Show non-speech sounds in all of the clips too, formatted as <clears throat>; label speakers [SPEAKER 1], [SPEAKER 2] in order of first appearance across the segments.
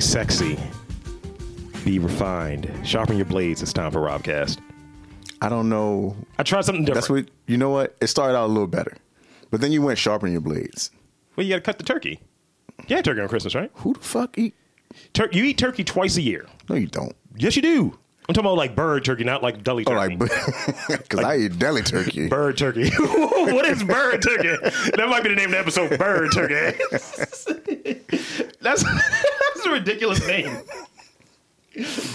[SPEAKER 1] sexy, be refined, sharpen your blades. It's time for Robcast.
[SPEAKER 2] I don't know.
[SPEAKER 1] I tried something different.
[SPEAKER 2] That's what you know. What it started out a little better, but then you went sharpen your blades.
[SPEAKER 1] Well, you got to cut the turkey. Yeah, turkey on Christmas, right?
[SPEAKER 2] Who the fuck eat?
[SPEAKER 1] Tur- you eat turkey twice a year.
[SPEAKER 2] No, you don't.
[SPEAKER 1] Yes, you do. I'm talking about like bird turkey, not like deli
[SPEAKER 2] Oh,
[SPEAKER 1] turkey.
[SPEAKER 2] <laughs> like because I eat deli turkey.
[SPEAKER 1] bird turkey. <laughs> what is bird turkey? That might be the name of the episode. Bird turkey. <laughs> that's <laughs> that's a ridiculous name.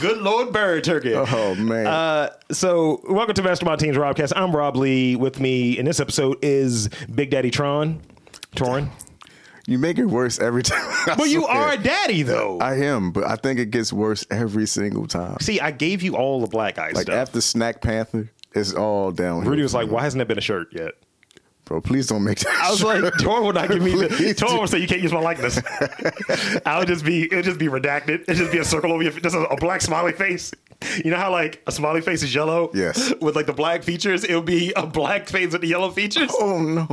[SPEAKER 1] Good Lord, bird turkey.
[SPEAKER 2] Oh man,
[SPEAKER 1] Uh, so, welcome to Mastermind Teams Robcast. I'm Rob Lee. With me in this episode is Big Daddy Tron. Torin.
[SPEAKER 2] you make it worse every <laughs> time. I
[SPEAKER 1] But you
[SPEAKER 2] swear.
[SPEAKER 1] are a daddy, though.
[SPEAKER 2] I am, but I think it gets worse every single time.
[SPEAKER 1] See, I gave you all the black eye
[SPEAKER 2] Like
[SPEAKER 1] stuff.
[SPEAKER 2] after Snack Panther, it's all down.
[SPEAKER 1] Rudy was like, "Why hasn't that been a shirt yet?"
[SPEAKER 2] "Bro, please don't make that."
[SPEAKER 1] I was like, <laughs> "Torin would not give me the
[SPEAKER 2] Please
[SPEAKER 1] Torin would say you can't use my likeness. <laughs> I would just be it'd just be redacted. It'd just be a circle over your just a, a black smiley face. You know how like a smiley face is yellow,
[SPEAKER 2] Yes.
[SPEAKER 1] with like the black features. It would be a black face with the yellow features.
[SPEAKER 2] <laughs> "Oh no,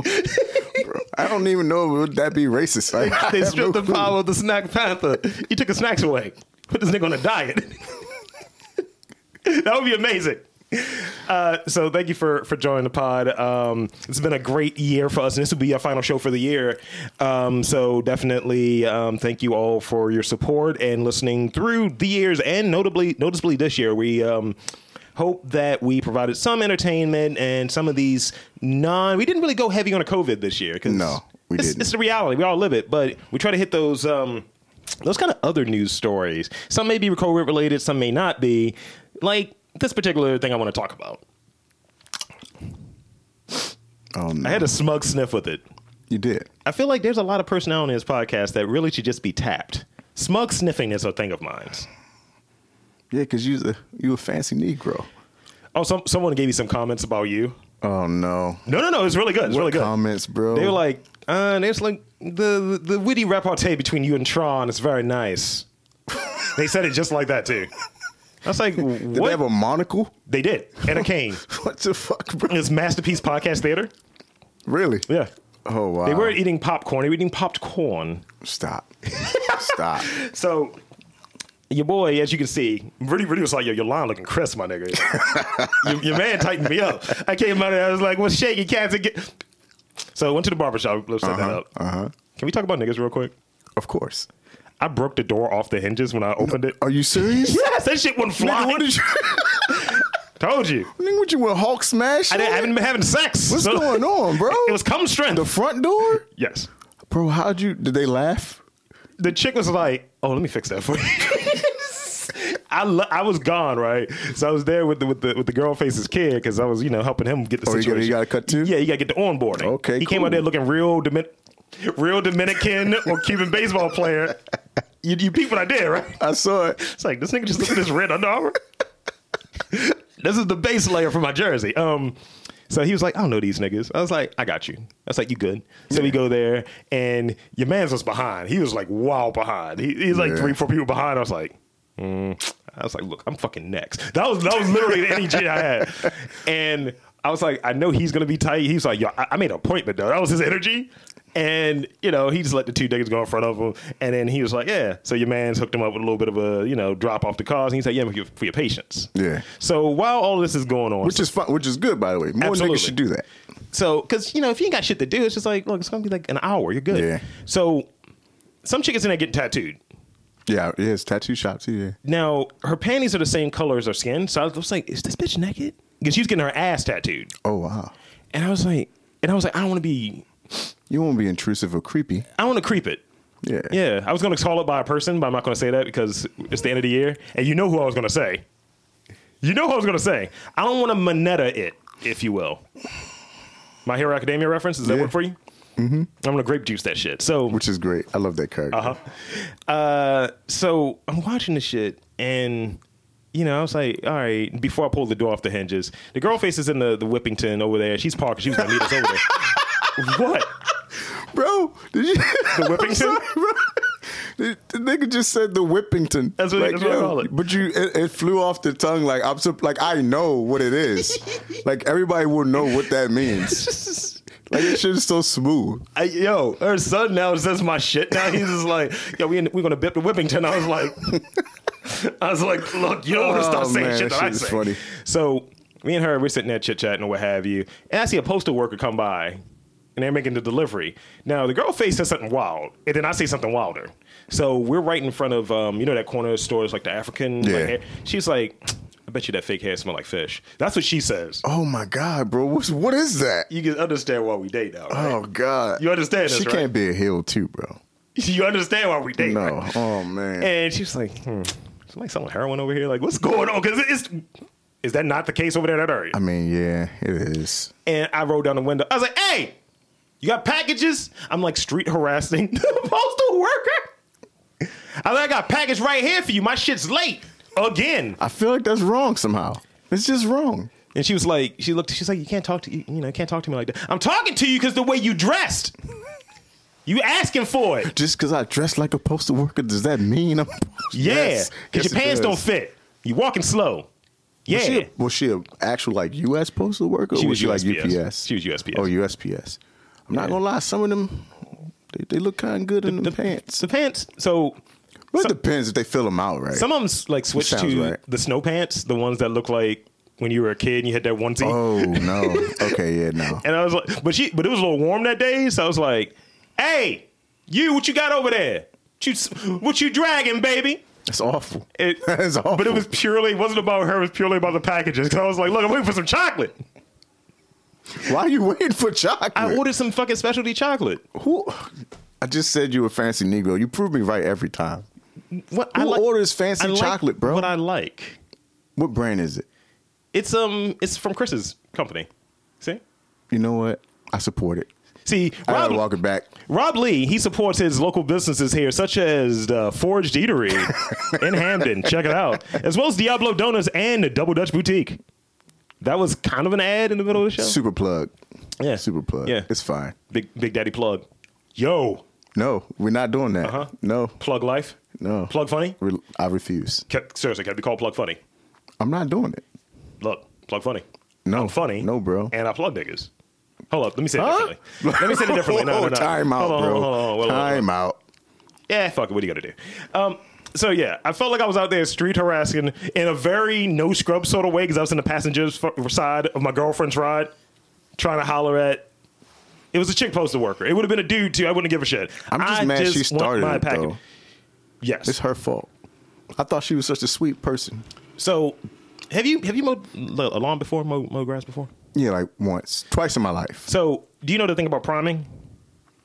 [SPEAKER 2] Bro, I don't even know would that be
[SPEAKER 1] <laughs>
[SPEAKER 2] racist." Like, I
[SPEAKER 1] They
[SPEAKER 2] have
[SPEAKER 1] stripped
[SPEAKER 2] no
[SPEAKER 1] the
[SPEAKER 2] clue.
[SPEAKER 1] power of the snack panther. You took the snacks away. Put this nigga on a diet. <laughs> that would be amazing. Uh, so thank you for for joining the pod. Um, it's been a great year for us, and this will be our final show for the year. Um, so definitely um, thank you all for your support and listening through the years, and notably noticeably this year. We um, hope that we provided some entertainment and some of these non. We didn't really go heavy on a COVID this year because
[SPEAKER 2] No, we
[SPEAKER 1] it's,
[SPEAKER 2] didn't.
[SPEAKER 1] it's the reality. We all live it, but we try to hit those um those kind of other news stories. Some may be COVID related, some may not be. Like this particular thing I want to talk about.
[SPEAKER 2] Oh
[SPEAKER 1] I
[SPEAKER 2] no,
[SPEAKER 1] had a smug sniff with it.
[SPEAKER 2] <laughs> you did.
[SPEAKER 1] I feel like there's a lot of personnel on this podcast that really should just be tapped. Smug sniffing is a thing of mine.
[SPEAKER 2] Yeah, because you a you a fancy Negro.
[SPEAKER 1] Oh, some, someone gave you some comments about you.
[SPEAKER 2] Oh no,
[SPEAKER 1] No, no, no. It's really good. It's really good.
[SPEAKER 2] comments, bro.
[SPEAKER 1] They were like, uh, there's like the the witty repartee between you and Tron is very nice. <laughs> they said it just like that too. I
[SPEAKER 2] <laughs>
[SPEAKER 1] was like, what?
[SPEAKER 2] did they have a monocle? <laughs>
[SPEAKER 1] They did. And a cane.
[SPEAKER 2] What the fuck, bro?
[SPEAKER 1] It's Masterpiece Podcast Theater.
[SPEAKER 2] Really?
[SPEAKER 1] Yeah.
[SPEAKER 2] Oh wow.
[SPEAKER 1] They were eating popcorn. They were eating popped corn.
[SPEAKER 2] Stop. <laughs> Stop.
[SPEAKER 1] So your boy, as you can see, Rudy Rudy was like, yo, your line looking crisp, my nigga.
[SPEAKER 2] <laughs>
[SPEAKER 1] your, your man tightened me up. I came out and I was like, what's shaking cats again? So I went to the barbershop. Let's set that
[SPEAKER 2] Uh-huh,
[SPEAKER 1] up.
[SPEAKER 2] uh-huh.
[SPEAKER 1] Can we talk about niggas real quick?
[SPEAKER 2] Of course.
[SPEAKER 1] I broke the door off the hinges when I opened it.
[SPEAKER 2] Are you
[SPEAKER 1] <laughs>
[SPEAKER 2] serious?
[SPEAKER 1] Yes, that shit wouldn't fly.
[SPEAKER 2] Nigga, what did you?
[SPEAKER 1] <laughs> Told you.
[SPEAKER 2] Nigga, what you with Hulk smash?
[SPEAKER 1] I, didn't, I haven't been having sex.
[SPEAKER 2] What's
[SPEAKER 1] So-
[SPEAKER 2] going on, bro?
[SPEAKER 1] <laughs> It was cum strength.
[SPEAKER 2] the front door,
[SPEAKER 1] yes.
[SPEAKER 2] bro. How'd you? Did they laugh?
[SPEAKER 1] the chick was like, "Oh, let me fix that for you." <laughs> I, lo- I was gone right, so I was there with the with the with the girl face's kid because I was you know helping him get the
[SPEAKER 2] Oh, you gotta-
[SPEAKER 1] situation.
[SPEAKER 2] you gotta cut too?
[SPEAKER 1] Yeah, you got to get the onboarding.
[SPEAKER 2] Okay,
[SPEAKER 1] he came
[SPEAKER 2] cool.
[SPEAKER 1] out there looking real Domin- real Dominican <laughs> or Cuban baseball player. You, you peep what I did, right?
[SPEAKER 2] I saw it.
[SPEAKER 1] It's like this nigga just look at this red Under Armour. this is the base layer for my jersey. Um, so he was like, I don't know these niggas. I was like, I got you. I was like, you good. So we go there, and your man's was behind. He was like, wow, behind. He, he's like
[SPEAKER 2] Yeah.
[SPEAKER 1] three, four people behind. I was like. mm. I was like, look, I'm fucking next. That was that was literally the energy I had, and I was like, I know he's gonna be tight. He was like, yo, I, I made an appointment though. That was his energy, and you know he just let the two niggas go in front of him, and then he was like, yeah. So your man's hooked him up with a little bit of a you know drop off the cars, and he said, yeah, for your, for your patience.
[SPEAKER 2] Yeah.
[SPEAKER 1] So while all this is going on,
[SPEAKER 2] Which is fun. Which is good, by the way. More
[SPEAKER 1] Absolutely.
[SPEAKER 2] niggas should do that.
[SPEAKER 1] so, because you know, if you ain't got shit to do, it's just like, look, it's gonna be like an hour. You're good.
[SPEAKER 2] Yeah.
[SPEAKER 1] So, some chick is in there getting tattooed.
[SPEAKER 2] Yeah. Yeah. It's tattoo shop too. Yeah.
[SPEAKER 1] Now, her panties are the same color as her skin. So I was like, is this bitch naked? Because she was getting her ass tattooed,
[SPEAKER 2] Oh wow.
[SPEAKER 1] and I was like, and I was like, I don't want to be,
[SPEAKER 2] You won't be intrusive or creepy.
[SPEAKER 1] I want to creep it.
[SPEAKER 2] Yeah.
[SPEAKER 1] Yeah, I was gonna call it by a person, but I'm not gonna say that because it's the end of the year, and you know who I was gonna say. You know who I was gonna say. I don't want to manetta it, if you will. My Hero Academia reference does that
[SPEAKER 2] Yeah.
[SPEAKER 1] work for you? Mm-hmm. I'm gonna grape juice that shit. So
[SPEAKER 2] Which is great. I love that character.
[SPEAKER 1] Uh-huh. Uh, so I'm watching the shit, and you know, I was like, all right. Before I pulled the door off the hinges, the girl faces in the the Whippington over there. She's parked. She was gonna meet us over there. <laughs> What?
[SPEAKER 2] Bro, did you? <laughs>
[SPEAKER 1] The Whippington? <laughs>
[SPEAKER 2] The the nigga just said the Whippington.
[SPEAKER 1] That's what-
[SPEAKER 2] like,
[SPEAKER 1] that's what I call it.
[SPEAKER 2] But you, it, it flew off the tongue. Like
[SPEAKER 1] <laughs>
[SPEAKER 2] I'm, sup- like I know what it is. like everybody will know what that means. Like this shit is so smooth.
[SPEAKER 1] I, yo, her son now says my shit. Now he's just like, yo, we in, we gonna bip to Whippington. I was like, <laughs> I was like, look, you don't want to stop
[SPEAKER 2] Oh,
[SPEAKER 1] saying
[SPEAKER 2] man,
[SPEAKER 1] shit
[SPEAKER 2] that
[SPEAKER 1] that I
[SPEAKER 2] shit is
[SPEAKER 1] say.
[SPEAKER 2] funny.
[SPEAKER 1] So me and her, we're sitting there chit chatting or what have you, and I see a postal worker come by, and they're making the delivery. Now the girl face says something wild, and then I say something wilder. So we're right in front of um, you know that corner of stores like the African. like,
[SPEAKER 2] Yeah.
[SPEAKER 1] hair- she's like, I bet you that fake hair smell like fish. That's what she says.
[SPEAKER 2] Oh my god, bro. What's what is that?
[SPEAKER 1] You can understand why we date now. Right?
[SPEAKER 2] Oh god.
[SPEAKER 1] You understand
[SPEAKER 2] She
[SPEAKER 1] this, right?
[SPEAKER 2] can't be a heel too, bro.
[SPEAKER 1] <laughs> You understand why we date? right?
[SPEAKER 2] No. Oh man.
[SPEAKER 1] And she was like, hmm, it's like selling heroin over here. Like, what's going on? Because it's, is that not the case over there in that area?
[SPEAKER 2] I mean, yeah, it is.
[SPEAKER 1] And I rolled down the window. I was like, hey, you got packages? I'm like street harassing <laughs> the postal worker. I like, I got a package right here for you. My shit's late again.
[SPEAKER 2] I feel like that's wrong somehow. It's just wrong.
[SPEAKER 1] And she was like, she looked, she's like, you can't talk to, you, you know, you can't talk to me like that. I'm talking to you because the way you dressed. You asking for it.
[SPEAKER 2] Just because I dress like a postal worker, does that mean I'm?
[SPEAKER 1] Yeah.
[SPEAKER 2] Yes.
[SPEAKER 1] Because
[SPEAKER 2] Yes, it
[SPEAKER 1] your pants
[SPEAKER 2] does.
[SPEAKER 1] don't fit. You walking slow. Yeah.
[SPEAKER 2] Was she, a, was she a actual like U.S. postal worker? Or
[SPEAKER 1] She
[SPEAKER 2] was,
[SPEAKER 1] was
[SPEAKER 2] she
[SPEAKER 1] USPS.
[SPEAKER 2] like UPS?
[SPEAKER 1] She was USPS.
[SPEAKER 2] Oh, USPS. I'm not gonna lie. Some of them, they, they look kind of good in the, pants.
[SPEAKER 1] The pants. So
[SPEAKER 2] But it depends if they fill them out right.
[SPEAKER 1] some of them like switch
[SPEAKER 2] sounds
[SPEAKER 1] to
[SPEAKER 2] right.
[SPEAKER 1] the snow pants, the ones that look like when you were a kid and you had that onesie.
[SPEAKER 2] oh no. Okay. Yeah. No.
[SPEAKER 1] And I was like, but she, but it was a little warm that day, so I was like, hey, you, what you got over there? What you, what you dragging, baby?
[SPEAKER 2] That's awful.
[SPEAKER 1] It-
[SPEAKER 2] <laughs> That's awful.
[SPEAKER 1] But it was purely, it wasn't about her. It was purely about the packages. Because I was like, look, I'm waiting for some chocolate.
[SPEAKER 2] Why are you waiting for chocolate?
[SPEAKER 1] I ordered some fucking specialty chocolate.
[SPEAKER 2] Who? I just said you were fancy Negro. You prove me right every time.
[SPEAKER 1] What
[SPEAKER 2] Who
[SPEAKER 1] I like,
[SPEAKER 2] orders fancy
[SPEAKER 1] I like
[SPEAKER 2] chocolate, bro?
[SPEAKER 1] What I like.
[SPEAKER 2] what brand is it?
[SPEAKER 1] It's um, it's from Chris's company. See,
[SPEAKER 2] You know what? I support it.
[SPEAKER 1] see,
[SPEAKER 2] I gotta
[SPEAKER 1] Rob-
[SPEAKER 2] walk it back.
[SPEAKER 1] Rob Lee, he supports his local businesses here, such as the Forged
[SPEAKER 2] <laughs>
[SPEAKER 1] Eatery in Hamden. Check it out. As well as Diablo Donuts and the Double Dutch Boutique. That was kind of an ad in the middle of the show.
[SPEAKER 2] Super plug.
[SPEAKER 1] Yeah.
[SPEAKER 2] Super plug.
[SPEAKER 1] Yeah.
[SPEAKER 2] It's fine.
[SPEAKER 1] Big Big Daddy Plug. Yo.
[SPEAKER 2] No, we're not doing that.
[SPEAKER 1] Uh-huh.
[SPEAKER 2] No,
[SPEAKER 1] Plug Life.
[SPEAKER 2] no.
[SPEAKER 1] Plug Funny.
[SPEAKER 2] Re- I refuse.
[SPEAKER 1] Ca- Seriously, can I be called Plug Funny?
[SPEAKER 2] I'm not doing it.
[SPEAKER 1] Look, Plug Funny.
[SPEAKER 2] No.
[SPEAKER 1] I'm funny.
[SPEAKER 2] No, bro.
[SPEAKER 1] And I plug niggas. Hold up. Let me say it
[SPEAKER 2] Huh?
[SPEAKER 1] differently. Let me say it differently.
[SPEAKER 2] <laughs>
[SPEAKER 1] No, no, no.
[SPEAKER 2] Oh, Time out,
[SPEAKER 1] Hold on,
[SPEAKER 2] bro.
[SPEAKER 1] hold on, hold on, hold on.
[SPEAKER 2] Time out.
[SPEAKER 1] yeah, Eh, fuck it. What do you got to do? Um, so yeah, I felt like I was out there street harassing in a very no scrub sort of way because I was in the passenger's f- side of my girlfriend's ride, trying to holler at. It was a chick postal worker. It would have been a dude too. I wouldn't give a shit.
[SPEAKER 2] I'm just
[SPEAKER 1] I
[SPEAKER 2] mad she
[SPEAKER 1] want
[SPEAKER 2] started
[SPEAKER 1] my
[SPEAKER 2] it,
[SPEAKER 1] packet-
[SPEAKER 2] though.
[SPEAKER 1] Yes.
[SPEAKER 2] It's her fault. I thought she was such a sweet person.
[SPEAKER 1] so, have you have you mowed l- a lawn before? Mowed, mowed grass before?
[SPEAKER 2] Yeah, like once, twice in my life.
[SPEAKER 1] So, do you know the thing about priming?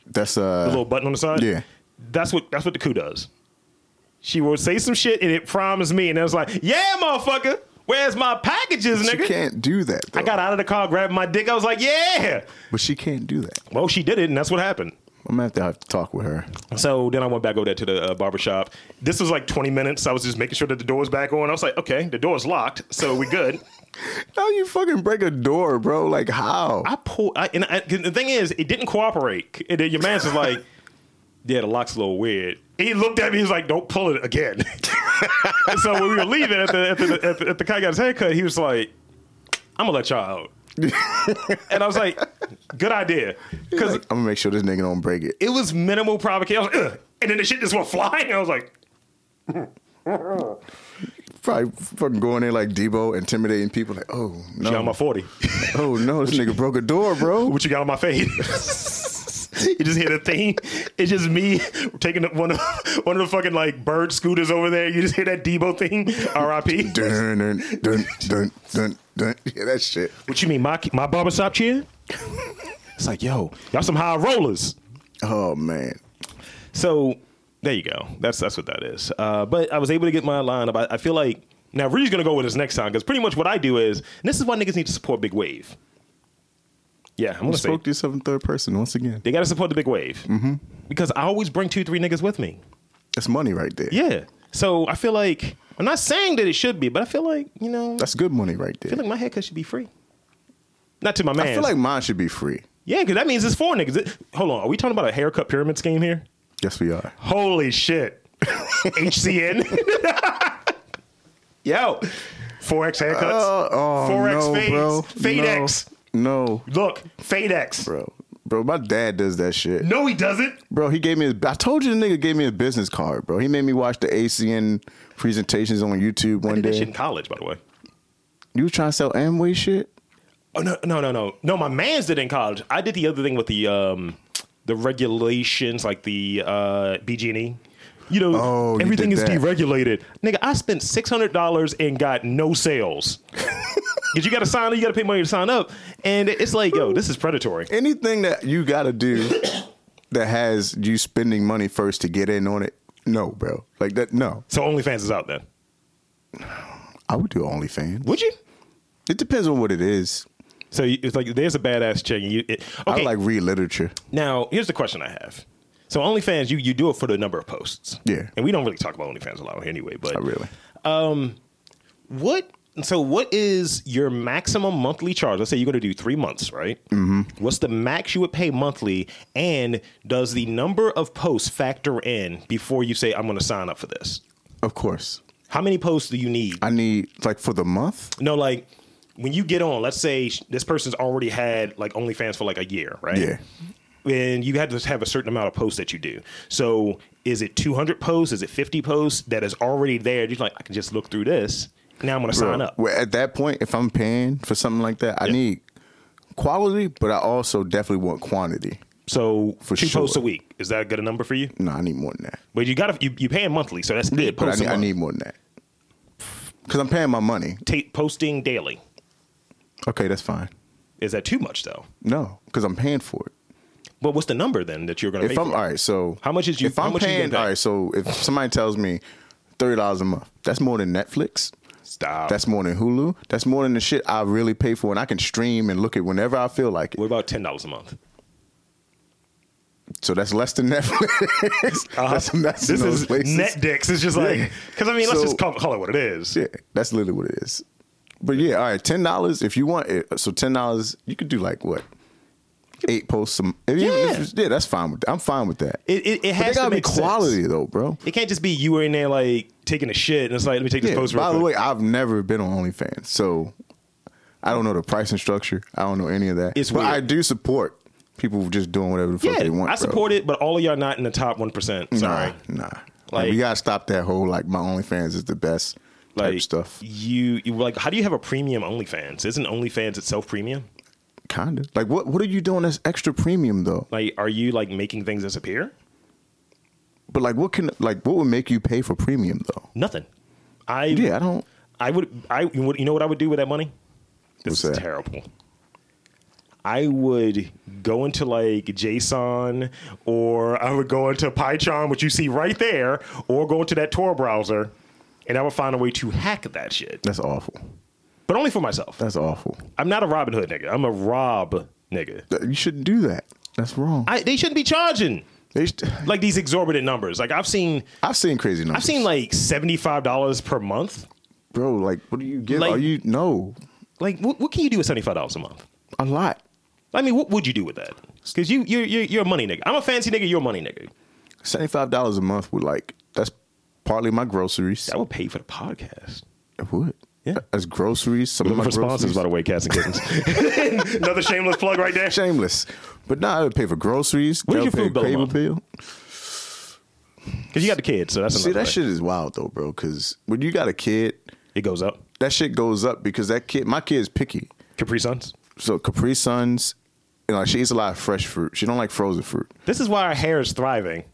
[SPEAKER 2] That's uh,
[SPEAKER 1] The little button on the side.
[SPEAKER 2] yeah.
[SPEAKER 1] That's what that's what the coup does. She will say some shit and it primes me, and I was like, "Yeah, motherfucker, where's my packages,
[SPEAKER 2] She
[SPEAKER 1] nigga?"
[SPEAKER 2] can't do that. Though.
[SPEAKER 1] I got out of the car, grabbed my dick. I was like, yeah.
[SPEAKER 2] but she can't do that.
[SPEAKER 1] Well, she did it, and that's what happened.
[SPEAKER 2] I'm gonna have to, have to talk with her.
[SPEAKER 1] So then I went back over there to the uh, barber shop. This was like 20 minutes. I was just making sure that the door was back on. I was like, okay, the door's locked, so we good.
[SPEAKER 2] How you fucking break a door, bro? Like how?
[SPEAKER 1] I pulled, I, and I, 'cause the thing is, it didn't cooperate. And then your man's just like, <laughs> yeah, the lock's a little weird. He looked at me, he was like, don't pull it again. <laughs> so when we were leaving at the, at the, at the, at the guy got his haircut, he was like, I'm gonna let y'all out. and I was like, good idea. Because
[SPEAKER 2] Like, I'm gonna make sure this nigga don't break it.
[SPEAKER 1] it was minimal provocation. I was like, Ugh. and then the shit just went flying. I was like,
[SPEAKER 2] Probably fucking going there like Debo, intimidating people. Like, oh no,
[SPEAKER 1] got on my 40.
[SPEAKER 2] <laughs> oh no, this nigga broke a door, bro.
[SPEAKER 1] What you got on my face? <laughs> you just hit a thing. It's just me taking one of one of the fucking like bird scooters over there. You just hear that Debo thing. R.I.P.
[SPEAKER 2] Dun, dun, dun, dun, dun, dun. Yeah, that shit.
[SPEAKER 1] What you mean, my my barbershop chair? It's like, yo, y'all some high rollers.
[SPEAKER 2] Oh man,
[SPEAKER 1] So there you go. That's that's what that is. Uh, but I was able to get my line up. I, I feel like now Rudy's gonna go with us next time because pretty much what I do is, and this is why niggas need to support Big Wave. Yeah, I'm
[SPEAKER 2] you
[SPEAKER 1] gonna say
[SPEAKER 2] spoke to yourself in third person once again.
[SPEAKER 1] they gotta support the Big Wave mm-hmm. because I always bring two three niggas with me.
[SPEAKER 2] That's money right there.
[SPEAKER 1] Yeah, so I feel like I'm not saying that it should be, but I feel like you know, I
[SPEAKER 2] that's good money right there.
[SPEAKER 1] feel like my haircut should be free. Not to my man.
[SPEAKER 2] I feel like mine should be free.
[SPEAKER 1] yeah, because that means it's four niggas. It- hold on, are we talking about a haircut pyramid scheme here?
[SPEAKER 2] Yes, we are.
[SPEAKER 1] Holy shit.
[SPEAKER 2] <laughs>
[SPEAKER 1] HCN. <laughs> Yo. 4X haircuts.
[SPEAKER 2] Uh, oh
[SPEAKER 1] 4X
[SPEAKER 2] no,
[SPEAKER 1] fades.
[SPEAKER 2] bro.
[SPEAKER 1] Fade
[SPEAKER 2] no,
[SPEAKER 1] X.
[SPEAKER 2] No,
[SPEAKER 1] Look, Fade X.
[SPEAKER 2] bro. Bro, my dad does that shit.
[SPEAKER 1] No, he doesn't.
[SPEAKER 2] Bro, he gave me his. I told you the nigga gave me his business card, bro. He made me watch the ACN presentations on YouTube
[SPEAKER 1] I
[SPEAKER 2] one
[SPEAKER 1] did that shit in
[SPEAKER 2] day.
[SPEAKER 1] college, by the way.
[SPEAKER 2] You was trying to sell Amway shit?
[SPEAKER 1] Oh no, no, no, no, no. My man's did in college. I did the other thing with the um, the regulations, like the uh, BG&E. You know,
[SPEAKER 2] Oh, you
[SPEAKER 1] everything
[SPEAKER 2] did
[SPEAKER 1] is
[SPEAKER 2] that.
[SPEAKER 1] deregulated. Nigga, I spent six hundred dollars and got no
[SPEAKER 2] <laughs>
[SPEAKER 1] sales. Cause you got to sign up, you got to pay money to sign up, and it's like, yo, this is predatory.
[SPEAKER 2] Anything that you gotta do <coughs> that has you spending money first to get in on it, no, bro. Like that, no.
[SPEAKER 1] So OnlyFans is out then.
[SPEAKER 2] I would do OnlyFans.
[SPEAKER 1] Would you?
[SPEAKER 2] It depends on what it is.
[SPEAKER 1] So you, it's like there's a badass chick. And you, it, okay,
[SPEAKER 2] I like read literature.
[SPEAKER 1] Now, here's the question I have. So OnlyFans, you you do it for the number of posts.
[SPEAKER 2] Yeah.
[SPEAKER 1] And we don't really talk about OnlyFans a lot anyway, but
[SPEAKER 2] I really.
[SPEAKER 1] what so what is your maximum monthly charge? Let's say you're gonna do three months, right? Mm-hmm. What's the max you would pay monthly? And does the number of posts factor in before you say I'm gonna sign up for this?
[SPEAKER 2] Of course.
[SPEAKER 1] How many posts do you need?
[SPEAKER 2] I need like for the month.
[SPEAKER 1] No, like when you get on, let's say sh- this person's already had like OnlyFans for like a year, right?
[SPEAKER 2] Yeah.
[SPEAKER 1] And you had to have a certain amount of posts that you do. So is it 200 posts? Is it 50 posts that is already there? You're like, I can just look through this. Now I'm going to sign up.
[SPEAKER 2] Well, at that point, if I'm paying for something like that, I need quality, but I also definitely want quantity.
[SPEAKER 1] So
[SPEAKER 2] For
[SPEAKER 1] two
[SPEAKER 2] sure.
[SPEAKER 1] posts a week. Is that a good a number for you?
[SPEAKER 2] No, I need more than that.
[SPEAKER 1] But you got to, you, you paying monthly. So that's eight
[SPEAKER 2] But I
[SPEAKER 1] posts
[SPEAKER 2] need,
[SPEAKER 1] a
[SPEAKER 2] I
[SPEAKER 1] month.
[SPEAKER 2] need more than that. Because I'm paying my money.
[SPEAKER 1] Ta- posting daily.
[SPEAKER 2] Okay, that's fine.
[SPEAKER 1] Is that too much though?
[SPEAKER 2] No, because I'm paying for it.
[SPEAKER 1] But what's the number then that you're going to pay
[SPEAKER 2] If I'm
[SPEAKER 1] for?
[SPEAKER 2] all right, so
[SPEAKER 1] How much is you-
[SPEAKER 2] If
[SPEAKER 1] how
[SPEAKER 2] I'm
[SPEAKER 1] much you
[SPEAKER 2] paying,
[SPEAKER 1] getting paid?
[SPEAKER 2] all right, so if somebody tells me thirty dollars a month, that's more than Netflix.
[SPEAKER 1] Stop.
[SPEAKER 2] That's more than Hulu. That's more than the shit I really pay for, and I can stream and look at whenever I feel like it.
[SPEAKER 1] what about $10 a
[SPEAKER 2] <laughs>
[SPEAKER 1] month?
[SPEAKER 2] So that's less than <laughs> Netflix. that's, that's in
[SPEAKER 1] Uh-huh. this
[SPEAKER 2] those
[SPEAKER 1] is
[SPEAKER 2] places.
[SPEAKER 1] net dicks. It's just like
[SPEAKER 2] Yeah.
[SPEAKER 1] because I mean, let's
[SPEAKER 2] So-
[SPEAKER 1] just call, call it what it is.
[SPEAKER 2] Yeah, that's literally what it is. But yeah, all right, ten dollars if you want it. So ten dollars, you could do like what eight posts. Some if you- if you- yeah, that's fine. With I'm fine with that.
[SPEAKER 1] It, it, it
[SPEAKER 2] but they
[SPEAKER 1] has to
[SPEAKER 2] gotta be
[SPEAKER 1] make sense.
[SPEAKER 2] quality though, bro.
[SPEAKER 1] It can't just be you were in there like taking a shit and it's like let me take this
[SPEAKER 2] Yeah,
[SPEAKER 1] post.
[SPEAKER 2] by
[SPEAKER 1] real
[SPEAKER 2] the
[SPEAKER 1] quick.
[SPEAKER 2] way, I've never been on OnlyFans, so I don't know the pricing structure. I don't know any of that.
[SPEAKER 1] It's
[SPEAKER 2] but
[SPEAKER 1] weird.
[SPEAKER 2] I do support people just doing whatever the fuck
[SPEAKER 1] yeah,
[SPEAKER 2] they want.
[SPEAKER 1] I
[SPEAKER 2] bro.
[SPEAKER 1] support it, but all of y'all not in the top one percent. Sorry,
[SPEAKER 2] Nah, nah. Like,
[SPEAKER 1] Like-
[SPEAKER 2] we gotta stop that whole like my OnlyFans is the best
[SPEAKER 1] like
[SPEAKER 2] type stuff.
[SPEAKER 1] You, you like how do you have a premium OnlyFans? Isn't OnlyFans itself premium?
[SPEAKER 2] Kinda. Like what what are you doing that's extra premium though?
[SPEAKER 1] Like, are you like making things disappear?
[SPEAKER 2] But like, what can like what would make you pay for premium though?
[SPEAKER 1] Nothing. I
[SPEAKER 2] Yeah, I don't.
[SPEAKER 1] I would I you would- you know what I would do with that money? This
[SPEAKER 2] What's
[SPEAKER 1] is
[SPEAKER 2] that?
[SPEAKER 1] terrible. I would go into like JSON or I would go into PyCharm, which you see right there, or go into that Tor browser, and I would find a way to hack that shit.
[SPEAKER 2] That's awful.
[SPEAKER 1] But only for myself.
[SPEAKER 2] That's awful.
[SPEAKER 1] I'm not a Robin Hood nigga. I'm a Rob nigga.
[SPEAKER 2] That- You shouldn't do that. That's wrong.
[SPEAKER 1] I, they shouldn't be charging
[SPEAKER 2] They should-
[SPEAKER 1] like these exorbitant numbers. Like I've seen
[SPEAKER 2] I've seen crazy numbers.
[SPEAKER 1] I've seen like seventy five dollars per month.
[SPEAKER 2] bro, like, what do you get?
[SPEAKER 1] Like-
[SPEAKER 2] are you no
[SPEAKER 1] Like what, what can you do with seventy five dollars a month?
[SPEAKER 2] a lot?
[SPEAKER 1] I mean, what would you do with that? Because you you're, you're you're a money nigga. I'm a fancy nigga. You're a money nigga.
[SPEAKER 2] Seventy five dollars a month would like that's partly my groceries.
[SPEAKER 1] That would pay for the podcast.
[SPEAKER 2] It would.
[SPEAKER 1] Yeah.
[SPEAKER 2] that's groceries. Some of my groceries.
[SPEAKER 1] way, cats and <laughs> kittens. Another shameless plug right <laughs> there.
[SPEAKER 2] Shameless, but nah, I would pay for groceries.
[SPEAKER 1] What is
[SPEAKER 2] They'll
[SPEAKER 1] your food
[SPEAKER 2] pay
[SPEAKER 1] bill a
[SPEAKER 2] cable
[SPEAKER 1] month?
[SPEAKER 2] bill.
[SPEAKER 1] Because you got the kids, so that's
[SPEAKER 2] See,
[SPEAKER 1] another
[SPEAKER 2] that
[SPEAKER 1] thing.
[SPEAKER 2] shit is wild though, bro. Because when you got a kid,
[SPEAKER 1] It goes up.
[SPEAKER 2] that shit goes up because that kid, my kid's picky.
[SPEAKER 1] Capri Suns.
[SPEAKER 2] so Capri Suns, you know, she eats a lot of fresh fruit. She don't like frozen fruit.
[SPEAKER 1] This is why our hair is thriving.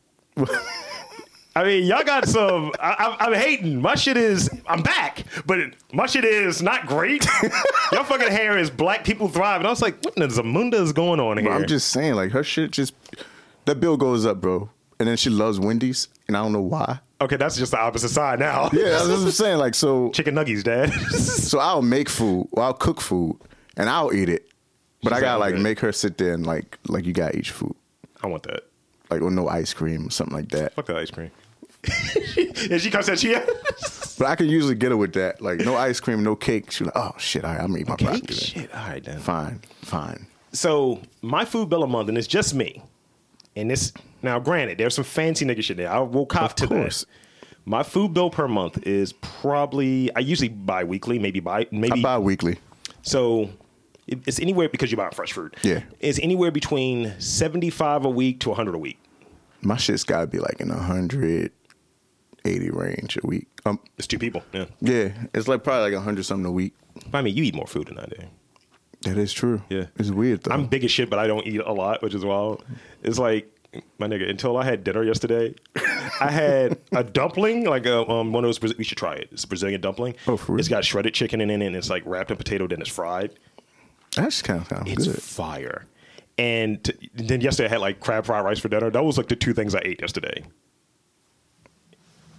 [SPEAKER 1] I mean, y'all got some. I, I, I'm hating. My shit is. I'm back, but it- my shit is not <laughs> great. Y'all fucking hair is black people thriving. I was like, what in the Zamunda is going on here?
[SPEAKER 2] But I'm just saying, like her shit just that bill goes up, bro. And then she loves Wendy's, and I don't know why.
[SPEAKER 1] <laughs> okay, that's just the opposite side now.
[SPEAKER 2] Yeah, that's what I'm saying. Like so,
[SPEAKER 1] Chicken nuggies, dad. <laughs>
[SPEAKER 2] so I'll make food, or I'll cook food, and I'll eat it. But I
[SPEAKER 1] She's
[SPEAKER 2] gotta
[SPEAKER 1] like,
[SPEAKER 2] like
[SPEAKER 1] "Okay."
[SPEAKER 2] make her sit there and like like you gotta eat your food,
[SPEAKER 1] I want that.
[SPEAKER 2] like or no ice cream or something like that.
[SPEAKER 1] Fuck that ice cream. <laughs> and she comes at <laughs> you.
[SPEAKER 2] But I can usually get her with that, like no ice cream, no cake. She's like, oh shit, all right, I'm gonna eat my broccoli. then.
[SPEAKER 1] All right, then.
[SPEAKER 2] Fine, fine.
[SPEAKER 1] So my food bill a month, and it's just me. And this now, granted, there's some fancy nigga shit there. I will cop to
[SPEAKER 2] course.
[SPEAKER 1] this. My food bill per month is probably I usually buy weekly, maybe buy maybe
[SPEAKER 2] I buy weekly.
[SPEAKER 1] so it- it's anywhere because you're buying fresh food.
[SPEAKER 2] Yeah.
[SPEAKER 1] It's anywhere between 75 a week to 100 a week.
[SPEAKER 2] My shit's got to be like in the 180 range a week. Um,
[SPEAKER 1] It's two people. Yeah.
[SPEAKER 2] yeah, it's like probably like 100 something a week.
[SPEAKER 1] I mean, you eat more food than I do.
[SPEAKER 2] That is true.
[SPEAKER 1] Yeah.
[SPEAKER 2] It's weird though.
[SPEAKER 1] I'm big as shit, but I don't eat a lot, which is wild. It's like my nigga. Until I had dinner
[SPEAKER 2] <laughs>
[SPEAKER 1] yesterday, I had a dumpling, like a, um, one of those. Braz- You should try it. It's a Brazilian dumpling.
[SPEAKER 2] Oh, for real?
[SPEAKER 1] It's got shredded chicken in it, and it's like wrapped in potato, then it's fried.
[SPEAKER 2] That's kind of sounds
[SPEAKER 1] It's
[SPEAKER 2] good.
[SPEAKER 1] fire. And t- then yesterday I had like crab fried rice for dinner. That was like the two things I ate yesterday.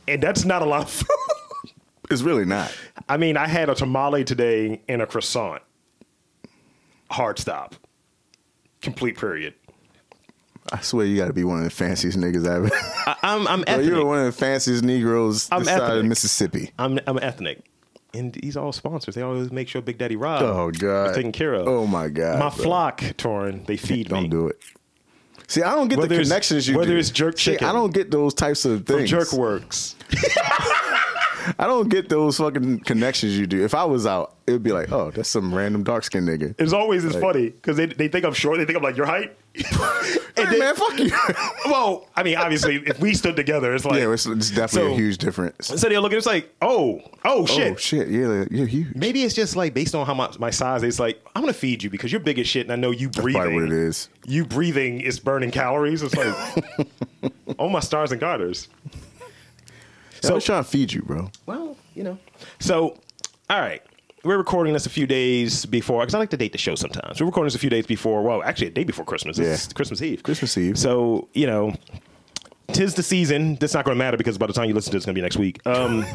[SPEAKER 1] And that's not a lot of food. <laughs>
[SPEAKER 2] It's really not.
[SPEAKER 1] I mean, I had a tamale today and a croissant. Hard stop. Complete period.
[SPEAKER 2] I swear you got to be one of the fanciest niggas I ever. <laughs>
[SPEAKER 1] I, I'm I'm
[SPEAKER 2] Bro,
[SPEAKER 1] ethnic.
[SPEAKER 2] you're one of the fanciest Negroes
[SPEAKER 1] I'm
[SPEAKER 2] this side of
[SPEAKER 1] ethnic.
[SPEAKER 2] Mississippi.
[SPEAKER 1] I'm I'm ethnic. And these all sponsors. They always make sure Big Daddy Rob
[SPEAKER 2] Oh God,
[SPEAKER 1] is taken care of.
[SPEAKER 2] Oh my God,
[SPEAKER 1] My
[SPEAKER 2] bro.
[SPEAKER 1] flock, Torin, they feed
[SPEAKER 2] Don't
[SPEAKER 1] me.
[SPEAKER 2] do it. See, I don't get
[SPEAKER 1] Whether
[SPEAKER 2] the
[SPEAKER 1] it's-
[SPEAKER 2] connections you
[SPEAKER 1] whether
[SPEAKER 2] do.
[SPEAKER 1] it's jerk
[SPEAKER 2] See,
[SPEAKER 1] chicken.
[SPEAKER 2] I don't get those types of
[SPEAKER 1] From
[SPEAKER 2] things.
[SPEAKER 1] Jerk Works.
[SPEAKER 2] I don't get those fucking connections you do. If I was out, it would be like, oh, that's some random dark skinned nigga.
[SPEAKER 1] It's always it's funny because they, they think I'm short. They think I'm like your height. <laughs>
[SPEAKER 2] Hey,
[SPEAKER 1] then-
[SPEAKER 2] man, fuck you.
[SPEAKER 1] <laughs> well, I mean, obviously, if we stood together, it's like
[SPEAKER 2] yeah, it's, it's definitely
[SPEAKER 1] So-
[SPEAKER 2] a huge difference.
[SPEAKER 1] so they're looking. It's like, oh, oh shit.
[SPEAKER 2] Oh shit, yeah, you're huge.
[SPEAKER 1] Maybe it's just like based on how my, my size. It's like I'm gonna feed you because you're big as shit, and I know you breathing.
[SPEAKER 2] Probably what it is.
[SPEAKER 1] You breathing is burning calories. It's
[SPEAKER 2] <laughs>
[SPEAKER 1] like, oh my stars and garters.
[SPEAKER 2] So I was trying to feed you, bro.
[SPEAKER 1] well, you know. So, all right. We're recording this a few days before, because I like to date the show sometimes. We're recording this a few days before, well, actually, a day before Christmas. It's
[SPEAKER 2] Yeah.
[SPEAKER 1] Christmas Eve.
[SPEAKER 2] Christmas Eve.
[SPEAKER 1] So, you know, tis the season. That's not going to matter because by the time you listen to it, it's going to be next week.
[SPEAKER 2] <laughs>
[SPEAKER 1] Um,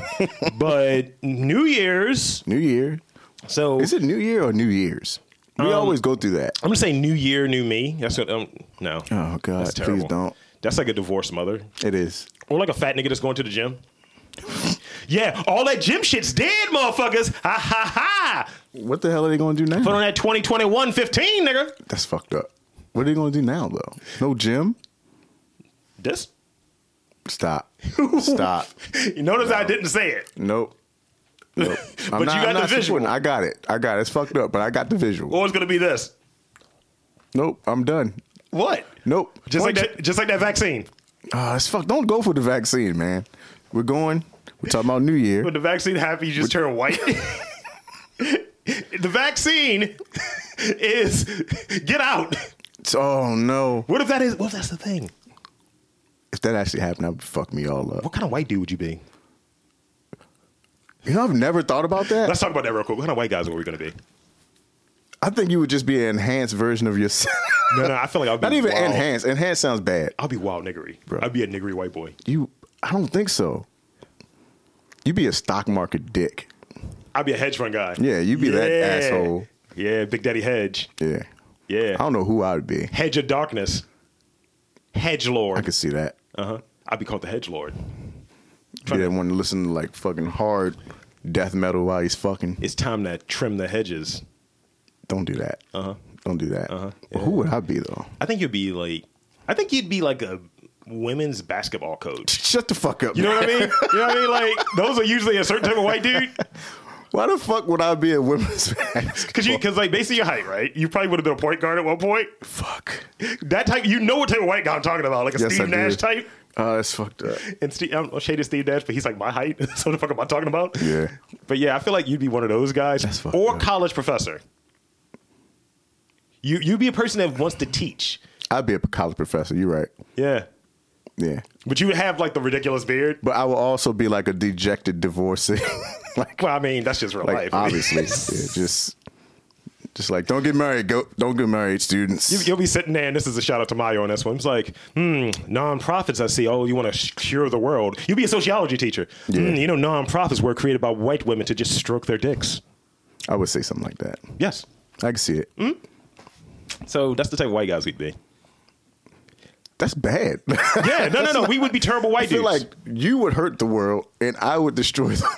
[SPEAKER 1] but New Year's.
[SPEAKER 2] New Year.
[SPEAKER 1] So,
[SPEAKER 2] Is it New Year or New Year's?
[SPEAKER 1] Um,
[SPEAKER 2] We always go through that.
[SPEAKER 1] I'm going to say New Year, New Me. That's what, um, no.
[SPEAKER 2] Oh, God,
[SPEAKER 1] That's
[SPEAKER 2] please
[SPEAKER 1] terrible.
[SPEAKER 2] don't.
[SPEAKER 1] That's like a divorced mother.
[SPEAKER 2] It is.
[SPEAKER 1] Or like a fat nigga that's going to the
[SPEAKER 2] <laughs>
[SPEAKER 1] gym. Yeah, all that gym shit's dead, motherfuckers. Ha ha ha.
[SPEAKER 2] What the hell are they going to do now?
[SPEAKER 1] Put on that 2021 15, nigga.
[SPEAKER 2] That's fucked up. What are they going to do now, though? No gym?
[SPEAKER 1] This.
[SPEAKER 2] Stop. Stop.
[SPEAKER 1] <laughs> You notice I didn't say it.
[SPEAKER 2] Nope.
[SPEAKER 1] <laughs>
[SPEAKER 2] Nope. I'm
[SPEAKER 1] But you got the visual.
[SPEAKER 2] supporting- I got it. I got it. It's fucked up, but I got the visual.
[SPEAKER 1] Or it's gonna be this.
[SPEAKER 2] Nope. I'm done.
[SPEAKER 1] What?
[SPEAKER 2] Nope.
[SPEAKER 1] Just
[SPEAKER 2] Point-
[SPEAKER 1] like that. Just like that vaccine.
[SPEAKER 2] Ah, it's fucked. Don't go for the vaccine, man. We're going. We're talking about New Year.
[SPEAKER 1] <laughs> When the vaccine happens, you just turn <laughs> white. the vaccine is get out.
[SPEAKER 2] It's- oh no!
[SPEAKER 1] What if that is? What if that's the thing?
[SPEAKER 2] If that actually happened, that would fuck me all up.
[SPEAKER 1] What kind of white dude would you be?
[SPEAKER 2] You know, I've never thought about that.
[SPEAKER 1] Let's talk about that real quick. What kind of white guys are we gonna be?
[SPEAKER 2] I think you would just be an enhanced version of yourself.
[SPEAKER 1] No, no. I feel like I'll be
[SPEAKER 2] <laughs> Not even
[SPEAKER 1] wild.
[SPEAKER 2] enhanced. Enhanced sounds bad.
[SPEAKER 1] I'll be wild niggery.
[SPEAKER 2] Bro.
[SPEAKER 1] I'd be a niggery white boy.
[SPEAKER 2] You, I don't think so. You'd be a stock market dick.
[SPEAKER 1] I'd be a hedge fund guy.
[SPEAKER 2] Yeah, you be that asshole.
[SPEAKER 1] Yeah, Big Daddy Hedge.
[SPEAKER 2] Yeah.
[SPEAKER 1] Yeah.
[SPEAKER 2] I don't know who I would be.
[SPEAKER 1] Hedge of Darkness. Hedge
[SPEAKER 2] I
[SPEAKER 1] Lord.
[SPEAKER 2] could see that.
[SPEAKER 1] Uh huh. I'd be called the Hedge Lord.
[SPEAKER 2] You didn't want to listen to like fucking hard death metal while he's fucking.
[SPEAKER 1] It's time to trim the hedges.
[SPEAKER 2] Don't do that.
[SPEAKER 1] Uh-huh.
[SPEAKER 2] Don't do that.
[SPEAKER 1] Uh-huh.
[SPEAKER 2] Well, who would I be though?
[SPEAKER 1] I think you'd be like, I think you'd be like a women's basketball coach.
[SPEAKER 2] Shut the fuck up.
[SPEAKER 1] You know what I
[SPEAKER 2] man.
[SPEAKER 1] mean? You know what I mean? Like those are usually a certain type of white dude
[SPEAKER 2] Why the fuck would I be a women's <laughs> basketball?
[SPEAKER 1] because you because like based on your height, right? You probably would have been a point guard at one point.
[SPEAKER 2] fuck.
[SPEAKER 1] That type, you know what type of white guy I'm talking about, like a
[SPEAKER 2] Yes,
[SPEAKER 1] Steve
[SPEAKER 2] I
[SPEAKER 1] Nash
[SPEAKER 2] do.
[SPEAKER 1] type.
[SPEAKER 2] Oh, that's fucked up.
[SPEAKER 1] And Steve, I'm shaded Steve Nash, but he's like my height. <laughs> so the fuck am I talking about?
[SPEAKER 2] Yeah.
[SPEAKER 1] But yeah, I feel like you'd be one of those guys,
[SPEAKER 2] That's fucked
[SPEAKER 1] or
[SPEAKER 2] up.
[SPEAKER 1] college professor. You you'd be a person that wants to teach.
[SPEAKER 2] I'd be a college professor. You're right.
[SPEAKER 1] Yeah.
[SPEAKER 2] Yeah.
[SPEAKER 1] But you would have like the ridiculous beard.
[SPEAKER 2] But I will also be like a dejected divorcee. <laughs> like,
[SPEAKER 1] Well, I mean, that's just real
[SPEAKER 2] like
[SPEAKER 1] life. I mean, <laughs>
[SPEAKER 2] obviously, yeah, just, just like don't get married. Go, don't get married, students.
[SPEAKER 1] you- You'll be sitting there, and this is a shout out to Mayo on this one. It's like, hmm, nonprofits. I see. Oh, you want to cure the world? You'll be a sociology teacher.
[SPEAKER 2] Yeah.
[SPEAKER 1] Hmm, you know, nonprofits were created by white women to just stroke their dicks.
[SPEAKER 2] I would say something like that.
[SPEAKER 1] Yes.
[SPEAKER 2] I can see it.
[SPEAKER 1] Hmm? So that's the type of white guys we'd be.
[SPEAKER 2] That's bad. <laughs>
[SPEAKER 1] Yeah. No, no, no. we would be terrible white
[SPEAKER 2] I feel
[SPEAKER 1] dudes.
[SPEAKER 2] like you would hurt the world and I would destroy them.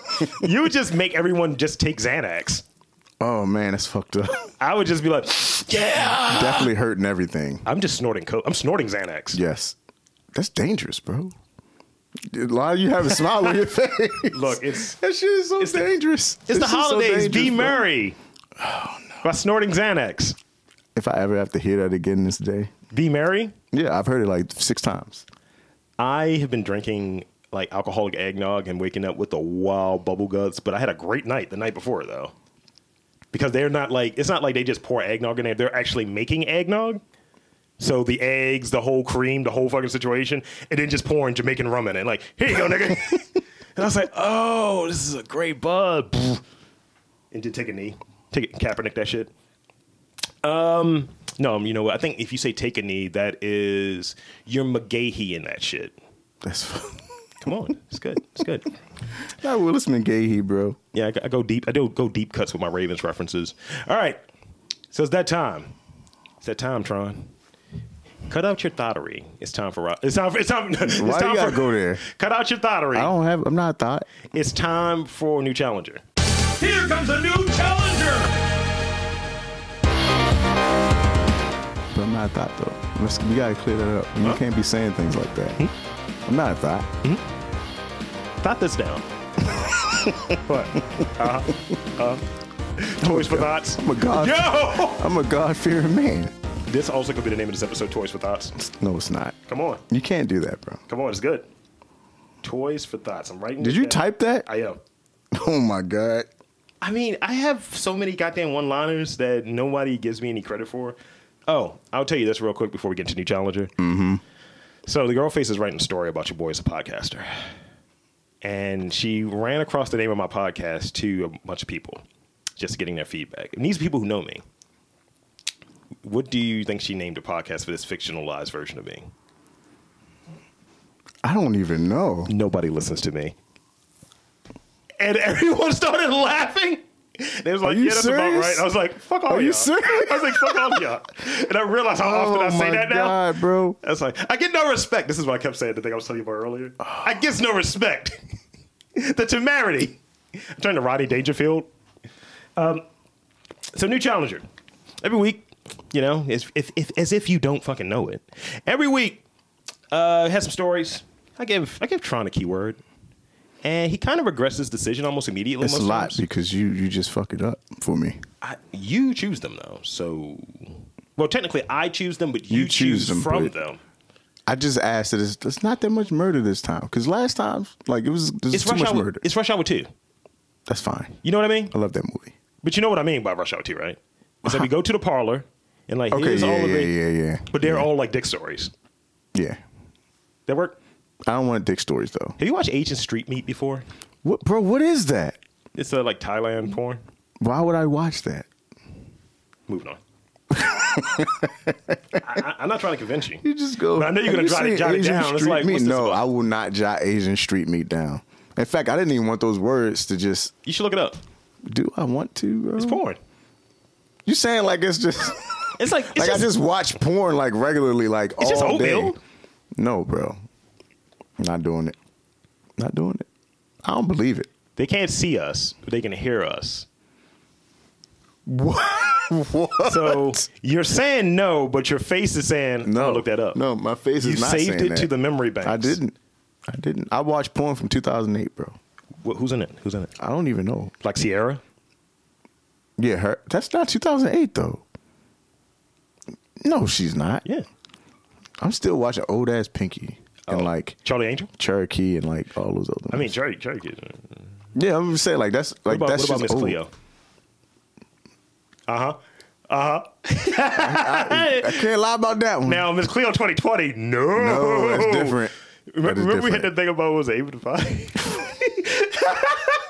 [SPEAKER 1] you would just make everyone just take Xanax.
[SPEAKER 2] <laughs> oh man, that's fucked up.
[SPEAKER 1] I would just be like, yeah.
[SPEAKER 2] Definitely hurting everything.
[SPEAKER 1] I'm just snorting coke. I'm snorting Xanax.
[SPEAKER 2] Yes. That's dangerous, bro. A lot of you have a smile on your <laughs> face.
[SPEAKER 1] Look, it's
[SPEAKER 2] that shit is so
[SPEAKER 1] the-
[SPEAKER 2] dangerous.
[SPEAKER 1] It's
[SPEAKER 2] That
[SPEAKER 1] the
[SPEAKER 2] shit's so
[SPEAKER 1] holidays.
[SPEAKER 2] dangerous, Oh,
[SPEAKER 1] Be
[SPEAKER 2] bro.
[SPEAKER 1] merry. by snorting Xanax.
[SPEAKER 2] If I ever have to hear that again this day,
[SPEAKER 1] Be merry.
[SPEAKER 2] yeah, I've heard it like six times.
[SPEAKER 1] I have been drinking like alcoholic eggnog and waking up with the wild bubble guts, but I had a great night the night before though. Because they're not like it's not like they just pour eggnog in there. They're actually making eggnog. So the eggs, the whole cream, the whole fucking situation, and then just pouring Jamaican rum in it. Like, here you go, nigga. <laughs> and I was like, oh, this is a great bud. <laughs> And then take a knee. Take it, Kaepernick that shit. No, um, you know what? I think if you say take a knee, that is you're McGahee in that shit.
[SPEAKER 2] That's <laughs>
[SPEAKER 1] Come on, it's good. It's good.
[SPEAKER 2] not Willis McGahee, bro.
[SPEAKER 1] Yeah, I, go- I go deep. I do go deep cuts with my Ravens references. All right, so it's that time. It's that time, Tron. Cut out your thottery. It's time for ro- it's time for it's time. <laughs> It's
[SPEAKER 2] Why you
[SPEAKER 1] time
[SPEAKER 2] gotta
[SPEAKER 1] for
[SPEAKER 2] go there?
[SPEAKER 1] Cut out your
[SPEAKER 2] I
[SPEAKER 1] thottery.
[SPEAKER 2] don't have. I'm not a thought.
[SPEAKER 1] It's time for a new challenger.
[SPEAKER 3] Here comes a new challenger.
[SPEAKER 2] But I'm not a thought though. Let's, we gotta clear that up. You can't be saying things like that.
[SPEAKER 1] Hmm?
[SPEAKER 2] I'm not a thought.
[SPEAKER 1] Thought this
[SPEAKER 2] <laughs>
[SPEAKER 1] down. what? Uh, uh, toys for thoughts.
[SPEAKER 2] I'm a god.
[SPEAKER 1] Yo,
[SPEAKER 2] I'm a god fearing man.
[SPEAKER 1] this also could be the name of this episode. Toys for thoughts.
[SPEAKER 2] No, it's not.
[SPEAKER 1] Come on.
[SPEAKER 2] You can't do that, bro.
[SPEAKER 1] Come on, it's good. Toys for thoughts. I'm writing.
[SPEAKER 2] Did
[SPEAKER 1] this
[SPEAKER 2] you
[SPEAKER 1] down.
[SPEAKER 2] type that?
[SPEAKER 1] I am.
[SPEAKER 2] Oh my god.
[SPEAKER 1] I mean, I have so many goddamn one-liners that nobody gives me any credit for. Oh, I'll tell you this real quick before we get into new challenger. Mm-hmm. So the girl face is writing a story about your boy as a podcaster, and she ran across the name of my podcast to a bunch of people, just getting their feedback. And these are people who know me. What do you think she named a podcast for this fictionalized version of me?
[SPEAKER 2] I don't even know.
[SPEAKER 1] nobody listens to me. And everyone <laughs> started laughing. They was like,
[SPEAKER 2] you
[SPEAKER 1] yeah, that's about
[SPEAKER 2] serious?
[SPEAKER 1] right. I was like, fuck all
[SPEAKER 2] Are
[SPEAKER 1] y'all.
[SPEAKER 2] you
[SPEAKER 1] <laughs>
[SPEAKER 2] serious?
[SPEAKER 1] I was like, fuck all y'all. And I realized how often I say that now.
[SPEAKER 2] Oh, god, bro.
[SPEAKER 1] I was like, I get no respect. This is what I kept saying, the thing I was telling you about earlier. I get no respect. <laughs> the temerity. I'm trying to Roddy Dangerfield. Um, so, new challenger. Every week, you know, as if, if, as if you don't fucking know it. Every week, uh, has some stories. I give I give Tron a keyword, and he kind of regrets his decision almost immediately.
[SPEAKER 2] It's a
[SPEAKER 1] most
[SPEAKER 2] lot
[SPEAKER 1] times.
[SPEAKER 2] because you you just fuck it up for me.
[SPEAKER 1] I, you choose them though, so well technically I choose them, but you,
[SPEAKER 2] You
[SPEAKER 1] choose,
[SPEAKER 2] choose them,
[SPEAKER 1] from
[SPEAKER 2] but-
[SPEAKER 1] them.
[SPEAKER 2] I just asked that it's, it's not that much murder this time because last time like it was there's
[SPEAKER 1] It's
[SPEAKER 2] too
[SPEAKER 1] rush
[SPEAKER 2] much
[SPEAKER 1] hour.
[SPEAKER 2] murder.
[SPEAKER 1] It's rush hour two.
[SPEAKER 2] That's fine.
[SPEAKER 1] You know what I mean?
[SPEAKER 2] I love that movie.
[SPEAKER 1] But you know what I mean by rush hour two, right? It's like we go to the parlor and like
[SPEAKER 2] Okay,
[SPEAKER 1] here's
[SPEAKER 2] yeah,
[SPEAKER 1] all of
[SPEAKER 2] yeah,
[SPEAKER 1] it,
[SPEAKER 2] yeah, yeah.
[SPEAKER 1] but they're all like dick stories.
[SPEAKER 2] Yeah,
[SPEAKER 1] That work.
[SPEAKER 2] I don't want dick stories though.
[SPEAKER 1] Have you watched Agent Street Meat before?
[SPEAKER 2] What, bro? What is that?
[SPEAKER 1] It's uh, like Thailand porn.
[SPEAKER 2] Why would I watch that?
[SPEAKER 1] Moving on.
[SPEAKER 2] <laughs>
[SPEAKER 1] I, I, am not trying to convince you.
[SPEAKER 2] You just go.
[SPEAKER 1] But I know you're gonna
[SPEAKER 2] "Have you
[SPEAKER 1] try to
[SPEAKER 2] seen
[SPEAKER 1] jot it
[SPEAKER 2] Asian
[SPEAKER 1] down." It's
[SPEAKER 2] Street
[SPEAKER 1] like,
[SPEAKER 2] meat?
[SPEAKER 1] what's this
[SPEAKER 2] no,
[SPEAKER 1] about?
[SPEAKER 2] I will not jot Asian street meat down. In fact, I didn't even want those words to just.
[SPEAKER 1] You should look it up.
[SPEAKER 2] Do I want to? Bro?
[SPEAKER 1] It's porn.
[SPEAKER 2] You saying like it's just
[SPEAKER 1] <laughs> It's like it's
[SPEAKER 2] like I
[SPEAKER 1] just-
[SPEAKER 2] just watch porn like regularly like all
[SPEAKER 1] just
[SPEAKER 2] day.
[SPEAKER 1] oatmeal.
[SPEAKER 2] No, bro, not doing it. Not doing it. I don't believe it.
[SPEAKER 1] They can't see us, but they can hear us.
[SPEAKER 2] What? <laughs> what?
[SPEAKER 1] So you're saying no, but your face is saying no.
[SPEAKER 2] no,
[SPEAKER 1] Look that up.
[SPEAKER 2] No, my face
[SPEAKER 1] you
[SPEAKER 2] is not
[SPEAKER 1] saved
[SPEAKER 2] saying
[SPEAKER 1] it to
[SPEAKER 2] that.
[SPEAKER 1] the memory bank.
[SPEAKER 2] I didn't. I didn't. I watched porn from 2008, bro.
[SPEAKER 1] who's in it? Who's in it?
[SPEAKER 2] I don't even know.
[SPEAKER 1] Like Sierra.
[SPEAKER 2] Yeah, her. That's not 2008 though. No, she's not.
[SPEAKER 1] Yeah.
[SPEAKER 2] I'm still watching old ass Pinky and like
[SPEAKER 1] Charlie Angel.
[SPEAKER 2] Cherokee and like all those other.
[SPEAKER 1] Oh. I mean,
[SPEAKER 2] ones.
[SPEAKER 1] Charlie. Charlie. What
[SPEAKER 2] yeah, I'm just saying like that's like
[SPEAKER 1] about,
[SPEAKER 2] that's
[SPEAKER 1] what about
[SPEAKER 2] just
[SPEAKER 1] Miss
[SPEAKER 2] old.
[SPEAKER 1] Cleo? Uh huh.
[SPEAKER 2] I can't lie about that one.
[SPEAKER 1] Now Miss Cleo 2020. No.
[SPEAKER 2] no, that's different.
[SPEAKER 1] Remember,
[SPEAKER 2] That is
[SPEAKER 1] remember we had
[SPEAKER 2] different.
[SPEAKER 1] to think about what was able to buy. <laughs>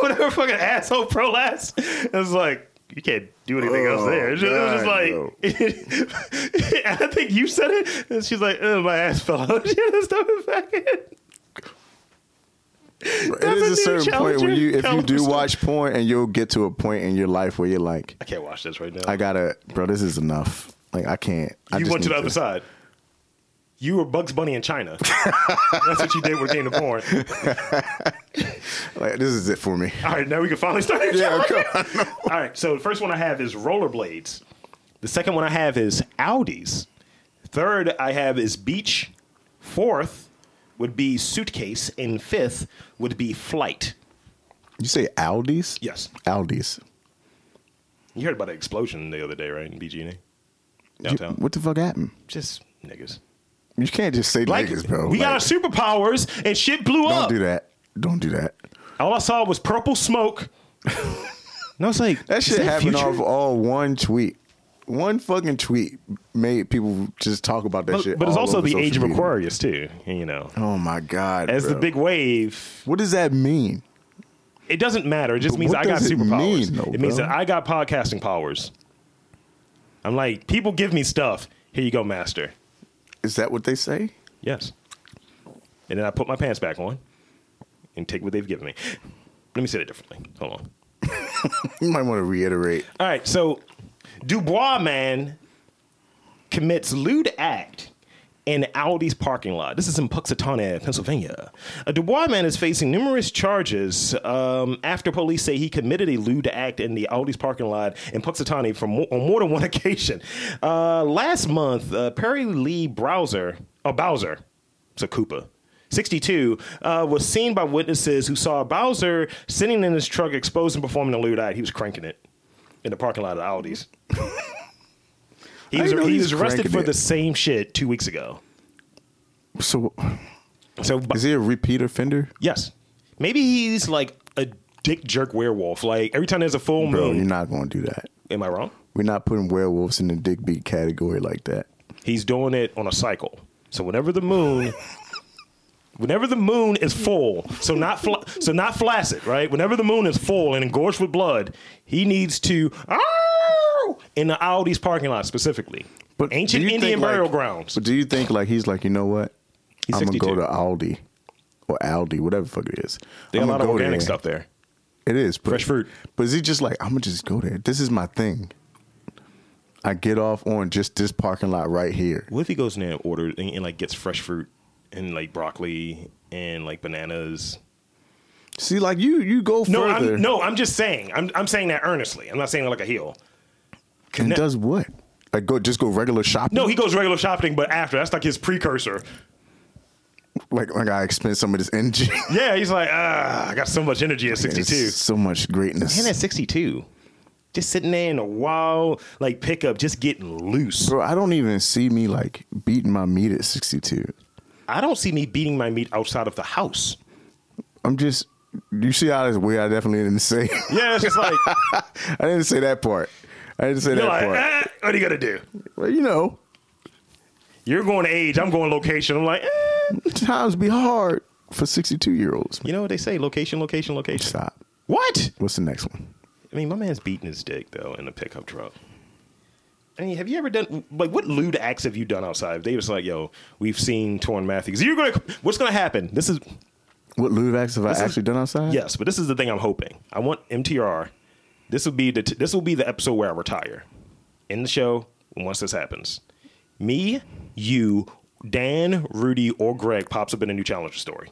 [SPEAKER 1] Whatever fucking asshole pro last, it was like you can't do anything else
[SPEAKER 2] Oh,
[SPEAKER 1] there. It's just- It
[SPEAKER 2] God,
[SPEAKER 1] was just like, <laughs> and I think you said it, and she's like, "Ugh, "My ass fell out." <laughs> She had to stop it back in.
[SPEAKER 2] it
[SPEAKER 1] That's
[SPEAKER 2] is
[SPEAKER 1] a
[SPEAKER 2] a
[SPEAKER 1] new
[SPEAKER 2] certain point when
[SPEAKER 1] challenger.
[SPEAKER 2] you if
[SPEAKER 1] Tell
[SPEAKER 2] you
[SPEAKER 1] them
[SPEAKER 2] do
[SPEAKER 1] something.
[SPEAKER 2] watch porn and you'll get to a point in your life where you're like,
[SPEAKER 1] I can't watch this right now.
[SPEAKER 2] I gotta, bro, this is enough. Like I can't. I
[SPEAKER 1] you
[SPEAKER 2] just
[SPEAKER 1] went to
[SPEAKER 2] need
[SPEAKER 1] the other side. You were Bugs Bunny in China. <laughs> That's what you did when it came to porn.
[SPEAKER 2] Like this is it
[SPEAKER 1] <laughs>
[SPEAKER 2] for me.
[SPEAKER 1] All right, now we can finally start. the
[SPEAKER 2] Yeah,
[SPEAKER 1] challenge.
[SPEAKER 2] come on.
[SPEAKER 1] All right, so the first one I have is rollerblades. The second one I have is Audis. Third I have is beach. Fourth would be suitcase, and fifth would be flight.
[SPEAKER 2] You say Aldi's?
[SPEAKER 1] Yes.
[SPEAKER 2] Aldi's.
[SPEAKER 1] You heard about the explosion the other day, right? In BG&E downtown.
[SPEAKER 2] What the fuck happened?
[SPEAKER 1] Just niggas.
[SPEAKER 2] You can't just say
[SPEAKER 1] Like
[SPEAKER 2] niggas, bro.
[SPEAKER 1] we got our
[SPEAKER 2] Like,
[SPEAKER 1] superpowers and shit blew
[SPEAKER 2] don't
[SPEAKER 1] up.
[SPEAKER 2] do that. Don't do that.
[SPEAKER 1] All I saw was purple <laughs> smoke. no, it's like
[SPEAKER 2] That
[SPEAKER 1] is
[SPEAKER 2] shit happened
[SPEAKER 1] future?
[SPEAKER 2] off all one tweet. One fucking tweet made people just talk about that
[SPEAKER 1] But,
[SPEAKER 2] shit.
[SPEAKER 1] but it's
[SPEAKER 2] all
[SPEAKER 1] also
[SPEAKER 2] over
[SPEAKER 1] the
[SPEAKER 2] social
[SPEAKER 1] age of
[SPEAKER 2] media.
[SPEAKER 1] Aquarius too. You know,
[SPEAKER 2] Oh my god!
[SPEAKER 1] as the
[SPEAKER 2] bro.
[SPEAKER 1] big wave,
[SPEAKER 2] What does that mean?
[SPEAKER 1] it doesn't matter. It just
[SPEAKER 2] But
[SPEAKER 1] means
[SPEAKER 2] what
[SPEAKER 1] I got
[SPEAKER 2] does it
[SPEAKER 1] superpowers.
[SPEAKER 2] mean, though,
[SPEAKER 1] it means
[SPEAKER 2] bro?
[SPEAKER 1] that I got podcasting powers. I'm like, people give me stuff. Here you go, master.
[SPEAKER 2] Is that what they say?
[SPEAKER 1] Yes. And then I put my pants back on and take what they've given me. Let me say that differently. Hold on.
[SPEAKER 2] You might want to reiterate.
[SPEAKER 1] All right, so Dubois man commits lewd act in Aldi's parking lot. This is in Puxatawny, Pennsylvania. A Dubois man is facing numerous charges um, after police say he committed a lewd act in the Aldi's parking lot in Puxatawny from mo- on more than one <laughs> occasion. Uh, last month, uh, Perry Lee Browser, or Bowser, it's a Koopa. 62 uh, was seen by witnesses who saw Bowser sitting in his truck exposed and performing a lewd act. He was cranking it in the parking lot of Aldi's. He
[SPEAKER 2] I
[SPEAKER 1] was,
[SPEAKER 2] didn't know
[SPEAKER 1] he
[SPEAKER 2] he
[SPEAKER 1] was
[SPEAKER 2] was
[SPEAKER 1] arrested
[SPEAKER 2] cranking
[SPEAKER 1] for
[SPEAKER 2] it.
[SPEAKER 1] the same shit two weeks ago.
[SPEAKER 2] So,
[SPEAKER 1] So, bu-
[SPEAKER 2] is he a repeat offender?
[SPEAKER 1] yes. Maybe he's like a dick jerk werewolf. Like, every time there's a full
[SPEAKER 2] Bro, you're
[SPEAKER 1] moon,
[SPEAKER 2] not going to do that.
[SPEAKER 1] am I wrong?
[SPEAKER 2] We're not putting werewolves in the dick beat category like that.
[SPEAKER 1] He's doing it on a cycle. So, whenever the
[SPEAKER 2] <laughs>
[SPEAKER 1] moon. Whenever the moon is full, so not fl- so not flaccid, right? Whenever the moon is full and engorged with blood, he needs to "Ow!" in the Aldi's parking lot specifically, but ancient
[SPEAKER 2] do you
[SPEAKER 1] Indian
[SPEAKER 2] think,
[SPEAKER 1] burial
[SPEAKER 2] like-
[SPEAKER 1] grounds.
[SPEAKER 2] But do you think like he's like, you know what?
[SPEAKER 1] He's
[SPEAKER 2] I'm gonna go
[SPEAKER 1] 62.
[SPEAKER 2] to Aldi or Aldi, whatever the fuck it is.
[SPEAKER 1] They got
[SPEAKER 2] I'm
[SPEAKER 1] a lot
[SPEAKER 2] gonna
[SPEAKER 1] of
[SPEAKER 2] go
[SPEAKER 1] organic
[SPEAKER 2] there.
[SPEAKER 1] stuff there.
[SPEAKER 2] It is but,
[SPEAKER 1] Fresh fruit.
[SPEAKER 2] But is he just like, I'm gonna just go there? This is my thing. I get off on just this parking lot right here.
[SPEAKER 1] What if he goes in there and orders and, and, like gets fresh fruit and like broccoli and like bananas?
[SPEAKER 2] See, like you, you go
[SPEAKER 1] No,
[SPEAKER 2] further.
[SPEAKER 1] I'm, no, I'm just saying. I'm I'm saying that earnestly. I'm not saying it like a heel.
[SPEAKER 2] and does what? Like go, just go regular shopping.
[SPEAKER 1] No, he goes regular shopping, but after that's like his precursor.
[SPEAKER 2] like like I expend some of this energy. <laughs>
[SPEAKER 1] Yeah, he's like, ah, I got so much energy at 62.
[SPEAKER 2] It's so much greatness.
[SPEAKER 1] And at 62, just sitting there in a wild like pickup, just getting loose.
[SPEAKER 2] Bro, I don't even see me like beating my meat at 62.
[SPEAKER 1] I don't see me beating my meat outside of the house.
[SPEAKER 2] I'm just. You see how that's weird? I definitely didn't say. <laughs>
[SPEAKER 1] Yeah, it's just like
[SPEAKER 2] I didn't say that part. I didn't say
[SPEAKER 1] you're
[SPEAKER 2] that
[SPEAKER 1] like,
[SPEAKER 2] part.
[SPEAKER 1] ah, what are you gonna do?
[SPEAKER 2] Well, you know,
[SPEAKER 1] You're going to age. I'm going location. I'm like, eh.
[SPEAKER 2] times be hard for 62 year olds.
[SPEAKER 1] You know what they say? Location, location, location.
[SPEAKER 2] Stop.
[SPEAKER 1] What?
[SPEAKER 2] What's the next one?
[SPEAKER 1] I mean, my man's beating his dick though in a pickup truck. I mean, have you ever done like what lewd acts have you done outside? They was like, "Yo, we've seen Torn Matthews. You're gonna what's gonna happen? This is
[SPEAKER 2] What Ludax have I
[SPEAKER 1] is-
[SPEAKER 2] actually done outside?
[SPEAKER 1] yes, but this is the thing I'm hoping. I want MTR. This will be the this will be the episode where I retire in the show. Once this happens, me, you, Dan, Rudy, or Greg pops up in a new Challenger story.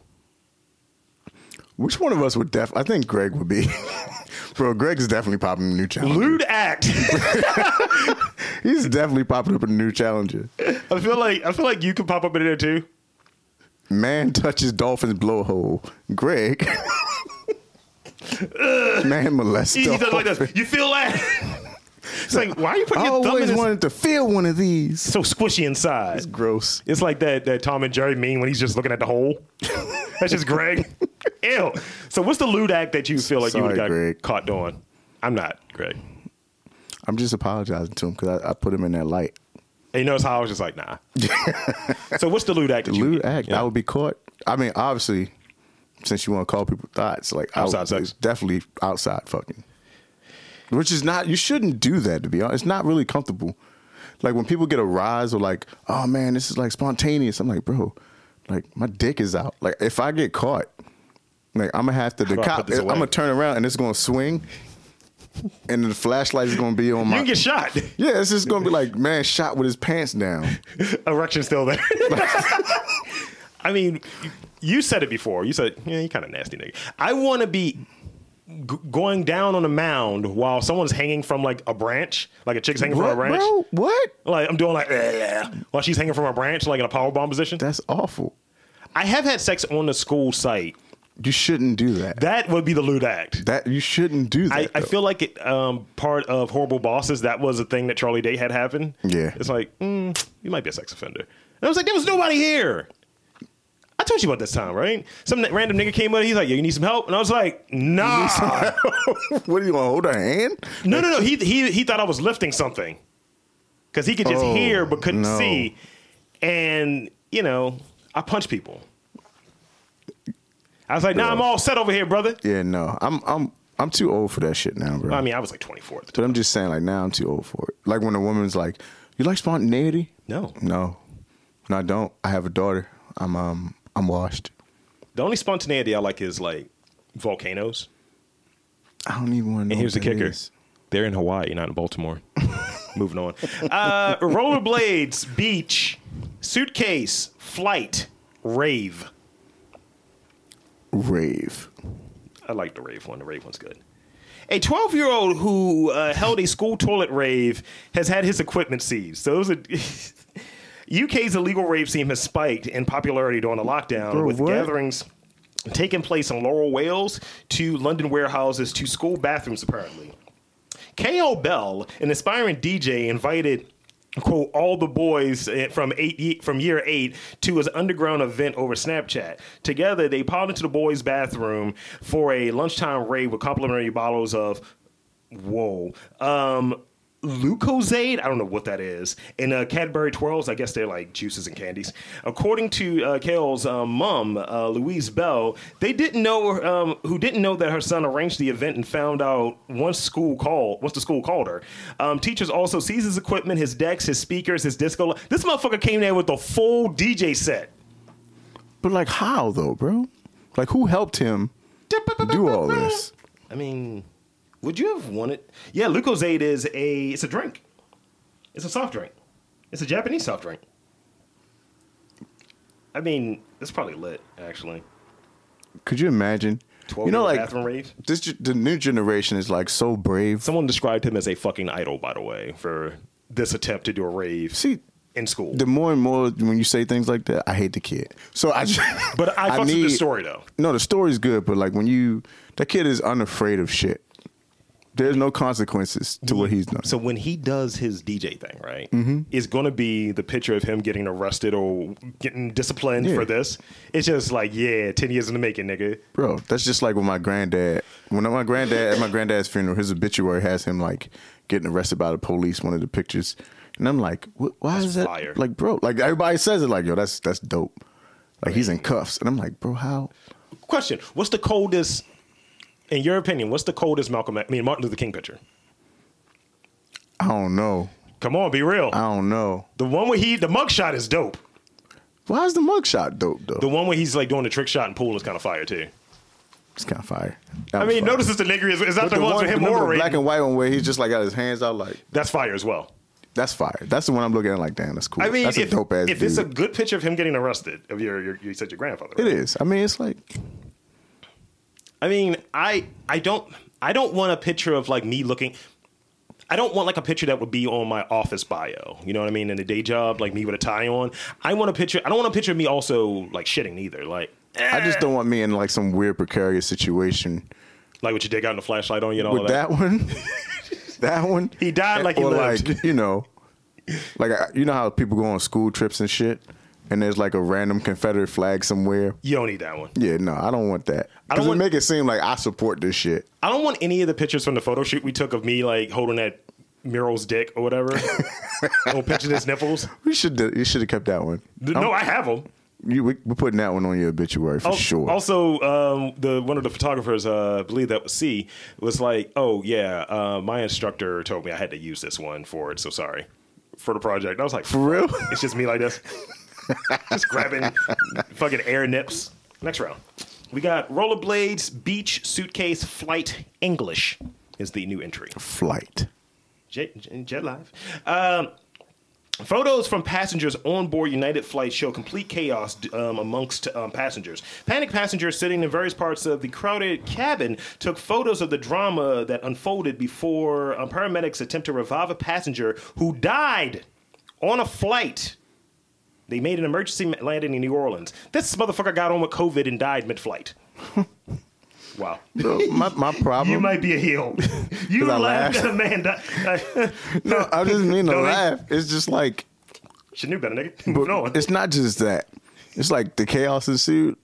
[SPEAKER 2] Which one of us would def? I think Greg would be. <laughs> Bro, Greg's definitely popping a new challenger.
[SPEAKER 1] Lewd act. <laughs>
[SPEAKER 2] He's definitely popping up in a new challenger.
[SPEAKER 1] I feel like I feel like you could pop up in there too.
[SPEAKER 2] Man touches dolphin's blowhole. Greg. <laughs> Man molests
[SPEAKER 1] He, he does
[SPEAKER 2] dolphin.
[SPEAKER 1] like this. You feel that? <laughs> it's like why are you putting
[SPEAKER 2] I
[SPEAKER 1] your thumb in
[SPEAKER 2] always
[SPEAKER 1] this?
[SPEAKER 2] wanted to feel one of these.
[SPEAKER 1] so squishy inside.
[SPEAKER 2] Gross.
[SPEAKER 1] It's like that that Tom and Jerry mean when he's just looking at the <laughs> hole. That's just Greg. <laughs> Ew. So what's the lewd act that you feel like you
[SPEAKER 2] Sorry,
[SPEAKER 1] would got
[SPEAKER 2] Greg.
[SPEAKER 1] caught doing? I'm not Greg.
[SPEAKER 2] I'm just apologizing to him because I, I put him in that light.
[SPEAKER 1] And you notice how I was just like,
[SPEAKER 2] <laughs>
[SPEAKER 1] nah. so what's the lewd act? that you
[SPEAKER 2] Lewd
[SPEAKER 1] did?
[SPEAKER 2] act.
[SPEAKER 1] Yeah.
[SPEAKER 2] I would be caught. I mean, obviously, since you want to call people thoughts, like I would-
[SPEAKER 1] Outside sex.
[SPEAKER 2] it's definitely outside fucking. Which is not. You shouldn't do that. To be honest, it's not really comfortable. Like when people get a rise or like, oh man, this is like spontaneous. I'm like, bro, like my dick is out. Like if I get caught, like I'm gonna have to. The
[SPEAKER 1] do I put
[SPEAKER 2] cop.
[SPEAKER 1] this
[SPEAKER 2] I'm
[SPEAKER 1] away?
[SPEAKER 2] gonna turn around and it's gonna swing, and the flashlight is gonna be
[SPEAKER 1] you
[SPEAKER 2] on my.
[SPEAKER 1] can get shot.
[SPEAKER 2] <laughs>
[SPEAKER 1] <laughs>
[SPEAKER 2] yeah, it's just gonna be like man shot with his pants down.
[SPEAKER 1] Erection still
[SPEAKER 2] <laughs>
[SPEAKER 1] there. I mean, you- you said it before. You said, yeah, you kind of nasty nigga. I want to be g- going down on a mound while someone's hanging from like a branch, like a chick's hanging from a branch.
[SPEAKER 2] bro? What?
[SPEAKER 1] Like I'm doing like <laughs> "Eh," while she's hanging from a branch, like in a power bomb position.
[SPEAKER 2] That's awful.
[SPEAKER 1] I have had sex on the school site
[SPEAKER 2] You shouldn't do that. That,
[SPEAKER 1] That would be the lewd act.
[SPEAKER 2] you shouldn't do that.
[SPEAKER 1] I, I
[SPEAKER 2] though.
[SPEAKER 1] feel like it, um, part of horrible bosses that was a thing that Charlie Day had happen.
[SPEAKER 2] Yeah.
[SPEAKER 1] it's like mm, you might be a sex offender. And I was like, there was nobody here. I told you about this time, right? Some n- random nigga came up. He's like, "Yo, you need some help?" And I was like, "Nah,
[SPEAKER 2] what are you gonna hold her hand?
[SPEAKER 1] <laughs> no, no, no." He he he thought I was lifting something because he could just
[SPEAKER 2] Oh,
[SPEAKER 1] hear but couldn't
[SPEAKER 2] no.
[SPEAKER 1] see. And you know, I punch people. I was like, "Nah, I'm all set over here, brother."
[SPEAKER 2] Yeah, no. I'm I'm I'm too old for that shit now, bro.
[SPEAKER 1] I mean, I was like 24 at the time.
[SPEAKER 2] but I'm just saying, like now I'm too old for it. Like when a woman's like, "You like spontaneity?"
[SPEAKER 1] No,
[SPEAKER 2] No, no, I don't. I have a daughter. I'm um I'm washed.
[SPEAKER 1] The only spontaneity I like is like volcanoes.
[SPEAKER 2] I don't even want to know.
[SPEAKER 1] And here's the
[SPEAKER 2] what that
[SPEAKER 1] kicker:
[SPEAKER 2] is.
[SPEAKER 1] they're in Hawaii, not in Baltimore. <laughs> Moving on. Uh, rollerblades, beach, suitcase, flight, rave.
[SPEAKER 2] Rave.
[SPEAKER 1] I like the rave one. The rave one's good. A 12 year old who uh, held a school toilet rave has had his equipment seized. So <laughs> it was a. UK's illegal rave scene has spiked in popularity during the lockdown,
[SPEAKER 2] Bro,
[SPEAKER 1] with
[SPEAKER 2] what?
[SPEAKER 1] gatherings taking place in Laurel, Wales, to London warehouses, to school bathrooms, apparently. K.O. Bell, an aspiring DJ, invited quote all the boys eh, from eight ye- from year eight to his underground event over Snapchat. Together, they piled into the boys' bathroom for a lunchtime raid with complimentary bottles of whoa. Um, Lucozade, I don't know what that is, and uh, Cadbury Twirls, I guess they're like juices and candies. According to uh, Kale's uh, mom, uh, Louise Bell, they didn't know um, who didn't know that her son arranged the event and found out once school called once the school called her. Um, teachers also seized his equipment, his decks, his speakers, his disco. li- This motherfucker came there with a full DJ set.
[SPEAKER 2] But like, how though, bro? Like, who helped him do all this?
[SPEAKER 1] I mean, would you have wanted? Yeah, Lucozade is a it's a drink. It's a soft drink. It's a Japanese soft drink. I mean, it's probably lit actually.
[SPEAKER 2] Could you imagine?
[SPEAKER 1] Twelve
[SPEAKER 2] You know, like
[SPEAKER 1] bathroom rave.
[SPEAKER 2] this, ge- the new generation is like so brave.
[SPEAKER 1] Someone described him as a fucking idol, by the way, for this attempt to do a rave
[SPEAKER 2] See,
[SPEAKER 1] in school.
[SPEAKER 2] the more and more when you say things like that, I hate the kid. So <laughs> I, just,
[SPEAKER 1] <laughs> but I fucked with the story though.
[SPEAKER 2] No, the story's good, but like when you, that kid is unafraid of shit. There's no consequences to what he's done.
[SPEAKER 1] So when he does his DJ thing, right,
[SPEAKER 2] Mm-hmm.
[SPEAKER 1] it's going to be the picture of him getting arrested or getting disciplined
[SPEAKER 2] Yeah.
[SPEAKER 1] for this. It's just like, yeah, ten years in the making, nigga.
[SPEAKER 2] Bro, that's just like when my granddad, when my granddad at my granddad's funeral, his obituary has him like getting arrested by the police. One of the pictures, and I'm like, "Wh- why is that?
[SPEAKER 1] fire.
[SPEAKER 2] Like, bro, like everybody says it, like, yo, that's that's dope. Like he's in cuffs, and I'm like, bro, how?
[SPEAKER 1] Question: What's the coldest, in your opinion? What's the coldest Malcolm? I mean Martin Luther King picture.
[SPEAKER 2] I don't know.
[SPEAKER 1] Come on, be real.
[SPEAKER 2] I don't know.
[SPEAKER 1] The one where he the mugshot is dope.
[SPEAKER 2] Why is the mugshot dope though?
[SPEAKER 1] The one where he's like doing the trick shot and pool is kind of fire too.
[SPEAKER 2] it's kind of fire.
[SPEAKER 1] I mean, notice it's the nigga is, is not
[SPEAKER 2] But
[SPEAKER 1] the,
[SPEAKER 2] the
[SPEAKER 1] ones
[SPEAKER 2] one,
[SPEAKER 1] with him
[SPEAKER 2] remember the
[SPEAKER 1] or
[SPEAKER 2] black and white one where he's just like got his hands out, like
[SPEAKER 1] That's fire as well.
[SPEAKER 2] that's fire. That's the one I'm looking at, like, damn, that's cool.
[SPEAKER 1] I mean,
[SPEAKER 2] that's
[SPEAKER 1] if,
[SPEAKER 2] a dope ass.
[SPEAKER 1] if it's a good picture of him getting arrested, of your, your you said your grandfather,
[SPEAKER 2] it
[SPEAKER 1] right?
[SPEAKER 2] is. I mean, it's like
[SPEAKER 1] I mean, I I don't I don't want a picture of like me looking. I don't want like a picture that would be on my office bio. You know what I mean? In a day job, like me with a tie on. I want a picture. I don't want a picture of me also like shitting either. Like
[SPEAKER 2] I just
[SPEAKER 1] Eh.
[SPEAKER 2] don't want me in like some weird precarious situation
[SPEAKER 1] like with your dick out and the flashlight on you and all
[SPEAKER 2] with
[SPEAKER 1] of that. <laughs>
[SPEAKER 2] that one. that one.
[SPEAKER 1] He died like he
[SPEAKER 2] or
[SPEAKER 1] lived.
[SPEAKER 2] like you know, like I- you know how people go on school trips and shit, and there's like a random Confederate flag somewhere.
[SPEAKER 1] You don't need that one.
[SPEAKER 2] Yeah, no, I don't want that.
[SPEAKER 1] I don't
[SPEAKER 2] Because it
[SPEAKER 1] want-
[SPEAKER 2] make it seem like I support this shit.
[SPEAKER 1] I don't want any of the pictures from the photo shoot we took of me like holding that Mural's dick or whatever.
[SPEAKER 2] <laughs>
[SPEAKER 1] or picture his nipples.
[SPEAKER 2] We should do- you should have kept that one.
[SPEAKER 1] No, I have them.
[SPEAKER 2] You, we, we're putting that one on your obituary
[SPEAKER 4] Oh,
[SPEAKER 2] for
[SPEAKER 1] Al-
[SPEAKER 2] sure.
[SPEAKER 1] Oh, Also, um, the one of the photographers, uh, I believe that was C, was like, "Oh yeah, uh, my instructor told me I had to use this one for it. So sorry for the project." And I was like,
[SPEAKER 2] for
[SPEAKER 1] <laughs>
[SPEAKER 2] real. <laughs>
[SPEAKER 1] "It's just me like this, just grabbing fucking air nips." Next round, we got rollerblades, beach, suitcase, flight, English is the new entry.
[SPEAKER 2] Flight.
[SPEAKER 1] Jet, jet live. Um, Photos from passengers on board United flight show complete chaos um, amongst um, passengers. Panic passengers sitting in various parts of the crowded cabin took photos of the drama that unfolded before um, paramedics attempt to revive a passenger who died on a flight. They made an emergency landing in New Orleans. This motherfucker got on with COVID and died mid-flight. Wow.
[SPEAKER 2] Bro, my, my problem.
[SPEAKER 4] You might be a heel. You
[SPEAKER 2] 'Cause Uh-huh. I
[SPEAKER 4] laughed
[SPEAKER 2] laughed.
[SPEAKER 4] at Amanda. <laughs>
[SPEAKER 2] no, I just mean to
[SPEAKER 4] Don't they-
[SPEAKER 2] laugh. It's just like
[SPEAKER 4] she knew better, nigga.
[SPEAKER 1] <laughs>
[SPEAKER 2] But
[SPEAKER 4] Moving on.
[SPEAKER 2] it's not just that. It's like the chaos ensued.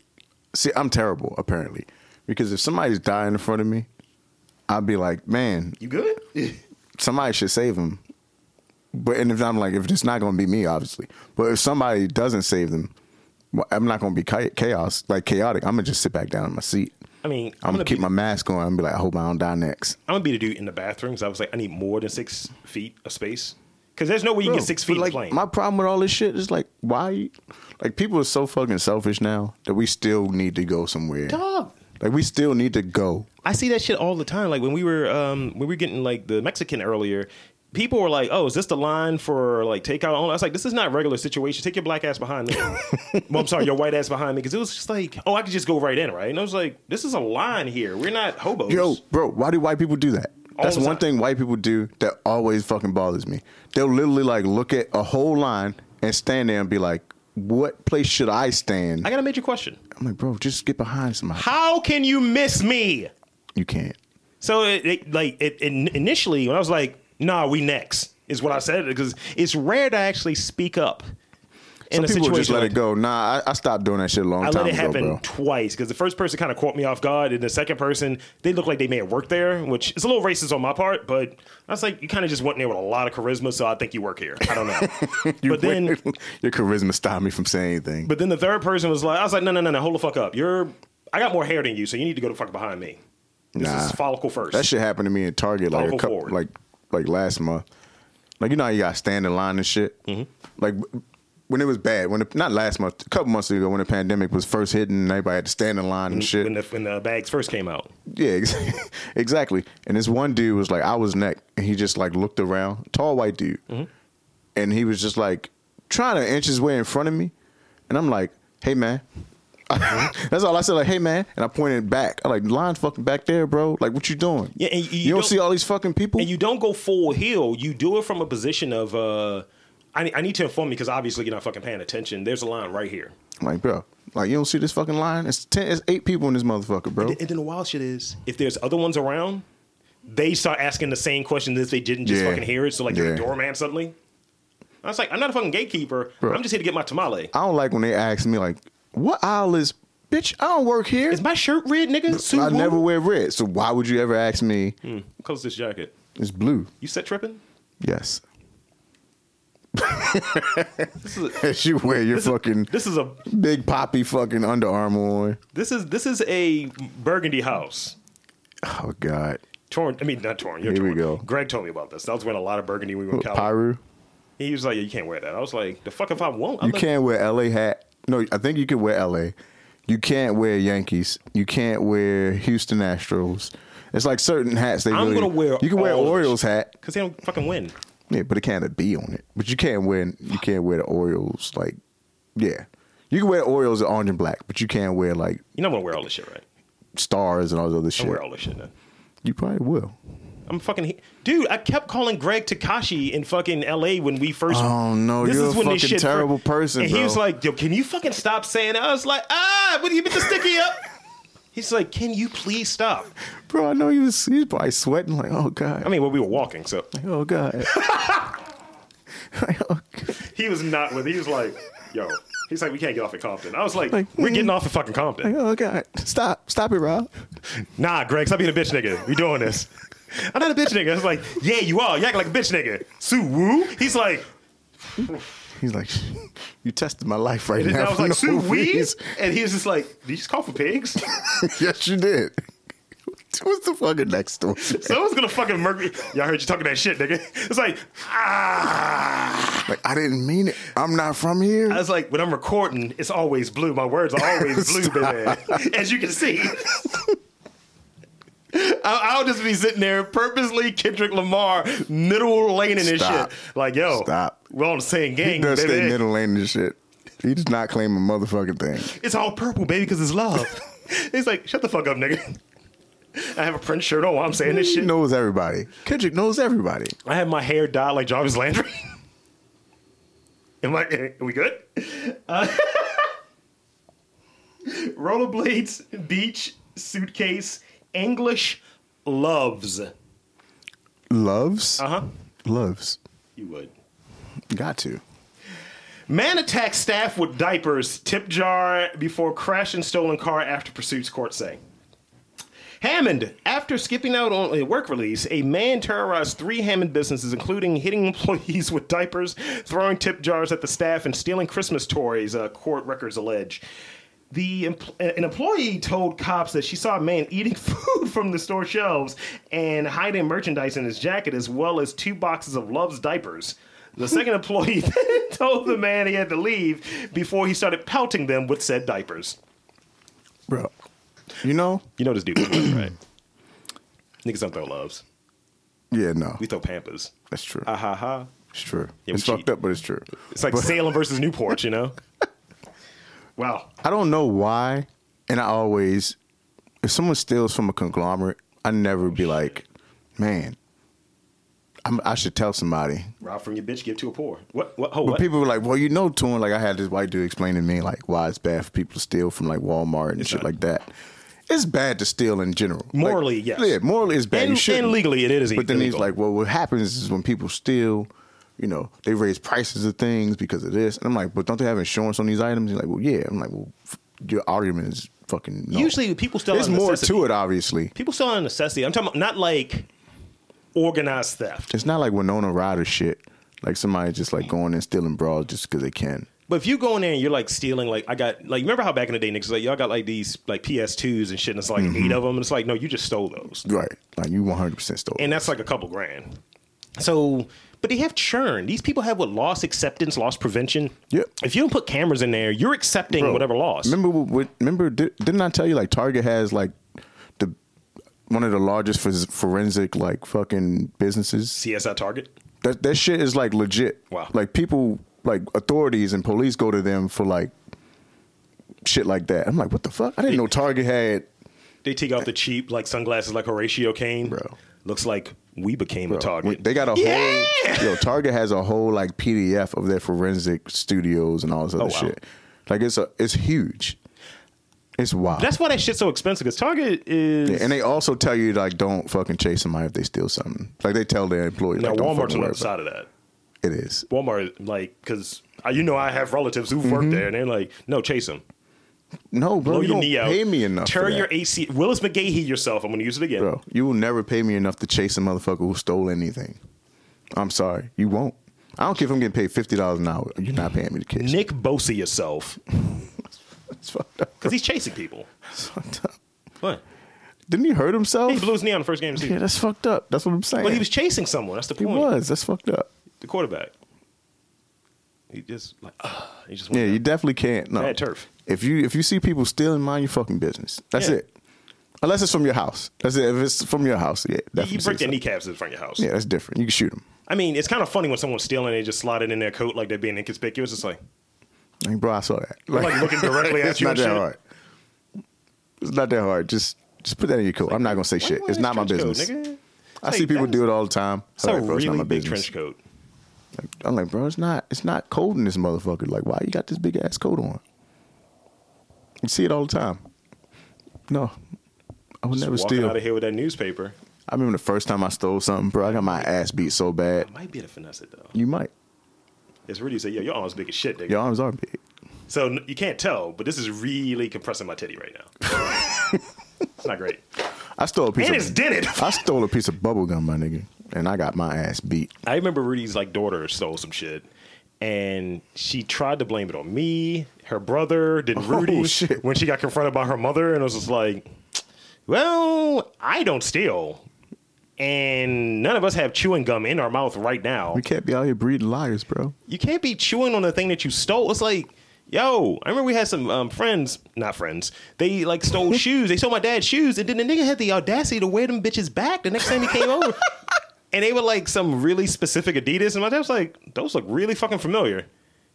[SPEAKER 2] See, I'm terrible apparently because if somebody's dying in front of me, I'd be like, man,
[SPEAKER 4] You good?
[SPEAKER 2] somebody should save him. But and if I'm like, if it's not going to be me, obviously. But if somebody doesn't save them, well, I'm not going to be cha- chaos like chaotic. I'm gonna just sit back down in my seat.
[SPEAKER 1] I mean,
[SPEAKER 2] I'm, gonna keep my mask on. I'm be like, I hope I don't die next.
[SPEAKER 1] I'm gonna be the dude in the bathroom. So I was like, I need more than six feet of space because there's no way you
[SPEAKER 2] Bro,
[SPEAKER 1] get six
[SPEAKER 2] but,
[SPEAKER 1] feet
[SPEAKER 2] like,
[SPEAKER 1] playing.
[SPEAKER 2] My problem with all this shit is like, why? you- Like, people are so fucking selfish now that we still need to go somewhere.
[SPEAKER 1] Dog.
[SPEAKER 2] Like, we still need to go.
[SPEAKER 1] I see that shit all the time. Like when we were um when we were getting like the Mexican earlier, people were like, "Oh, is this the line for like takeout?" Only? I was like, "This is not regular situation. Take your black ass behind
[SPEAKER 2] <laughs>
[SPEAKER 1] me." well, I'm sorry, your white ass behind me because it was just like, "Oh, I could just go right in, right?" And I was like, "This is a line here. We're not hobos."
[SPEAKER 2] Yo, bro, why do white people do that?
[SPEAKER 1] All
[SPEAKER 2] That's
[SPEAKER 1] the
[SPEAKER 2] one
[SPEAKER 1] time.
[SPEAKER 2] thing white people do that always fucking bothers me. They'll literally like look at a whole line and stand there and be like, "What place should I stand?"
[SPEAKER 1] I got a major question.
[SPEAKER 2] I'm like, bro, just get behind somebody.
[SPEAKER 1] How can you miss me?
[SPEAKER 2] You can't.
[SPEAKER 1] So it, it like it, it initially when I was like, "Nah, we next." Is what I said because it's rare to actually speak up. In
[SPEAKER 2] Some
[SPEAKER 1] a
[SPEAKER 2] people
[SPEAKER 1] situation
[SPEAKER 2] just let
[SPEAKER 1] like
[SPEAKER 2] it go. Nah, I, I stopped doing that shit a long
[SPEAKER 1] I
[SPEAKER 2] time
[SPEAKER 1] let it
[SPEAKER 2] ago,
[SPEAKER 1] happen
[SPEAKER 2] bro.
[SPEAKER 1] twice because the first person kind of caught me off guard, and the second person they looked like they may have worked there, which is a little racist on my part. But I was like, you kind of just went in there with a lot of charisma, so I think you work here. I don't
[SPEAKER 2] <laughs>
[SPEAKER 1] know. but then,
[SPEAKER 2] your charisma stopped me from saying anything.
[SPEAKER 1] but then the third person was like, I was like, no, no, no, no, hold the fuck up. You're, I got more hair than you, so you need to go to fuck behind me. This
[SPEAKER 2] Nah.
[SPEAKER 1] is follicle first.
[SPEAKER 2] That shit happened to me at Target like
[SPEAKER 1] Follow
[SPEAKER 2] a couple,
[SPEAKER 1] forward.
[SPEAKER 2] like like last month. Like you know how you got to stand in line and shit. Like when it was bad, when it, not last month, a couple months ago, when the pandemic was first hitting, and everybody had to stand in line and shit.
[SPEAKER 1] when the, when the bags first came out.
[SPEAKER 2] yeah, ex- <laughs> exactly. And this one dude was like, I was neck, and he just like looked around, tall white dude, and he was just like trying to inch his way in front of me, and I'm like, hey man. <laughs> That's all I said. Like, hey man, and I pointed back. I like lines fucking back there, bro. Like, what you doing?
[SPEAKER 1] Yeah, and you- you
[SPEAKER 2] don't,
[SPEAKER 1] don't-
[SPEAKER 2] see all these fucking people.
[SPEAKER 1] and you don't go full heel. You do it from a position of, uh, I, I need to inform you because obviously you're not fucking paying attention. There's a line right here.
[SPEAKER 2] I'm like, bro, like you don't see this fucking line? It's ten, it's eight people in this motherfucker, bro.
[SPEAKER 1] And then the wild shit is, if there's other ones around, they start asking the same questions as they didn't just
[SPEAKER 2] Yeah.
[SPEAKER 1] fucking hear it. So like you're
[SPEAKER 2] Yeah.
[SPEAKER 1] a doorman suddenly. I was like, I'm not a fucking gatekeeper.
[SPEAKER 2] Bro.
[SPEAKER 1] I'm just here to get my tamale.
[SPEAKER 2] I don't like when they ask me like, what aisle is? Bitch, I don't work here.
[SPEAKER 1] Is my shirt red, nigga?
[SPEAKER 2] I never wear red, so why would you ever ask me?
[SPEAKER 1] close this jacket.
[SPEAKER 2] It's blue.
[SPEAKER 1] You set tripping? <laughs>
[SPEAKER 2] Yes. <laughs>
[SPEAKER 1] This is a,
[SPEAKER 2] As you wear your fucking
[SPEAKER 1] this is a
[SPEAKER 2] big poppy fucking Under Armour on.
[SPEAKER 1] this is this is a burgundy house.
[SPEAKER 2] Oh God,
[SPEAKER 1] Torn, I mean not torn. You're
[SPEAKER 2] Here we
[SPEAKER 1] torn.
[SPEAKER 2] go.
[SPEAKER 1] Greg told me about this. I was wearing a lot of burgundy when we were in college.
[SPEAKER 2] Pyru.
[SPEAKER 1] He was like, "Yeah, you can't wear that." I was like, "The fuck if I won't?" I'm
[SPEAKER 2] You
[SPEAKER 1] not-
[SPEAKER 2] can't wear LA hat. No, I think you can wear LA. You can't wear Yankees. You can't wear Houston Astros. It's like certain hats they
[SPEAKER 1] I'm
[SPEAKER 2] really.
[SPEAKER 1] gonna wear
[SPEAKER 2] You can wear
[SPEAKER 1] all of
[SPEAKER 2] Orioles
[SPEAKER 1] it.
[SPEAKER 2] hat.
[SPEAKER 1] Cause they don't fucking win.
[SPEAKER 2] Yeah, but it can't have a B on it. But you can't wear you can't wear the Orioles like yeah. You can wear the Orioles in orange and black, but you can't wear like
[SPEAKER 1] You're not gonna wear all this shit, right?
[SPEAKER 2] stars and all this other
[SPEAKER 1] I'm
[SPEAKER 2] shit.
[SPEAKER 1] wear all this shit. Then.
[SPEAKER 2] You probably will.
[SPEAKER 1] I'm fucking he- dude. I kept calling Greg Takashi in fucking L.A. when we first.
[SPEAKER 2] Oh, no, you're a
[SPEAKER 1] when this
[SPEAKER 2] fucking
[SPEAKER 1] shit fir-
[SPEAKER 2] terrible person,
[SPEAKER 1] And he
[SPEAKER 2] bro.
[SPEAKER 1] was like, "Yo, can you fucking stop saying?" That? I was like, "Ah, what do you bit the sticky up?" He's like, "Can you please stop?"
[SPEAKER 2] Bro, I know you was he's probably sweating like, oh God.
[SPEAKER 1] I mean, well, we were walking, so
[SPEAKER 2] oh God. <laughs> Like, oh, God.
[SPEAKER 1] he was not with. He was like, "Yo," he's like, "We can't get off at Compton." I was like,
[SPEAKER 2] Like,
[SPEAKER 1] "We're
[SPEAKER 2] mm.
[SPEAKER 1] getting off at fucking
[SPEAKER 2] Like,
[SPEAKER 1] Compton."
[SPEAKER 2] oh God. Stop. Stop it, Rob.
[SPEAKER 1] Nah, Greg, stop being a bitch, nigga. We doing this. I'm not a bitch, nigga. I was like, "Yeah, you are. You act like a bitch, nigga." Sue Woo. He's like,
[SPEAKER 2] He's like, <laughs> you tested my life right
[SPEAKER 1] and
[SPEAKER 2] now.
[SPEAKER 1] I was
[SPEAKER 2] for
[SPEAKER 1] like,
[SPEAKER 2] no
[SPEAKER 1] "Sue Wee,"
[SPEAKER 2] reason." <laughs>
[SPEAKER 1] and he was just like, "Did you just call for pigs?" <laughs>
[SPEAKER 2] yes, you did. <laughs> What's the fucking next story?
[SPEAKER 1] Someone's gonna fucking murk me. Y'all heard you talking that shit, nigga. It's like, ah.
[SPEAKER 2] <laughs> Like, I didn't mean it. I'm not from here.
[SPEAKER 1] I was like, when I'm recording, it's always blue. My words are
[SPEAKER 2] <laughs>
[SPEAKER 1] always blue, baby. As you can see. I- I'll just be sitting there purposely Kendrick Lamar middle lane in this
[SPEAKER 2] Stop.
[SPEAKER 1] shit. Like, yo,
[SPEAKER 2] Stop.
[SPEAKER 1] we're on the same
[SPEAKER 2] He
[SPEAKER 1] gang,
[SPEAKER 2] does
[SPEAKER 1] baby.
[SPEAKER 2] stay middle lane and shit. He does not claim a motherfucking thing.
[SPEAKER 1] It's all purple, baby, because it's <laughs> love. He's like, shut the fuck up, nigga. I have a print shirt on while I'm saying this
[SPEAKER 2] He
[SPEAKER 1] shit.
[SPEAKER 2] knows everybody. Kendrick knows everybody.
[SPEAKER 1] I had my hair dyed like Jarvis Landry. <laughs> Am I? Are we good? Uh, <laughs> rollerblades, beach, suitcase, English, loves. Uh
[SPEAKER 2] Loves?
[SPEAKER 1] huh.
[SPEAKER 2] Loves.
[SPEAKER 1] You would.
[SPEAKER 2] Got to.
[SPEAKER 1] Man attacks staff with diapers, tip jar before crash and stolen car after pursuits, court say. Hammond, after skipping out on a work release, a man terrorized three Hammond businesses, including hitting employees <laughs> with diapers, throwing tip jars at the staff, and stealing Christmas toys, uh, court records allege. The empl- an employee told cops that she saw a man eating <laughs> food from the store shelves and hiding merchandise in his jacket, as well as two boxes of Love's diapers. The second employee <laughs> then told the man he had to leave before he started pelting them with said diapers.
[SPEAKER 2] Bro. You know?
[SPEAKER 1] You know this dude, right? <clears throat> Niggas don't throw loves.
[SPEAKER 2] Yeah, no.
[SPEAKER 1] We throw Pampas.
[SPEAKER 2] That's true.
[SPEAKER 1] Ha ha.
[SPEAKER 2] It's true.
[SPEAKER 1] Yeah,
[SPEAKER 2] it's
[SPEAKER 1] we
[SPEAKER 2] fucked
[SPEAKER 1] cheat.
[SPEAKER 2] up, but it's true.
[SPEAKER 1] It's like Salem versus Newport, you
[SPEAKER 2] <laughs>
[SPEAKER 1] know? wow.
[SPEAKER 2] I don't know why, and I always, if someone steals from a conglomerate, I never be like, man, I'm, I should tell somebody.
[SPEAKER 1] Rob from your bitch, give to a poor. What? What? Oh,
[SPEAKER 2] But
[SPEAKER 1] what?
[SPEAKER 2] people were like, well, you know, Tune, like I had this white dude explain to me, like, why it's bad for people to steal from like Walmart and shit
[SPEAKER 1] not.
[SPEAKER 2] like that. It's bad to steal in general. Like,
[SPEAKER 1] Morally, yes.
[SPEAKER 2] Yeah, morally it's bad. you
[SPEAKER 1] and,
[SPEAKER 2] shouldn't.
[SPEAKER 1] and legally, it is.
[SPEAKER 2] But then he's
[SPEAKER 1] illegal.
[SPEAKER 2] like, well, what happens is when people steal, you know, they raise prices of things because of this. And I'm like, but don't they have insurance on these items? He's like, well, yeah. I'm like, well, f- your argument is fucking. No.
[SPEAKER 1] Usually people steal
[SPEAKER 2] There's
[SPEAKER 1] out of
[SPEAKER 2] more
[SPEAKER 1] necessity.
[SPEAKER 2] to it, obviously.
[SPEAKER 1] people still on necessity. I'm talking about not like organized theft.
[SPEAKER 2] It's not like Winona Ryder shit. Like somebody just like going and stealing bras just because they can.
[SPEAKER 1] But if you go in there and you're like stealing, like I got, like remember how back in the day niggas was like y'all got like these like PS2s and shit, and it's like
[SPEAKER 2] Mm-hmm.
[SPEAKER 1] eight of them, and it's like no, you just stole those,
[SPEAKER 2] Right. Like you 100% stole.
[SPEAKER 1] and that's like a couple grand. So, but they have churn. These people have what loss acceptance, loss prevention.
[SPEAKER 2] Yep.
[SPEAKER 1] If you don't put cameras in there, you're accepting
[SPEAKER 2] Bro,
[SPEAKER 1] whatever loss.
[SPEAKER 2] Remember what? what remember? Did, didn't I tell you like Target has like the one of the largest phys- forensic like fucking businesses.
[SPEAKER 1] CSI Target.
[SPEAKER 2] That that shit is like legit.
[SPEAKER 1] Wow.
[SPEAKER 2] Like people, like authorities and police go to them for like shit like that. I'm like, what the fuck? I didn't know Target had.
[SPEAKER 1] They take out the cheap like sunglasses, like Horatio Kane.
[SPEAKER 2] Bro.
[SPEAKER 1] looks like we became a target.
[SPEAKER 2] uh, They got a
[SPEAKER 1] Yeah!
[SPEAKER 2] whole. Yo, Target has a whole like PDF of their forensic studios and all this other
[SPEAKER 1] Oh, wow.
[SPEAKER 2] shit. Like it's a it's huge. It's wild.
[SPEAKER 1] That's why that shit's so expensive. Cause Target is.
[SPEAKER 2] Yeah, and they also tell you like don't fucking chase somebody if they steal something. Like they tell their employees.
[SPEAKER 1] now
[SPEAKER 2] like, don't
[SPEAKER 1] Walmart's
[SPEAKER 2] fucking
[SPEAKER 1] on the
[SPEAKER 2] worry
[SPEAKER 1] other
[SPEAKER 2] about
[SPEAKER 1] side of that.
[SPEAKER 2] It It is.
[SPEAKER 1] Walmart, like, because you know I have relatives who've worked there, and they're like, "No, chase them. Blow
[SPEAKER 2] No, Mm-hmm. bro, you
[SPEAKER 1] your
[SPEAKER 2] don't
[SPEAKER 1] knee out.
[SPEAKER 2] pay me enough. for
[SPEAKER 1] Tear
[SPEAKER 2] that,
[SPEAKER 1] your AC. Willis McGahee yourself. I'm going to use it again.
[SPEAKER 2] bro. You will never pay me enough to chase a motherfucker who stole anything. I'm sorry, you won't. I don't care if I'm getting paid fifty dollars an hour. You're not paying me to catch.
[SPEAKER 1] Nick Bosa yourself,
[SPEAKER 2] It's fucked up.
[SPEAKER 1] because he's chasing people.
[SPEAKER 2] It's fucked up.
[SPEAKER 1] What?
[SPEAKER 2] Didn't he hurt himself?
[SPEAKER 1] He blew his knee on the first game of the
[SPEAKER 2] yeah,
[SPEAKER 1] season,
[SPEAKER 2] that's fucked up. That's what I'm saying.
[SPEAKER 1] but he was chasing someone. That's the
[SPEAKER 2] He
[SPEAKER 1] point.
[SPEAKER 2] was. That's fucked up.
[SPEAKER 1] The quarterback. He just like, uh, he just.
[SPEAKER 2] Yeah,
[SPEAKER 1] Went
[SPEAKER 2] you
[SPEAKER 1] yeah,
[SPEAKER 2] definitely can't. No
[SPEAKER 1] Bad turf.
[SPEAKER 2] If you if you see people stealing, mind your fucking business. That's
[SPEAKER 1] Yeah.
[SPEAKER 2] it. Unless it's from your house. That's it. If it's from your house, yeah,
[SPEAKER 1] you,
[SPEAKER 2] definitely.
[SPEAKER 1] break
[SPEAKER 2] say
[SPEAKER 1] their
[SPEAKER 2] so.
[SPEAKER 1] kneecaps in front of your house.
[SPEAKER 2] Yeah, that's different. You can shoot them.
[SPEAKER 1] I mean, it's kind of funny when someone's stealing and they just slide it in their coat like they're being inconspicuous. It's like,
[SPEAKER 2] Like, bro, I saw that.
[SPEAKER 1] like looking directly at
[SPEAKER 2] <laughs> it's
[SPEAKER 1] you
[SPEAKER 2] not
[SPEAKER 1] and
[SPEAKER 2] that
[SPEAKER 1] shit.
[SPEAKER 2] hard. It's not that hard. Just just put that in your coat. I'm not gonna say shit.
[SPEAKER 1] why
[SPEAKER 2] It's not my
[SPEAKER 1] trench coat,
[SPEAKER 2] business.
[SPEAKER 1] nigga?
[SPEAKER 2] I
[SPEAKER 1] Like,
[SPEAKER 2] see people
[SPEAKER 1] that
[SPEAKER 2] do it all the time.
[SPEAKER 1] It's a
[SPEAKER 2] Alright, bro,
[SPEAKER 1] really
[SPEAKER 2] it's not my
[SPEAKER 1] big
[SPEAKER 2] business.
[SPEAKER 1] trench coat.
[SPEAKER 2] I'm like, bro, it's not. It's not cold in this motherfucker. Like, why you got this big ass coat on? You see it all the time. No, I would
[SPEAKER 1] Just
[SPEAKER 2] never
[SPEAKER 1] walking
[SPEAKER 2] steal.
[SPEAKER 1] out of here with that newspaper.
[SPEAKER 2] I remember the first time I stole something, bro. I got my ass beat so bad.
[SPEAKER 1] I might be able to finesse it though.
[SPEAKER 2] You might.
[SPEAKER 1] It's really say, yo, your arm's big as shit, nigga.
[SPEAKER 2] Your arms are big.
[SPEAKER 1] So n- you can't tell, but this is really compressing my titty right now.
[SPEAKER 2] <laughs>
[SPEAKER 1] it's not great.
[SPEAKER 2] I stole a piece
[SPEAKER 1] And
[SPEAKER 2] of
[SPEAKER 1] it's dented.
[SPEAKER 2] I stole a piece of bubble gum, my nigga, and I got my ass beat.
[SPEAKER 1] I remember Rudy's like daughter stole some shit, and she tried to blame it on me, her brother, then Rudy.
[SPEAKER 2] Oh, shit.
[SPEAKER 1] When she got confronted by her mother, and I was just like, "Well, I don't steal, and none of us have chewing gum in our mouth right now.
[SPEAKER 2] We can't be out here breeding liars, bro.
[SPEAKER 1] you can't be chewing on the thing that you stole. It's like, yo, I remember we had some um, friends, not friends. They like
[SPEAKER 2] <laughs>
[SPEAKER 1] stole shoes. They stole my dad's shoes, and then the nigga had the audacity to wear them bitches back the next time he came
[SPEAKER 2] <laughs>
[SPEAKER 1] over. And they were like some really specific Adidas, and my dad was like, those look really fucking familiar,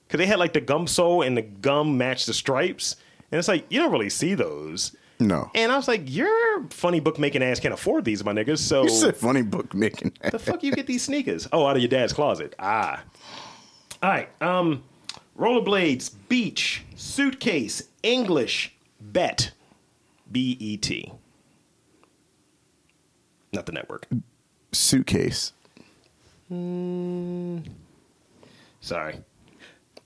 [SPEAKER 1] because they had like the gum sole and the gum matched the stripes, and it's like you don't really see those.
[SPEAKER 2] No.
[SPEAKER 1] And I was like, your funny bookmaking ass can't afford these, my niggas. So
[SPEAKER 2] You said Oh, funny book making.
[SPEAKER 1] the fuck you get these sneakers? Oh, out of your dad's closet. Ah. All right. Um, rollerblades, beach, suitcase, English, Bet. B E T. Not the network.
[SPEAKER 2] Suitcase.
[SPEAKER 1] Sorry.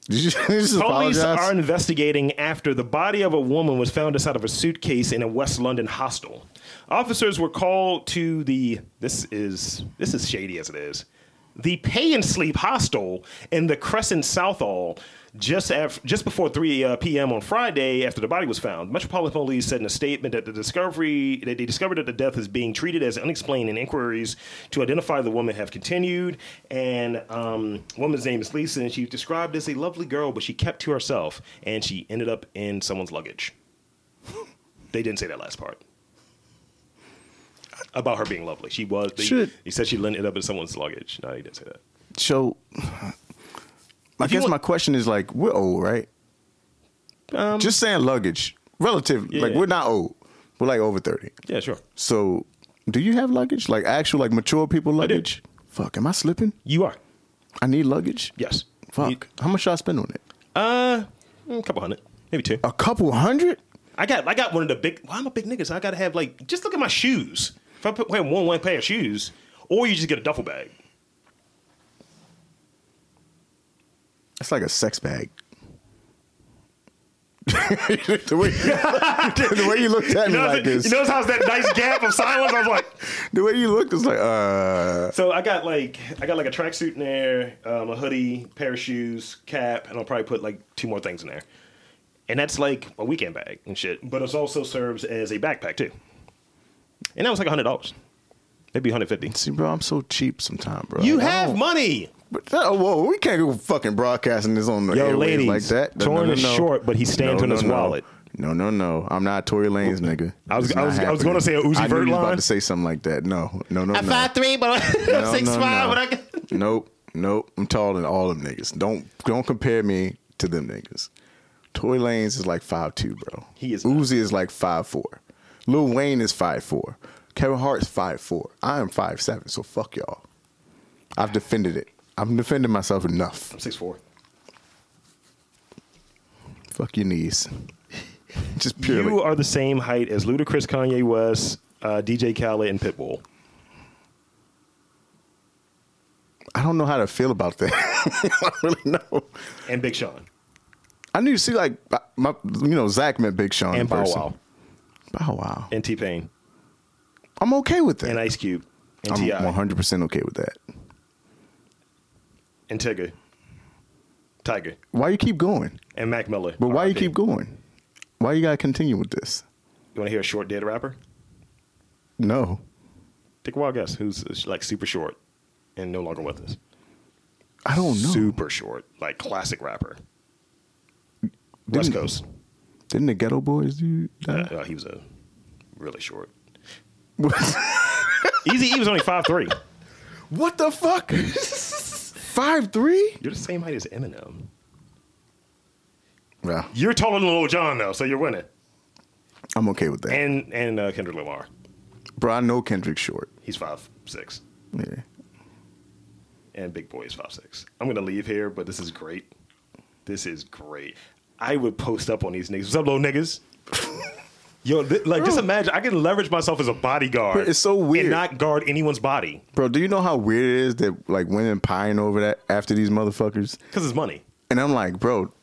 [SPEAKER 2] Did you, <laughs> did you just
[SPEAKER 1] Police
[SPEAKER 2] apologize?
[SPEAKER 1] are investigating after the body of a woman was found inside of a suitcase in a West London hostel. Officers were called to the this is this is shady as it is. The Pay and Sleep Hostel in the Crescent Southall just af- just before 3 uh, p.m. on Friday after the body was found. Metropolitan Police said in a statement that the discovery that they discovered that the death is being treated as unexplained and inquiries to identify the woman have continued and um, woman's name is Lisa and she's described as a lovely girl but she kept to herself and she ended up in someone's luggage. <laughs> they didn't say that last part. About her being lovely. She was. They,
[SPEAKER 2] Should-
[SPEAKER 1] He said she ended up in someone's luggage. No, he didn't say that.
[SPEAKER 2] so, I guess
[SPEAKER 1] want-
[SPEAKER 2] my question is like, we're old, right? Just saying luggage, relative. Like
[SPEAKER 1] Um, Yeah.
[SPEAKER 2] we're not old. We're like over thirty.
[SPEAKER 1] Yeah, sure.
[SPEAKER 2] So, do you have luggage? Like actual, like mature people
[SPEAKER 1] do.
[SPEAKER 2] luggage? Fuck, am I slipping?
[SPEAKER 1] You are.
[SPEAKER 2] I need luggage.
[SPEAKER 1] Yes.
[SPEAKER 2] Fuck.
[SPEAKER 1] You-
[SPEAKER 2] How much should I spend on it?
[SPEAKER 1] Uh, a couple hundred, maybe two.
[SPEAKER 2] A couple hundred?
[SPEAKER 1] I got I got one of the big. Well, I'm a big nigga, so I gotta have like just look at my shoes. If I put wear one one pair of shoes, or you just get a duffel bag.
[SPEAKER 2] That's like a sex bag. <laughs> the, way, the way you looked at
[SPEAKER 1] You
[SPEAKER 2] me
[SPEAKER 1] know,
[SPEAKER 2] like this.
[SPEAKER 1] you notice how it's that
[SPEAKER 2] <laughs>
[SPEAKER 1] nice gap of silence? I was like,
[SPEAKER 2] the way you looked is like, uh.
[SPEAKER 1] so I got like I got like a tracksuit in there, um, a hoodie, pair of shoes, cap, and I'll probably put like two more things in there, and that's like a weekend bag and shit. But it also serves as a backpack too, and that was like hundred dollars, maybe hundred fifty.
[SPEAKER 2] See, bro, I'm so cheap sometimes, bro.
[SPEAKER 1] You
[SPEAKER 2] Like, I
[SPEAKER 1] have
[SPEAKER 2] don't-
[SPEAKER 1] money.
[SPEAKER 2] But, oh, whoa, we can't go fucking broadcasting this on the
[SPEAKER 1] Yo,
[SPEAKER 2] airwaves
[SPEAKER 1] ladies,
[SPEAKER 2] like that.
[SPEAKER 1] Torin is short, but he stands on his wallet.
[SPEAKER 2] No, no, no. I'm not Tory Lane's nigga.
[SPEAKER 1] I was-
[SPEAKER 2] It's
[SPEAKER 1] I
[SPEAKER 2] not
[SPEAKER 1] was- I was gonna
[SPEAKER 2] happening.
[SPEAKER 1] say a Uzi
[SPEAKER 2] I knew
[SPEAKER 1] Vert
[SPEAKER 2] you was
[SPEAKER 1] line.
[SPEAKER 2] about to say something like that. No, no, no, no.
[SPEAKER 1] three, but <laughs>
[SPEAKER 2] no, no, no. nope, nope. I'm taller than all them niggas. Don't don't compare me to them niggas. Tory Lanez is like five two, bro.
[SPEAKER 1] He is not.
[SPEAKER 2] Uzi is like five four. Lil Wayne is five four. Kevin Hart's five four. I am five seven. So fuck y'all. I've defended it. I'm defending myself enough.
[SPEAKER 1] Six four.
[SPEAKER 2] Fuck your knees. <laughs> Just purely.
[SPEAKER 1] You are the same height as Ludacris, Kanye West, uh, DJ Khaled, and Pitbull.
[SPEAKER 2] I don't know how to feel about that. <laughs> I don't really know.
[SPEAKER 1] And Big Sean.
[SPEAKER 2] I need to see like my, you know, Zach met Big Sean in
[SPEAKER 1] And Bow
[SPEAKER 2] person.
[SPEAKER 1] Wow.
[SPEAKER 2] Bow Wow.
[SPEAKER 1] And T Pain.
[SPEAKER 2] I'm okay with that.
[SPEAKER 1] And Ice Cube. And
[SPEAKER 2] I'm
[SPEAKER 1] T.I.
[SPEAKER 2] 100 percent okay with that.
[SPEAKER 1] And Tigger. Tiger.
[SPEAKER 2] Why you keep going?
[SPEAKER 1] And Mac Miller.
[SPEAKER 2] But why you
[SPEAKER 1] RIP.
[SPEAKER 2] keep going? Why you gotta continue with this?
[SPEAKER 1] You want to hear a short dead rapper?
[SPEAKER 2] No,
[SPEAKER 1] Take a wild guess. Who's uh, like super short and no longer with us?
[SPEAKER 2] I don't know.
[SPEAKER 1] Super short. Like classic rapper. West
[SPEAKER 2] Didn't-
[SPEAKER 1] Coast.
[SPEAKER 2] Didn't the Ghetto Boys do
[SPEAKER 1] Uh,
[SPEAKER 2] that?
[SPEAKER 1] uh, he was a really
[SPEAKER 2] <laughs>
[SPEAKER 1] short. Easy E was only five three.
[SPEAKER 2] what the fuck? Five three?
[SPEAKER 1] You're the same height as Eminem.
[SPEAKER 2] Well,
[SPEAKER 1] You're taller than Lil Jon though, so you're winning.
[SPEAKER 2] I'm okay with that.
[SPEAKER 1] And and uh, Kendrick Lamar.
[SPEAKER 2] Bro, I know Kendrick's short.
[SPEAKER 1] He's five six,
[SPEAKER 2] Yeah.
[SPEAKER 1] and Big Boy is five six. I'm gonna leave here, but this is great. This is great. I would post up on these niggas. What's up, little
[SPEAKER 2] <laughs>
[SPEAKER 1] niggas? Yo, th- like just imagine I can leverage myself as a bodyguard.
[SPEAKER 2] But it's so weird.
[SPEAKER 1] and not guard anyone's body
[SPEAKER 2] Bro, do you know how weird it is that like women pine over that after these motherfuckers?
[SPEAKER 1] because it's money.
[SPEAKER 2] And I'm like, bro,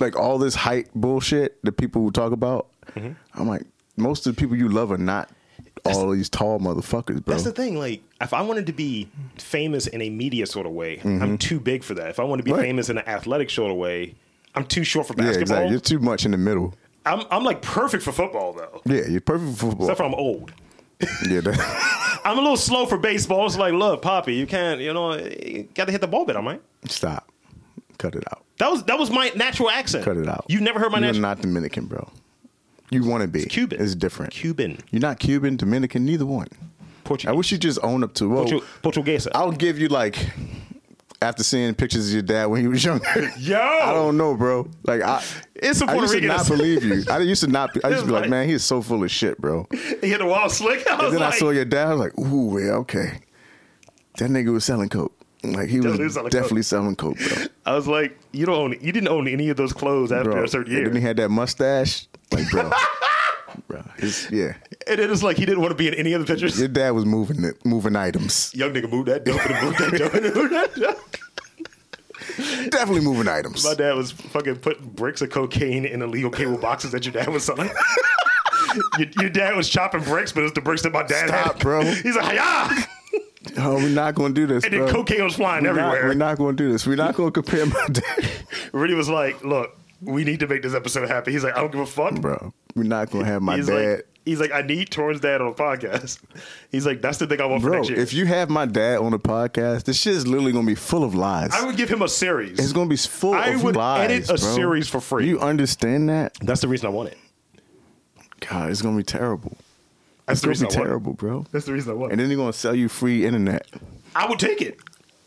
[SPEAKER 2] like all this hype bullshit that people talk about.
[SPEAKER 1] Mm-hmm.
[SPEAKER 2] I'm like, most of the people you love are not all these tall motherfuckers, bro.
[SPEAKER 1] That's the thing. Like, if I wanted to be famous in a media sort of way, I'm too big for that. If I want to be
[SPEAKER 2] Mm-hmm. Right.
[SPEAKER 1] famous in an athletic sort of way, I'm too short for
[SPEAKER 2] yeah,
[SPEAKER 1] basketball.
[SPEAKER 2] exactly. You're too much in the middle.
[SPEAKER 1] I'm I'm like perfect for football though.
[SPEAKER 2] Yeah, you're perfect for football.
[SPEAKER 1] Except for I'm old.
[SPEAKER 2] <laughs> yeah, that, <laughs>
[SPEAKER 1] I'm a little slow for baseball. It's like, look, Poppy, you can't, you know, you got to hit the ball better, man.
[SPEAKER 2] stop. Cut it out.
[SPEAKER 1] That was that was my natural accent.
[SPEAKER 2] Cut it out.
[SPEAKER 1] You've never heard my
[SPEAKER 2] You're
[SPEAKER 1] natural
[SPEAKER 2] not Dominican, bro. You want to be
[SPEAKER 1] Cuban.
[SPEAKER 2] It's different.
[SPEAKER 1] Cuban,
[SPEAKER 2] You're not Cuban, Dominican, neither one. I
[SPEAKER 1] Portuguese,
[SPEAKER 2] wish you just own up to. Well,
[SPEAKER 1] Portu- Portuguesa.
[SPEAKER 2] I'll give you like after seeing pictures of your dad when he was younger.
[SPEAKER 1] <laughs> Yo!
[SPEAKER 2] I don't know, bro. Like I,
[SPEAKER 1] It's a
[SPEAKER 2] I used to
[SPEAKER 1] Puerto
[SPEAKER 2] not
[SPEAKER 1] Rican.
[SPEAKER 2] believe you. I used to not.
[SPEAKER 1] <laughs>
[SPEAKER 2] Be, I used to be like,
[SPEAKER 1] Like-
[SPEAKER 2] man, he is so full of shit, bro. And
[SPEAKER 1] <laughs> he hit the wall slick. <laughs> I was
[SPEAKER 2] then
[SPEAKER 1] like,
[SPEAKER 2] I saw your dad. I was like, ooh, yeah, okay. That nigga was selling coke. Like he
[SPEAKER 1] Dude,
[SPEAKER 2] was
[SPEAKER 1] he's on a coke.
[SPEAKER 2] definitely selling coke,
[SPEAKER 1] <laughs>
[SPEAKER 2] bro.
[SPEAKER 1] I was like, you don't own, you didn't own any of those clothes after
[SPEAKER 2] bro.
[SPEAKER 1] a certain
[SPEAKER 2] And
[SPEAKER 1] year.
[SPEAKER 2] then he had that mustache, like
[SPEAKER 1] <laughs>
[SPEAKER 2] bro, bro. his- yeah,
[SPEAKER 1] and it was like he didn't want to be in any of the pictures.
[SPEAKER 2] your dad was moving it, moving items.
[SPEAKER 1] Young nigga, move that dope and move that dope and move that dope.
[SPEAKER 2] Definitely moving items.
[SPEAKER 1] My dad was fucking putting bricks of cocaine in illegal cable boxes that your dad was selling. <laughs> your, your dad was chopping bricks, but it's the bricks that my dad
[SPEAKER 2] Stop,
[SPEAKER 1] had.
[SPEAKER 2] bro.
[SPEAKER 1] <laughs> He's like, yeah,
[SPEAKER 2] Oh, we're not gonna do this,
[SPEAKER 1] and
[SPEAKER 2] bro.
[SPEAKER 1] then cocaine was flying
[SPEAKER 2] we're Not,
[SPEAKER 1] everywhere.
[SPEAKER 2] we're not gonna do this. We're not gonna compare my dad, <laughs>
[SPEAKER 1] Rudy was like, look, we need to make this episode happen. He's like, I don't give a fuck.
[SPEAKER 2] bro. We're not gonna have my
[SPEAKER 1] he's
[SPEAKER 2] dad.
[SPEAKER 1] like, he's like, I need Torrance dad on a podcast. <laughs> He's like, that's the thing I want for
[SPEAKER 2] Bro,
[SPEAKER 1] next year.
[SPEAKER 2] if you have my dad on the podcast, this shit is literally gonna be full of lies.
[SPEAKER 1] I would give him a series.
[SPEAKER 2] it's gonna be full
[SPEAKER 1] I
[SPEAKER 2] of
[SPEAKER 1] would
[SPEAKER 2] lies.
[SPEAKER 1] edit a
[SPEAKER 2] bro.
[SPEAKER 1] series for free.
[SPEAKER 2] You understand that?
[SPEAKER 1] that's the reason I want it.
[SPEAKER 2] God, it's gonna be terrible.
[SPEAKER 1] That's
[SPEAKER 2] It's
[SPEAKER 1] the
[SPEAKER 2] gonna
[SPEAKER 1] reason
[SPEAKER 2] be
[SPEAKER 1] I want it.
[SPEAKER 2] terrible, bro.
[SPEAKER 1] That's the reason I want
[SPEAKER 2] And
[SPEAKER 1] it.
[SPEAKER 2] then they're gonna sell you free internet.
[SPEAKER 1] I would take it.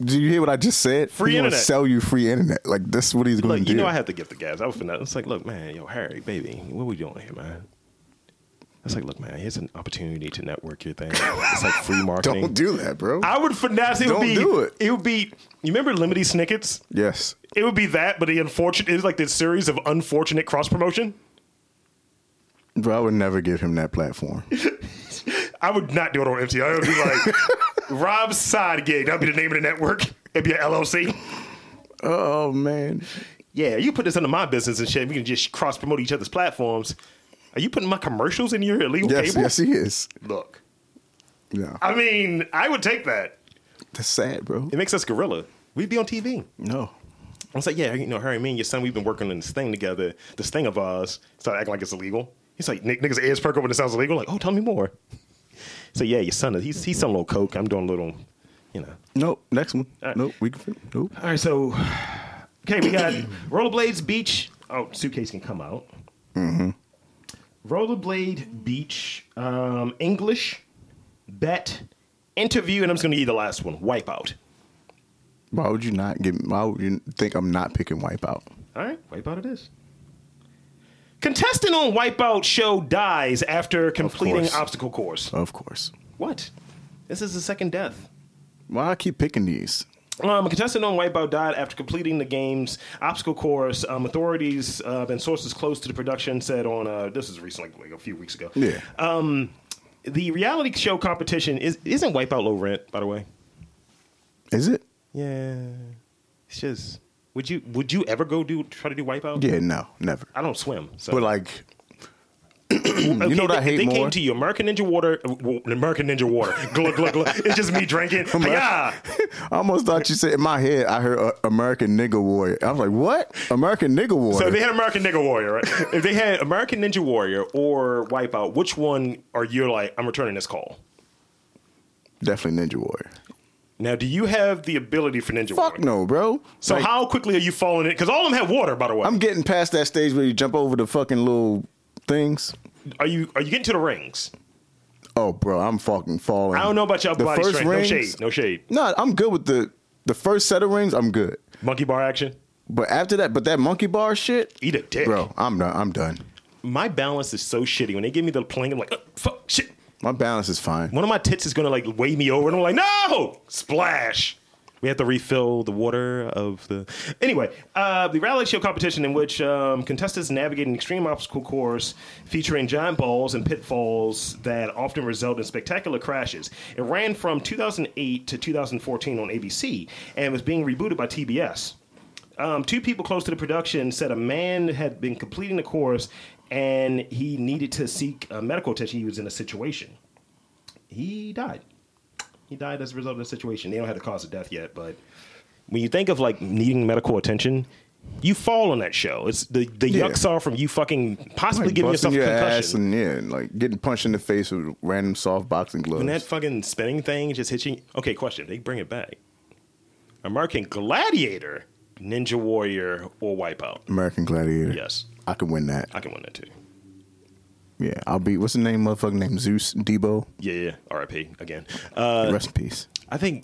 [SPEAKER 2] Do you hear what I just said?
[SPEAKER 1] Free
[SPEAKER 2] He's gonna
[SPEAKER 1] internet.
[SPEAKER 2] Sell you free internet. Like that's what he's gonna
[SPEAKER 1] Look,
[SPEAKER 2] do.
[SPEAKER 1] you know I have to give the gas. I was finna. It's like, look, man, yo, Harry, baby, what we doing here, man? It's like, look, man, here's an opportunity to network your thing. It's like free marketing.
[SPEAKER 2] <laughs> Don't do that, bro.
[SPEAKER 1] I would finesse. It
[SPEAKER 2] Don't
[SPEAKER 1] would be.
[SPEAKER 2] do it.
[SPEAKER 1] It would be. You remember Lemony Snicket's?
[SPEAKER 2] yes.
[SPEAKER 1] It would be that, but the unfortunate. It was like this series of unfortunate cross promotion.
[SPEAKER 2] Bro, I would never give him that platform.
[SPEAKER 1] I would not do it on MTV. I would
[SPEAKER 2] <laughs>
[SPEAKER 1] be like Rob's side gig. That'd be the name of the network. It'd be an LLC.
[SPEAKER 2] oh man.
[SPEAKER 1] Yeah, you put this into my business and shit. We can just cross promote each other's platforms. Are you putting my commercials in your illegal
[SPEAKER 2] Yes,
[SPEAKER 1] cable?
[SPEAKER 2] yes he is.
[SPEAKER 1] Look,
[SPEAKER 2] Yeah.
[SPEAKER 1] I mean, I would take that.
[SPEAKER 2] That's sad, bro.
[SPEAKER 1] It makes us gorilla. We'd be on TV.
[SPEAKER 2] No.
[SPEAKER 1] I was like, yeah, you know, Harry, me and your son, we've been working on this thing together, this thing of ours. Start acting like it's illegal. He's like, "Nick- niggas ears perk up when it sounds illegal. Like, oh, tell me more. <laughs> So yeah, your son, he's he's selling a little coke. I'm doing a little, you know.
[SPEAKER 2] Nope. Next one.
[SPEAKER 1] right.
[SPEAKER 2] Nope. We can nope.
[SPEAKER 1] All right, so okay, we got rollerblades beach. Oh, suitcase can come out. Mm-hmm. Rollerblade beach, um, English, bet, interview, and I'm just gonna give you the last one. Wipeout.
[SPEAKER 2] Why would you not give why would you think I'm not picking wipeout?
[SPEAKER 1] All right, Wipeout it is. Contestant on Wipeout show dies after completing
[SPEAKER 2] course.
[SPEAKER 1] obstacle course.
[SPEAKER 2] Of course.
[SPEAKER 1] What? This is the second death.
[SPEAKER 2] Why I keep picking these?
[SPEAKER 1] Um, a contestant on Wipeout died after completing the game's obstacle course. Um, authorities uh, and sources close to the production said on uh, this is recent, like, like a few weeks ago. Um,
[SPEAKER 2] Yeah.
[SPEAKER 1] The reality show competition is isn't Wipeout low rent, by the way.
[SPEAKER 2] is it?
[SPEAKER 1] Yeah, it's just would you would you ever go do try to do Wipeout?
[SPEAKER 2] Yeah, no, never.
[SPEAKER 1] I don't swim, so <clears throat>
[SPEAKER 2] But like
[SPEAKER 1] Okay,
[SPEAKER 2] you know what
[SPEAKER 1] they,
[SPEAKER 2] I hate
[SPEAKER 1] they
[SPEAKER 2] more?
[SPEAKER 1] came to you, American Ninja Water, uh, w- American Ninja Water. glug glug glug. It's just me
[SPEAKER 2] <laughs>
[SPEAKER 1] drinking. Yeah,
[SPEAKER 2] I almost thought you said in my head. I heard uh, American Nigga Warrior. I was like, what? American Nigga Warrior.
[SPEAKER 1] So if they had American Ninja Warrior, right? if they had American Ninja Warrior or Wipeout, which one are you like? I'm returning this call.
[SPEAKER 2] Definitely Ninja Warrior.
[SPEAKER 1] Now, do you have the ability for Ninja
[SPEAKER 2] Fuck
[SPEAKER 1] Warrior?
[SPEAKER 2] no, bro.
[SPEAKER 1] So
[SPEAKER 2] Like,
[SPEAKER 1] how quickly are you falling in? Because all of them have water, by the way.
[SPEAKER 2] I'm getting past that stage where you jump over the fucking little things.
[SPEAKER 1] are you are you getting to the rings?
[SPEAKER 2] Oh, bro, I'm fucking falling.
[SPEAKER 1] I don't know about your
[SPEAKER 2] The
[SPEAKER 1] body
[SPEAKER 2] first
[SPEAKER 1] strength.
[SPEAKER 2] rings-
[SPEAKER 1] No shade. No shade.
[SPEAKER 2] No, I'm good with the the first set of rings. I'm good.
[SPEAKER 1] Monkey bar action.
[SPEAKER 2] But after that, but that monkey bar shit,
[SPEAKER 1] Eat a dick,
[SPEAKER 2] bro. I'm done. I'm done.
[SPEAKER 1] My balance is so shitty. When they give me the plane, I'm like, uh, fuck, shit.
[SPEAKER 2] My balance is fine.
[SPEAKER 1] one of my tits is gonna like weigh me over, and I'm like, no, splash. We have to refill the water of the. Anyway, uh, the reality show competition in which um, contestants navigate an extreme obstacle course featuring giant balls and pitfalls that often result in spectacular crashes. It ran from 2008 to 2014 on ABC and was being rebooted by TBS. Um, two people close to the production said a man had been completing the course and he needed to seek uh, medical attention. He was in a situation he died. He died as a result of the situation. They don't have the cause of death yet, but when you think of like needing medical attention, you fall on that show. It's the the
[SPEAKER 2] Yeah.
[SPEAKER 1] yucks are from you fucking possibly
[SPEAKER 2] Like
[SPEAKER 1] giving
[SPEAKER 2] busting
[SPEAKER 1] yourself
[SPEAKER 2] your
[SPEAKER 1] a
[SPEAKER 2] ass
[SPEAKER 1] concussion.
[SPEAKER 2] and yeah, like getting punched in the face with random soft boxing gloves.
[SPEAKER 1] When that fucking spinning thing just hits you. Okay, question. They bring it back. American Gladiator, Ninja Warrior, or Wipeout?
[SPEAKER 2] American Gladiator.
[SPEAKER 1] Yes,
[SPEAKER 2] I can win that.
[SPEAKER 1] I can win that too.
[SPEAKER 2] Yeah, I'll be. What's the name? Motherfucking name? Zeus Debo.
[SPEAKER 1] Yeah, yeah. R.I.P. Again. Uh,
[SPEAKER 2] Rest in peace.
[SPEAKER 1] I think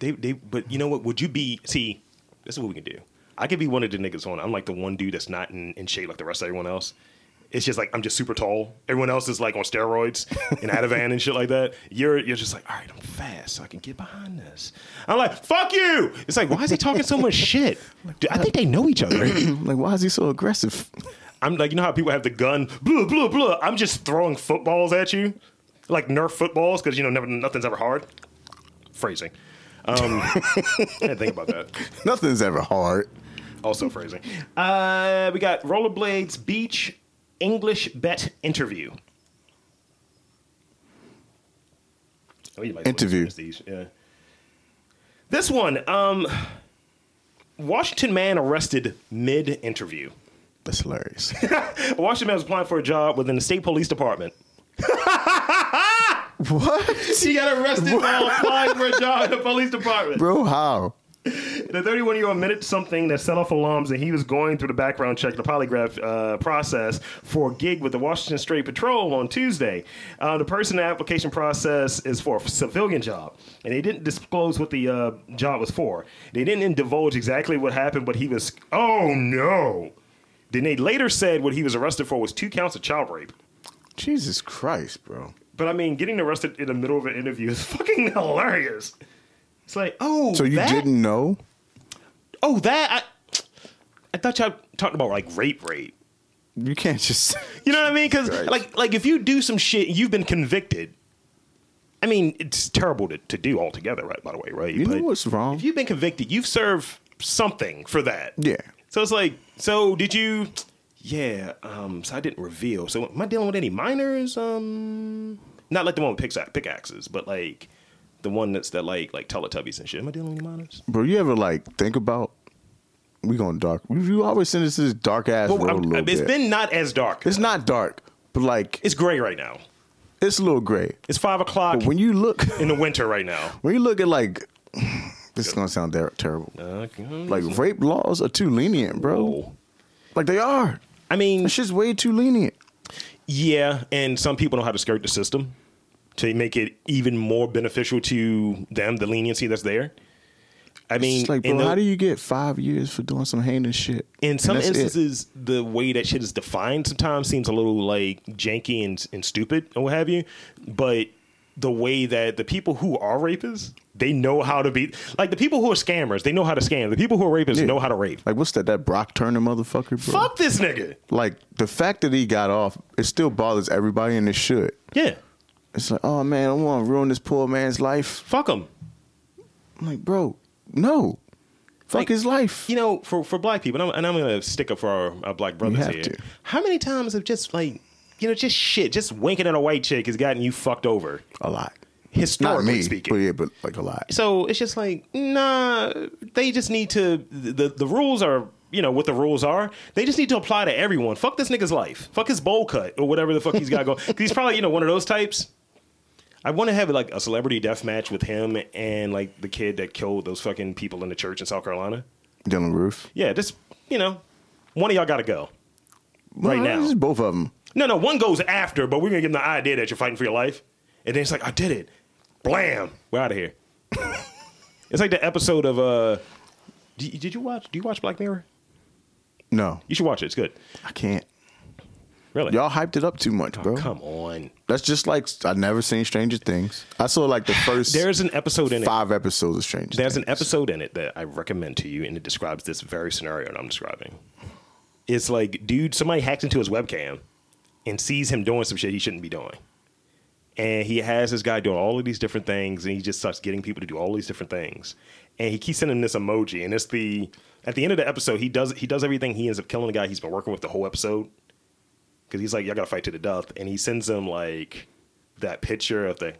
[SPEAKER 1] they they but you know what? Would you be see, this is what we can do. I could be one of the niggas on. I'm like the one dude that's not in, in shape like the rest of everyone else. it's just like I'm just super tall. Everyone else is like on steroids and out of van and shit like that. You're you're just like, all right, I'm fast, so I can get behind this. I'm like, fuck you. It's like, why is he talking so much shit? Dude, I think they know each other.
[SPEAKER 2] I'm like, why is he so aggressive? <laughs>
[SPEAKER 1] I'm like, you know how people have the gun, blah blah blah. I'm just throwing footballs at you, like Nerf footballs, because you know never nothing's ever hard. Phrasing. Um, <laughs> I didn't think about that.
[SPEAKER 2] Nothing's ever hard.
[SPEAKER 1] Also phrasing. Uh, we got Rollerblades Beach English Bet interview. Oh, you might as well
[SPEAKER 2] Interview.
[SPEAKER 1] use these, yeah. This one, um, Washington man arrested mid interview.
[SPEAKER 2] That's hilarious. <laughs>
[SPEAKER 1] A Washington man was applying for a job within the state police department.
[SPEAKER 2] what?
[SPEAKER 1] He got arrested while applying for a job in the police department.
[SPEAKER 2] Bro, how?
[SPEAKER 1] The 31 year old admitted something that set off alarms that he was going through the background check, the polygraph uh, process for a gig with the Washington State Patrol on Tuesday. Uh, the person in the application process is for a civilian job, and they didn't disclose what the uh, job was for. They didn't divulge exactly what happened, but he was, oh no. Then they later said what he was arrested for was two counts of child rape.
[SPEAKER 2] Jesus Christ, bro.
[SPEAKER 1] But I mean, getting arrested in the middle of an interview is <laughs> fucking hilarious. It's like, oh,
[SPEAKER 2] So you
[SPEAKER 1] that?
[SPEAKER 2] didn't know?
[SPEAKER 1] Oh, that I, I thought y'all talked about like rape, rape.
[SPEAKER 2] You can't just. <laughs>
[SPEAKER 1] You know what I mean? Because
[SPEAKER 2] Right.
[SPEAKER 1] like, like if you do some shit, you've been convicted. I mean, it's terrible to, to do altogether, right? By the way, right?
[SPEAKER 2] You know what's wrong?
[SPEAKER 1] If you've been convicted, you've served something for that.
[SPEAKER 2] Yeah.
[SPEAKER 1] So it's like, so did you? Yeah. Um. So I didn't reveal. So am I dealing with any minors? Um. Not like the one with pickaxe, pickaxes, but like the one that's that like like Teletubbies and shit. Am I dealing with any minors?
[SPEAKER 2] Bro, you ever like think about. We going dark. You- You always send us to this dark ass
[SPEAKER 1] Well,
[SPEAKER 2] road a
[SPEAKER 1] I'm-
[SPEAKER 2] little
[SPEAKER 1] it's
[SPEAKER 2] bit.
[SPEAKER 1] been not as dark.
[SPEAKER 2] it's not dark, but like
[SPEAKER 1] It's gray right now.
[SPEAKER 2] it's a little gray.
[SPEAKER 1] It's five o'clock
[SPEAKER 2] But when you look, <laughs>
[SPEAKER 1] in the winter right now.
[SPEAKER 2] when you look at like, <sighs> this is gonna sound ter- terrible. Like rape laws are too lenient, bro. Like they are.
[SPEAKER 1] I mean,
[SPEAKER 2] That shit's way too lenient.
[SPEAKER 1] yeah, and some people know how to skirt the system to make it even more beneficial to them, the leniency that's there. I mean,
[SPEAKER 2] It's like,
[SPEAKER 1] in,
[SPEAKER 2] bro,
[SPEAKER 1] the-
[SPEAKER 2] how do you get five years for doing some heinous shit?
[SPEAKER 1] in
[SPEAKER 2] And
[SPEAKER 1] some
[SPEAKER 2] that's it.
[SPEAKER 1] instances, the way that shit is defined sometimes seems a little like janky and, and stupid and what have you, but the way that the people who are rapists, they know how to be like the people who are scammers, they know how to scam. The people who are rapists
[SPEAKER 2] Yeah.
[SPEAKER 1] know how to rape.
[SPEAKER 2] like, what's that? That Brock Turner motherfucker, bro.
[SPEAKER 1] Fuck this nigga.
[SPEAKER 2] Like the fact that he got off, it still bothers everybody, and it should.
[SPEAKER 1] Yeah.
[SPEAKER 2] It's like, oh man, I want to ruin this poor man's life.
[SPEAKER 1] Fuck him.
[SPEAKER 2] I'm like, bro, no, fuck
[SPEAKER 1] Like,
[SPEAKER 2] his life.
[SPEAKER 1] you know, for for black people, and I'm, and I'm gonna stick up for our, our black brothers
[SPEAKER 2] have
[SPEAKER 1] here.
[SPEAKER 2] to.
[SPEAKER 1] How many times have just like, you know, just shit, just winking at a white chick has gotten you fucked over,
[SPEAKER 2] a lot. Not
[SPEAKER 1] historically
[SPEAKER 2] me,
[SPEAKER 1] speaking.
[SPEAKER 2] but yeah, but like a lot.
[SPEAKER 1] So it's just like, nah, they just need to the the rules are. You know what the rules are. They just need to apply to everyone. Fuck this nigga's life. Fuck his bowl cut or whatever the fuck he's got going. 'Cause He's probably you know one of those types. I want to have like a celebrity death match with him and like the kid that killed those fucking people in the church in South Carolina.
[SPEAKER 2] Dylan Roof.
[SPEAKER 1] Yeah, just you know, one of y'all got to go. Right
[SPEAKER 2] Well,
[SPEAKER 1] now.
[SPEAKER 2] it's both of them.
[SPEAKER 1] No, no, one goes after, but we're gonna give them the idea that you're fighting for your life, and then it's like, I did it, blam, we're out of here. <laughs> it's like the episode of uh, d- did you watch? Do you watch Black Mirror?
[SPEAKER 2] No,
[SPEAKER 1] You should watch it. It's good.
[SPEAKER 2] I can't.
[SPEAKER 1] Really?
[SPEAKER 2] Y'all hyped it up too much, bro.
[SPEAKER 1] Oh, Come on.
[SPEAKER 2] That's just like I never seen Stranger Things. I saw like
[SPEAKER 1] <sighs>
[SPEAKER 2] the first
[SPEAKER 1] There's an episode in it.
[SPEAKER 2] five episodes of Stranger.
[SPEAKER 1] There's an
[SPEAKER 2] Things.
[SPEAKER 1] episode in it that I recommend to you, and it describes this very scenario that I'm describing. It's like, dude, somebody hacks into his webcam and sees him doing some shit he shouldn't be doing. And he has this guy doing all of these different things, and he just starts getting people to do all these different things. And he keeps sending this emoji, and it's the at the end of the episode, he does he does everything. He ends up killing the guy he's been working with the whole episode because he's like, "Y'all gotta fight to the death," and he sends him like that picture of the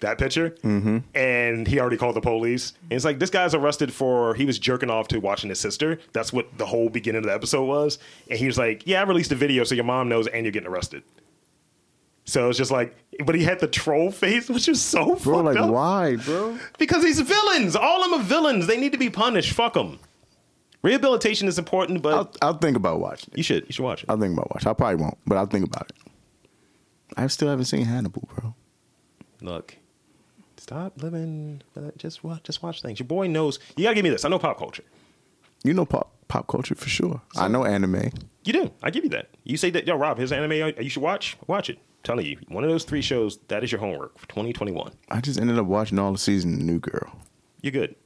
[SPEAKER 1] that picture, mm-hmm. and he already called the police. And it's like this guy's arrested for he was jerking off to watching his sister. That's what the whole beginning of the episode was. And he was like, "Yeah, I released the video, so your mom knows, and you're getting arrested." So it's just like, but he had the troll face, which is so
[SPEAKER 2] bro.
[SPEAKER 1] fucked
[SPEAKER 2] Like
[SPEAKER 1] up.
[SPEAKER 2] why, bro?
[SPEAKER 1] Because he's villains. All of them are villains. They need to be punished. Fuck them. Rehabilitation is important, but
[SPEAKER 2] I'll, I'll think about watching it.
[SPEAKER 1] you should you should watch it.
[SPEAKER 2] I'll think about watching. I probably won't, but I'll think about it. I still haven't seen Hannibal, bro.
[SPEAKER 1] Look, stop uh, living. Just watch. Just watch things. Your boy knows. You gotta give me this. I know pop culture.
[SPEAKER 2] You know pop pop culture for sure. I know anime.
[SPEAKER 1] You do. I give you that. You say that, yo, Rob, here's an anime uh, you should watch. Watch it. telling you, one of those three shows, that is your homework for 2021.
[SPEAKER 2] I just ended up watching all the season of New Girl.
[SPEAKER 1] You're good.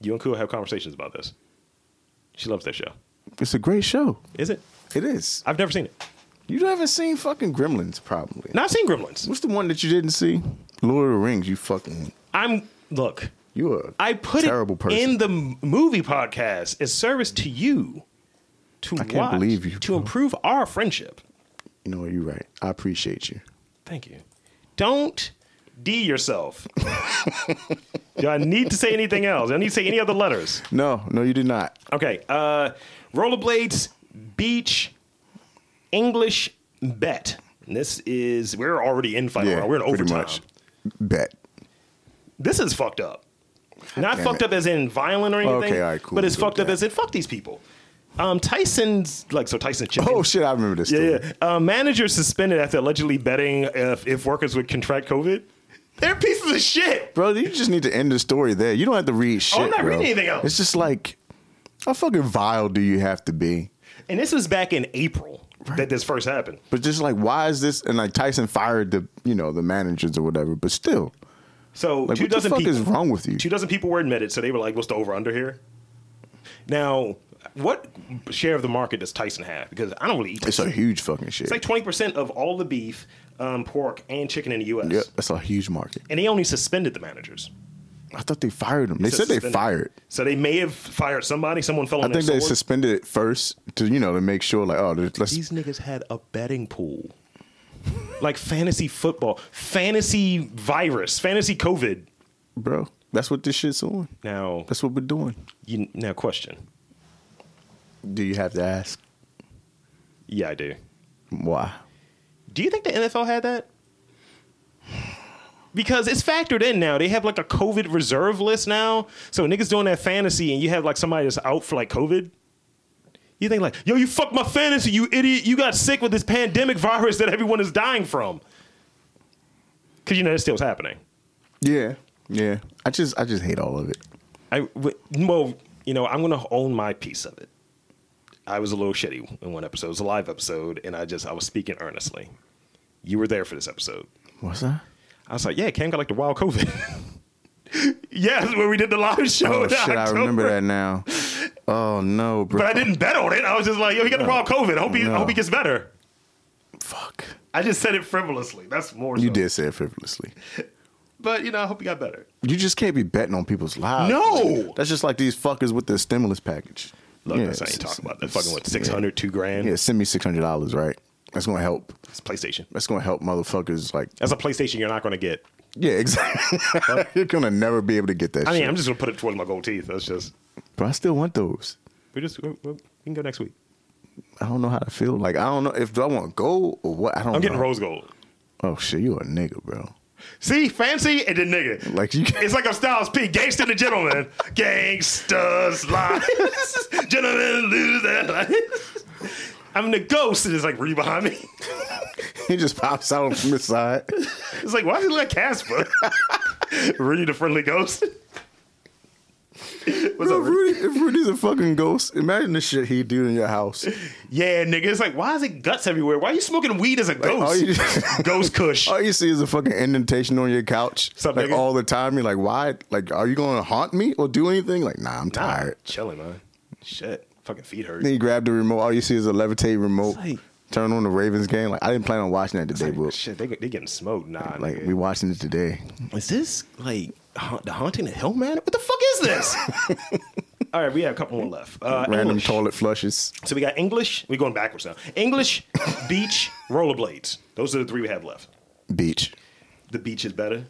[SPEAKER 1] You and Cool have conversations about this. She loves that show.
[SPEAKER 2] It's a great show.
[SPEAKER 1] Is it?
[SPEAKER 2] It is.
[SPEAKER 1] I've never seen it.
[SPEAKER 2] You haven't seen fucking Gremlins, probably.
[SPEAKER 1] Now, I've seen Gremlins.
[SPEAKER 2] What's the one that you didn't see? Lord of the Rings. You fucking.
[SPEAKER 1] I'm, look,
[SPEAKER 2] You a
[SPEAKER 1] I put
[SPEAKER 2] terrible
[SPEAKER 1] it
[SPEAKER 2] person.
[SPEAKER 1] in the m- movie podcast as service to you to
[SPEAKER 2] can't
[SPEAKER 1] watch,
[SPEAKER 2] believe you,
[SPEAKER 1] to
[SPEAKER 2] bro.
[SPEAKER 1] improve our friendship.
[SPEAKER 2] you know what? You're right. I appreciate you.
[SPEAKER 1] Thank you. Don't D yourself. Do I need to say anything else? Do I need to say any other letters?
[SPEAKER 2] No, no, you did not.
[SPEAKER 1] Okay. Uh, rollerblades, beach, English bet. And this is we're already in final round. We're in
[SPEAKER 2] pretty
[SPEAKER 1] overtime.
[SPEAKER 2] Bet.
[SPEAKER 1] This is fucked up. Not
[SPEAKER 2] Damn
[SPEAKER 1] fucked
[SPEAKER 2] it.
[SPEAKER 1] up as in violent or anything.
[SPEAKER 2] Okay, all right, cool,
[SPEAKER 1] But it's
[SPEAKER 2] we'll go
[SPEAKER 1] fucked
[SPEAKER 2] with
[SPEAKER 1] up
[SPEAKER 2] that.
[SPEAKER 1] as in fuck these people. Um, Tyson's like so Tyson chicken.
[SPEAKER 2] Oh shit! I remember this.
[SPEAKER 1] Yeah,
[SPEAKER 2] story.
[SPEAKER 1] yeah. Uh, manager suspended after allegedly betting if, if workers would contract COVID. They're pieces of shit.
[SPEAKER 2] bro. You just need to end the story there. You don't have to read shit.
[SPEAKER 1] Oh, I'm not
[SPEAKER 2] bro.
[SPEAKER 1] reading anything else.
[SPEAKER 2] It's just like, how fucking vile do you have to be?
[SPEAKER 1] And this was back in April that this first happened.
[SPEAKER 2] But just like, why is this? And like, Tyson fired the you know the managers or whatever. But still,
[SPEAKER 1] So
[SPEAKER 2] like,
[SPEAKER 1] two
[SPEAKER 2] what the
[SPEAKER 1] dozen
[SPEAKER 2] fuck
[SPEAKER 1] people
[SPEAKER 2] is wrong with you?
[SPEAKER 1] two dozen people were admitted, so they were like, "What's the over under here?" Now, what share of the market does Tyson have? Because I don't really eat.
[SPEAKER 2] It's a huge fucking shit.
[SPEAKER 1] It's like twenty percent of all the beef, um, pork, and chicken in the U.S.
[SPEAKER 2] Yep, that's a huge market.
[SPEAKER 1] And they only suspended the managers.
[SPEAKER 2] I thought they fired them. They said they
[SPEAKER 1] Suspended.
[SPEAKER 2] fired.
[SPEAKER 1] So they may have fired somebody. Someone fell on
[SPEAKER 2] I think
[SPEAKER 1] their
[SPEAKER 2] they
[SPEAKER 1] sword.
[SPEAKER 2] suspended it first to you know to make sure like oh let's
[SPEAKER 1] These niggas had a betting pool. Like fantasy football, fantasy virus, fantasy COVID.
[SPEAKER 2] bro. That's what this shit's on.
[SPEAKER 1] Now,
[SPEAKER 2] That's what we're doing.
[SPEAKER 1] you, now question.
[SPEAKER 2] Do you have to ask
[SPEAKER 1] Yeah, I do.
[SPEAKER 2] why?
[SPEAKER 1] Do you think the NFL had that? Because it's factored in now. They have like a COVID reserve list now. So niggas doing that fantasy and you have like somebody that's out for like COVID. You think like, yo, you fucked my fantasy, you idiot. You got sick with this pandemic virus that everyone is dying from. Cause you know, that still is happening.
[SPEAKER 2] Yeah, yeah. I just I just hate all of it.
[SPEAKER 1] I w- well, you know, I'm gonna own my piece of it. I was a little shitty in one episode. It was a live episode, and I just I was speaking earnestly. You were there for this episode.
[SPEAKER 2] What's that?
[SPEAKER 1] I was like, yeah, Cam got like the wild COVID. <laughs> yes, when we did the live show.
[SPEAKER 2] Oh <laughs>
[SPEAKER 1] <laughs> in
[SPEAKER 2] shit! I
[SPEAKER 1] October.
[SPEAKER 2] remember that now. Oh no, bro.
[SPEAKER 1] But I didn't bet on it. I was just like, yo, he got the wild COVID. I hope he, I hope he gets better.
[SPEAKER 2] Fuck.
[SPEAKER 1] I just said it frivolously. That's more.
[SPEAKER 2] You
[SPEAKER 1] so.
[SPEAKER 2] did say it frivolously.
[SPEAKER 1] but you know, I hope he got better.
[SPEAKER 2] You just can't be betting on people's lives.
[SPEAKER 1] No!
[SPEAKER 2] that's just like these fuckers with the stimulus package.
[SPEAKER 1] Look,
[SPEAKER 2] Yeah,
[SPEAKER 1] that's I ain't
[SPEAKER 2] it's-
[SPEAKER 1] talking about that.
[SPEAKER 2] it's-
[SPEAKER 1] Fucking what, 600, two grand?
[SPEAKER 2] Yeah. yeah, send me six hundred dollars, right? That's gonna help.
[SPEAKER 1] It's PlayStation.
[SPEAKER 2] That's gonna help motherfuckers. Like,
[SPEAKER 1] That's a PlayStation you're not going to get.
[SPEAKER 2] yeah, exactly. <laughs> You're gonna never be able to get that.
[SPEAKER 1] I mean,
[SPEAKER 2] shit.
[SPEAKER 1] I'm just going to put it towards my gold teeth. That's just.
[SPEAKER 2] but I still want those.
[SPEAKER 1] We just we, we we can go next week.
[SPEAKER 2] I don't know how to feel. Like, I don't know if do I want gold or what. I don't.
[SPEAKER 1] I'm getting
[SPEAKER 2] know.
[SPEAKER 1] rose gold.
[SPEAKER 2] Oh shit, you a nigga, bro.
[SPEAKER 1] See, fancy and then nigga.
[SPEAKER 2] Like you.
[SPEAKER 1] It's like a Styles P, gangster the gentleman. Gangsters lies. <laughs> gentlemen lose their lives. I'm the ghost, and it's like right behind me. <laughs>
[SPEAKER 2] <laughs> He just pops out from his side.
[SPEAKER 1] It's like, why does he look like Casper? <laughs> Rudy the friendly ghost. <laughs> What's
[SPEAKER 2] Bro,
[SPEAKER 1] up, Rudy?
[SPEAKER 2] Rudy, if Rudy's a fucking ghost, imagine the shit he do in your house.
[SPEAKER 1] Yeah, nigga. It's like, why is it guts everywhere? Why are you smoking weed as a
[SPEAKER 2] all
[SPEAKER 1] ghost? <laughs>
[SPEAKER 2] you-
[SPEAKER 1] ghost Kush.
[SPEAKER 2] All you see is a fucking indentation on your couch,
[SPEAKER 1] Sup,
[SPEAKER 2] like
[SPEAKER 1] nigga?
[SPEAKER 2] all the time. You're like, why? Like, are you going to haunt me or do anything? Like, nah, I'm tired.
[SPEAKER 1] Chilling, man. Shit. Fucking feet hurt.
[SPEAKER 2] Then you grab the remote. All you see is a levitate remote.
[SPEAKER 1] It's like-
[SPEAKER 2] Turn on the Ravens game. Like, I didn't plan on watching that today, but
[SPEAKER 1] Shit, they they getting smoked. Nah,
[SPEAKER 2] like
[SPEAKER 1] nigga.
[SPEAKER 2] we watching it today.
[SPEAKER 1] Is this like ha- the haunting of Hill Man? What the fuck is this? <laughs> All right, we have a couple more left. Uh,
[SPEAKER 2] Random
[SPEAKER 1] English.
[SPEAKER 2] toilet flushes.
[SPEAKER 1] So we got English. We're going backwards now. English, beach, rollerblades. Those are the three we have left.
[SPEAKER 2] Beach.
[SPEAKER 1] The beach is better.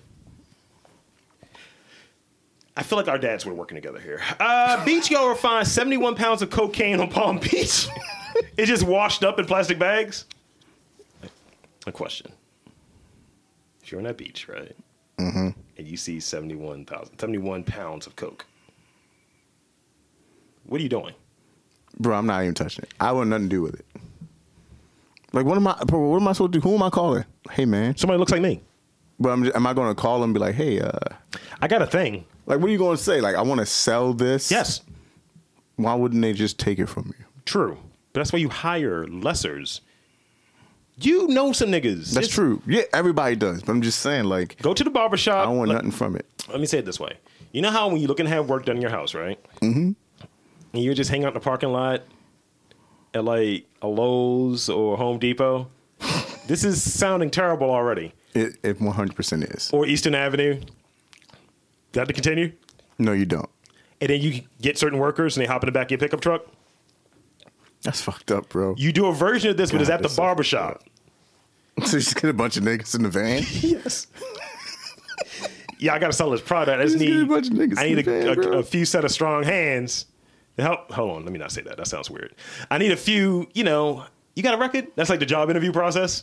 [SPEAKER 1] I feel like our dads were working together here. Uh, beach goer finds 71 pounds of cocaine on Palm Beach. <laughs> it just washed up in plastic bags. A question. If you're on that beach, right? And you see 71,000, 71 pounds of coke. What are you doing?
[SPEAKER 2] Bro, I'm not even touching it. I want nothing to do with it. Like, what am I? Bro, what am I supposed to do? Who am I calling? Hey, man.
[SPEAKER 1] Somebody looks like me.
[SPEAKER 2] But I'm just, am I going to call and be like, hey, uh,
[SPEAKER 1] I got a thing.
[SPEAKER 2] like, what are you going to say? Like, I want to sell this.
[SPEAKER 1] Yes.
[SPEAKER 2] why wouldn't they just take it from you?
[SPEAKER 1] True. But that's why you hire lessers. You know some niggas.
[SPEAKER 2] That's
[SPEAKER 1] Just
[SPEAKER 2] true. Yeah, everybody does. But I'm just saying, like,
[SPEAKER 1] Go to the barbershop.
[SPEAKER 2] I don't want
[SPEAKER 1] let,
[SPEAKER 2] nothing from it.
[SPEAKER 1] let me say it this way. You know how when you're looking to have work done in your house, right? Mm-hmm. And you just hang out in the parking lot at like a Lowe's or Home
[SPEAKER 2] <laughs>
[SPEAKER 1] Depot? this is sounding terrible already.
[SPEAKER 2] It, it 100% is.
[SPEAKER 1] Or Eastern Avenue. Got to continue?
[SPEAKER 2] No, you don't.
[SPEAKER 1] And then you get certain workers and they hop in the back of your pickup truck.
[SPEAKER 2] That's fucked up, bro. <laughs>
[SPEAKER 1] You do a version of this, but it's
[SPEAKER 2] God,
[SPEAKER 1] at the
[SPEAKER 2] that's so
[SPEAKER 1] barbershop.
[SPEAKER 2] so you just get a bunch of niggas in the van.
[SPEAKER 1] Yes. yeah, I gotta sell this product. I just
[SPEAKER 2] Just get a
[SPEAKER 1] need
[SPEAKER 2] bunch of niggas
[SPEAKER 1] I need
[SPEAKER 2] in the
[SPEAKER 1] a,
[SPEAKER 2] van,
[SPEAKER 1] a,
[SPEAKER 2] bro.
[SPEAKER 1] a few set of strong hands to help. Hold on, let me not say that. That sounds weird. I need a few. You know, you got a record? That's like the job interview process.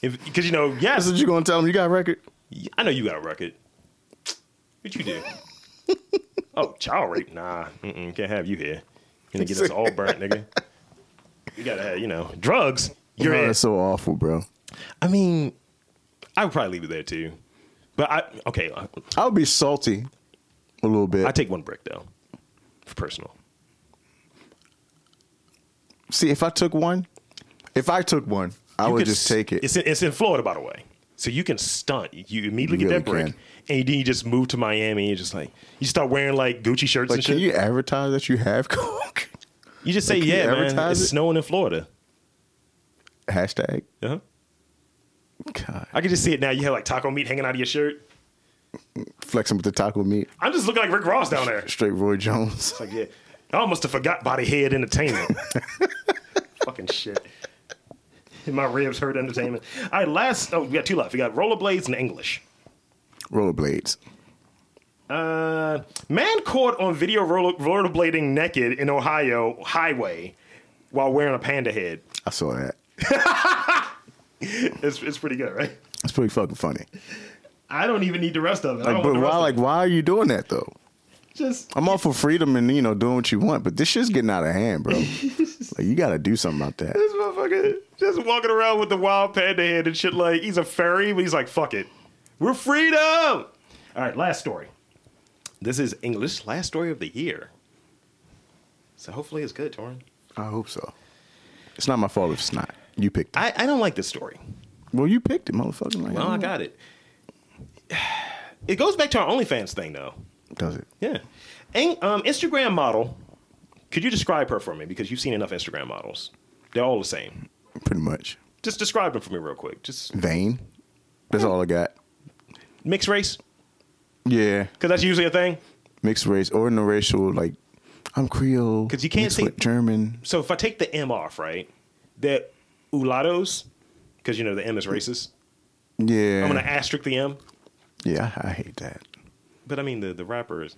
[SPEAKER 1] Because you know,
[SPEAKER 2] That's
[SPEAKER 1] yes,
[SPEAKER 2] what you gonna tell them. You got a record?
[SPEAKER 1] I know you got a record. What you
[SPEAKER 2] <laughs>
[SPEAKER 1] do? oh, child rape? Nah, mm-mm, can't have you here. You're gonna get us all burnt, nigga. You gotta have, you know, drugs. You're
[SPEAKER 2] Bro,
[SPEAKER 1] in.
[SPEAKER 2] that's so awful, bro.
[SPEAKER 1] I mean, I would probably leave it there too. But I okay, I,
[SPEAKER 2] I would be salty a little bit.
[SPEAKER 1] I take one break though, for personal.
[SPEAKER 2] See, if I took one, if I took one, I
[SPEAKER 1] You
[SPEAKER 2] would
[SPEAKER 1] could
[SPEAKER 2] just
[SPEAKER 1] s-
[SPEAKER 2] take it.
[SPEAKER 1] It's in, it's in Florida, by the way, so you can stunt. You immediately
[SPEAKER 2] You
[SPEAKER 1] get
[SPEAKER 2] really
[SPEAKER 1] that break,
[SPEAKER 2] can.
[SPEAKER 1] and then you just move to Miami. And you're just like you start wearing like Gucci shirts
[SPEAKER 2] Like,
[SPEAKER 1] and
[SPEAKER 2] can
[SPEAKER 1] shit. You,
[SPEAKER 2] you advertise that you have <laughs> coke?
[SPEAKER 1] just say,
[SPEAKER 2] like, can you
[SPEAKER 1] "Yeah, man, it's
[SPEAKER 2] advertise it?"
[SPEAKER 1] snowing in Florida."
[SPEAKER 2] Hashtag.
[SPEAKER 1] Uh-huh.
[SPEAKER 2] God,
[SPEAKER 1] I can just see it now. You have like taco meat hanging out of your shirt.
[SPEAKER 2] flexing with the taco meat.
[SPEAKER 1] I'm just looking like Rick Ross down there.
[SPEAKER 2] Straight Roy Jones.
[SPEAKER 1] Like, yeah, I almost have forgot Body Head <laughs> Entertainment. Fucking shit. My ribs hurt entertainment. All right, last. Oh, we got two left. We got rollerblades and English.
[SPEAKER 2] Rollerblades.
[SPEAKER 1] Uh, man caught on video roller, rollerblading naked in Ohio highway while wearing a panda head.
[SPEAKER 2] I saw that.
[SPEAKER 1] It's, it's pretty good, right?
[SPEAKER 2] That's pretty fucking funny.
[SPEAKER 1] I don't even need the rest of it. I
[SPEAKER 2] Like,
[SPEAKER 1] don't want
[SPEAKER 2] but
[SPEAKER 1] the
[SPEAKER 2] why?
[SPEAKER 1] rest
[SPEAKER 2] Like, why are you doing that though?
[SPEAKER 1] of it. just
[SPEAKER 2] I'm all for freedom and you know doing what you want, but this shit's getting out of
[SPEAKER 1] <laughs>
[SPEAKER 2] hand, bro. like, you got to do something about that.
[SPEAKER 1] this motherfucker just walking around with the wild panda head and shit. Like he's a furry, but he's like, fuck it, we're freedom. All right, last story. This is English last story of the year. So hopefully it's good, Torin.
[SPEAKER 2] I hope so. It's not my fault if it's not. You picked. it.
[SPEAKER 1] I, I don't like this story.
[SPEAKER 2] Well, you picked it, motherfucker. Like,
[SPEAKER 1] Well, I got it. <sighs> It goes back to our OnlyFans thing, though.
[SPEAKER 2] Does it?
[SPEAKER 1] Yeah. And, um, Instagram model. Could you describe her for me? Because you've seen enough Instagram models. They're all the same.
[SPEAKER 2] Pretty much.
[SPEAKER 1] Just describe them for me real quick. Just
[SPEAKER 2] Vain. That's all I got.
[SPEAKER 1] mixed race,
[SPEAKER 2] Yeah.
[SPEAKER 1] because that's usually a thing.
[SPEAKER 2] Mixed race or interracial. Like, I'm Creole.
[SPEAKER 1] 'Cause you can't
[SPEAKER 2] mixed
[SPEAKER 1] say-
[SPEAKER 2] with German.
[SPEAKER 1] So if I take the M off, right? They're ulatos, because you know the M is racist.
[SPEAKER 2] Yeah.
[SPEAKER 1] I'm gonna asterisk the M,
[SPEAKER 2] yeah, I, I hate that.
[SPEAKER 1] but I mean the the rapper is.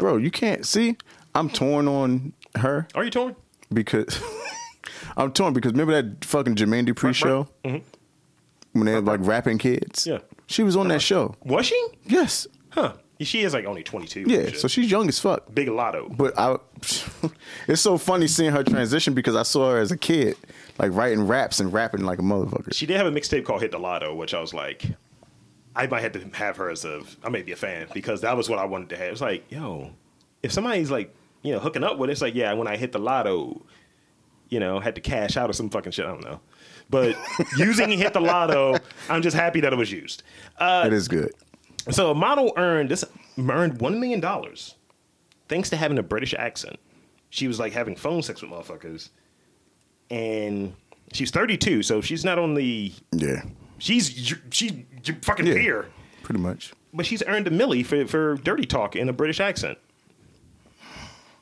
[SPEAKER 2] Bro, you can't see. I'm torn on her
[SPEAKER 1] Are you torn?
[SPEAKER 2] because <laughs> I'm torn because remember that fucking Jermaine Dupri show when they had like rapping kids.
[SPEAKER 1] Mm-hmm. Yeah. Uh-huh.
[SPEAKER 2] she was on that show.
[SPEAKER 1] Was she?
[SPEAKER 2] Yes,
[SPEAKER 1] Huh? She is like only 22. or
[SPEAKER 2] yeah.
[SPEAKER 1] shit.
[SPEAKER 2] So she's young as fuck.
[SPEAKER 1] big lotto.
[SPEAKER 2] But I, <laughs> it's so funny seeing her transition because I saw her as a kid, like writing raps and rapping like a motherfucker.
[SPEAKER 1] She did have a mixtape called Hit the Lotto, which I was like, I might have to have her as a, I may be a fan because that was what I wanted to have. It's like, yo, if somebody's like, you know, hooking up with, it, it's like, yeah, when I hit the lotto, you know, had to cash out or some fucking shit. I don't know. But using Hit the Lotto, I'm just happy that it was used.
[SPEAKER 2] it is good.
[SPEAKER 1] So a model earned this earned one million dollars thanks to having a British accent. She was like having phone sex with motherfuckers, and she's 32, so she's not on the
[SPEAKER 2] Yeah,
[SPEAKER 1] she's she's fucking
[SPEAKER 2] Yeah.
[SPEAKER 1] here,
[SPEAKER 2] pretty much.
[SPEAKER 1] but she's earned a millie for for dirty talk in a British accent.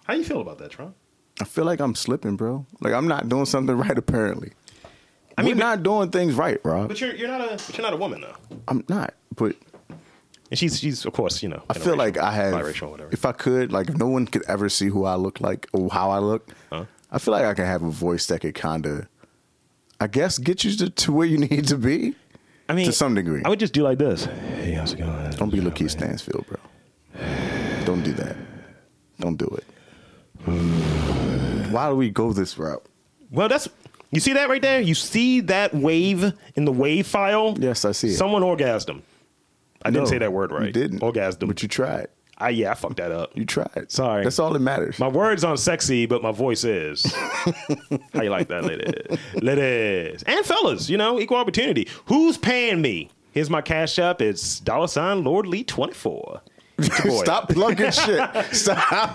[SPEAKER 1] How you feel about that, Tron?
[SPEAKER 2] I feel like I'm slipping, bro. Like I'm not doing something <laughs> right. Apparently, I mean,
[SPEAKER 1] mean,
[SPEAKER 2] We're
[SPEAKER 1] but-
[SPEAKER 2] not doing things right, Rob.
[SPEAKER 1] But you're you're not a but you're not a woman though,
[SPEAKER 2] I'm not. But
[SPEAKER 1] and she's she's of course you know.
[SPEAKER 2] I feel like I have.
[SPEAKER 1] biracial, whatever.
[SPEAKER 2] If I could, like, if no one could ever see who I look like or how I look, I feel like I could have a voice that could kind of, I guess, get you to, to where you <laughs> need to be.
[SPEAKER 1] I mean
[SPEAKER 2] to some degree.
[SPEAKER 1] I would just do like this. Hey, how's it going?
[SPEAKER 2] Don't be Lakeith Stansfield, bro. Don't do that. Don't do it. Why do we go this route?
[SPEAKER 1] Well, that's you see that right there. You see that wave in the wave file.
[SPEAKER 2] Yes, I see it.
[SPEAKER 1] Someone orgasmed. I didn't say that word right.
[SPEAKER 2] You didn't.
[SPEAKER 1] Orgasmed.
[SPEAKER 2] But you tried.
[SPEAKER 1] I yeah, I fucked that up.
[SPEAKER 2] You tried.
[SPEAKER 1] Sorry.
[SPEAKER 2] That's all that matters. <laughs>
[SPEAKER 1] My words aren't sexy, but my voice is. How you like that, ladies? Ladies. And fellas, you know, equal opportunity. Who's paying me? Here's my cash up. It's dollar sign Lord Lee 24.
[SPEAKER 2] Stop plugging shit. Stop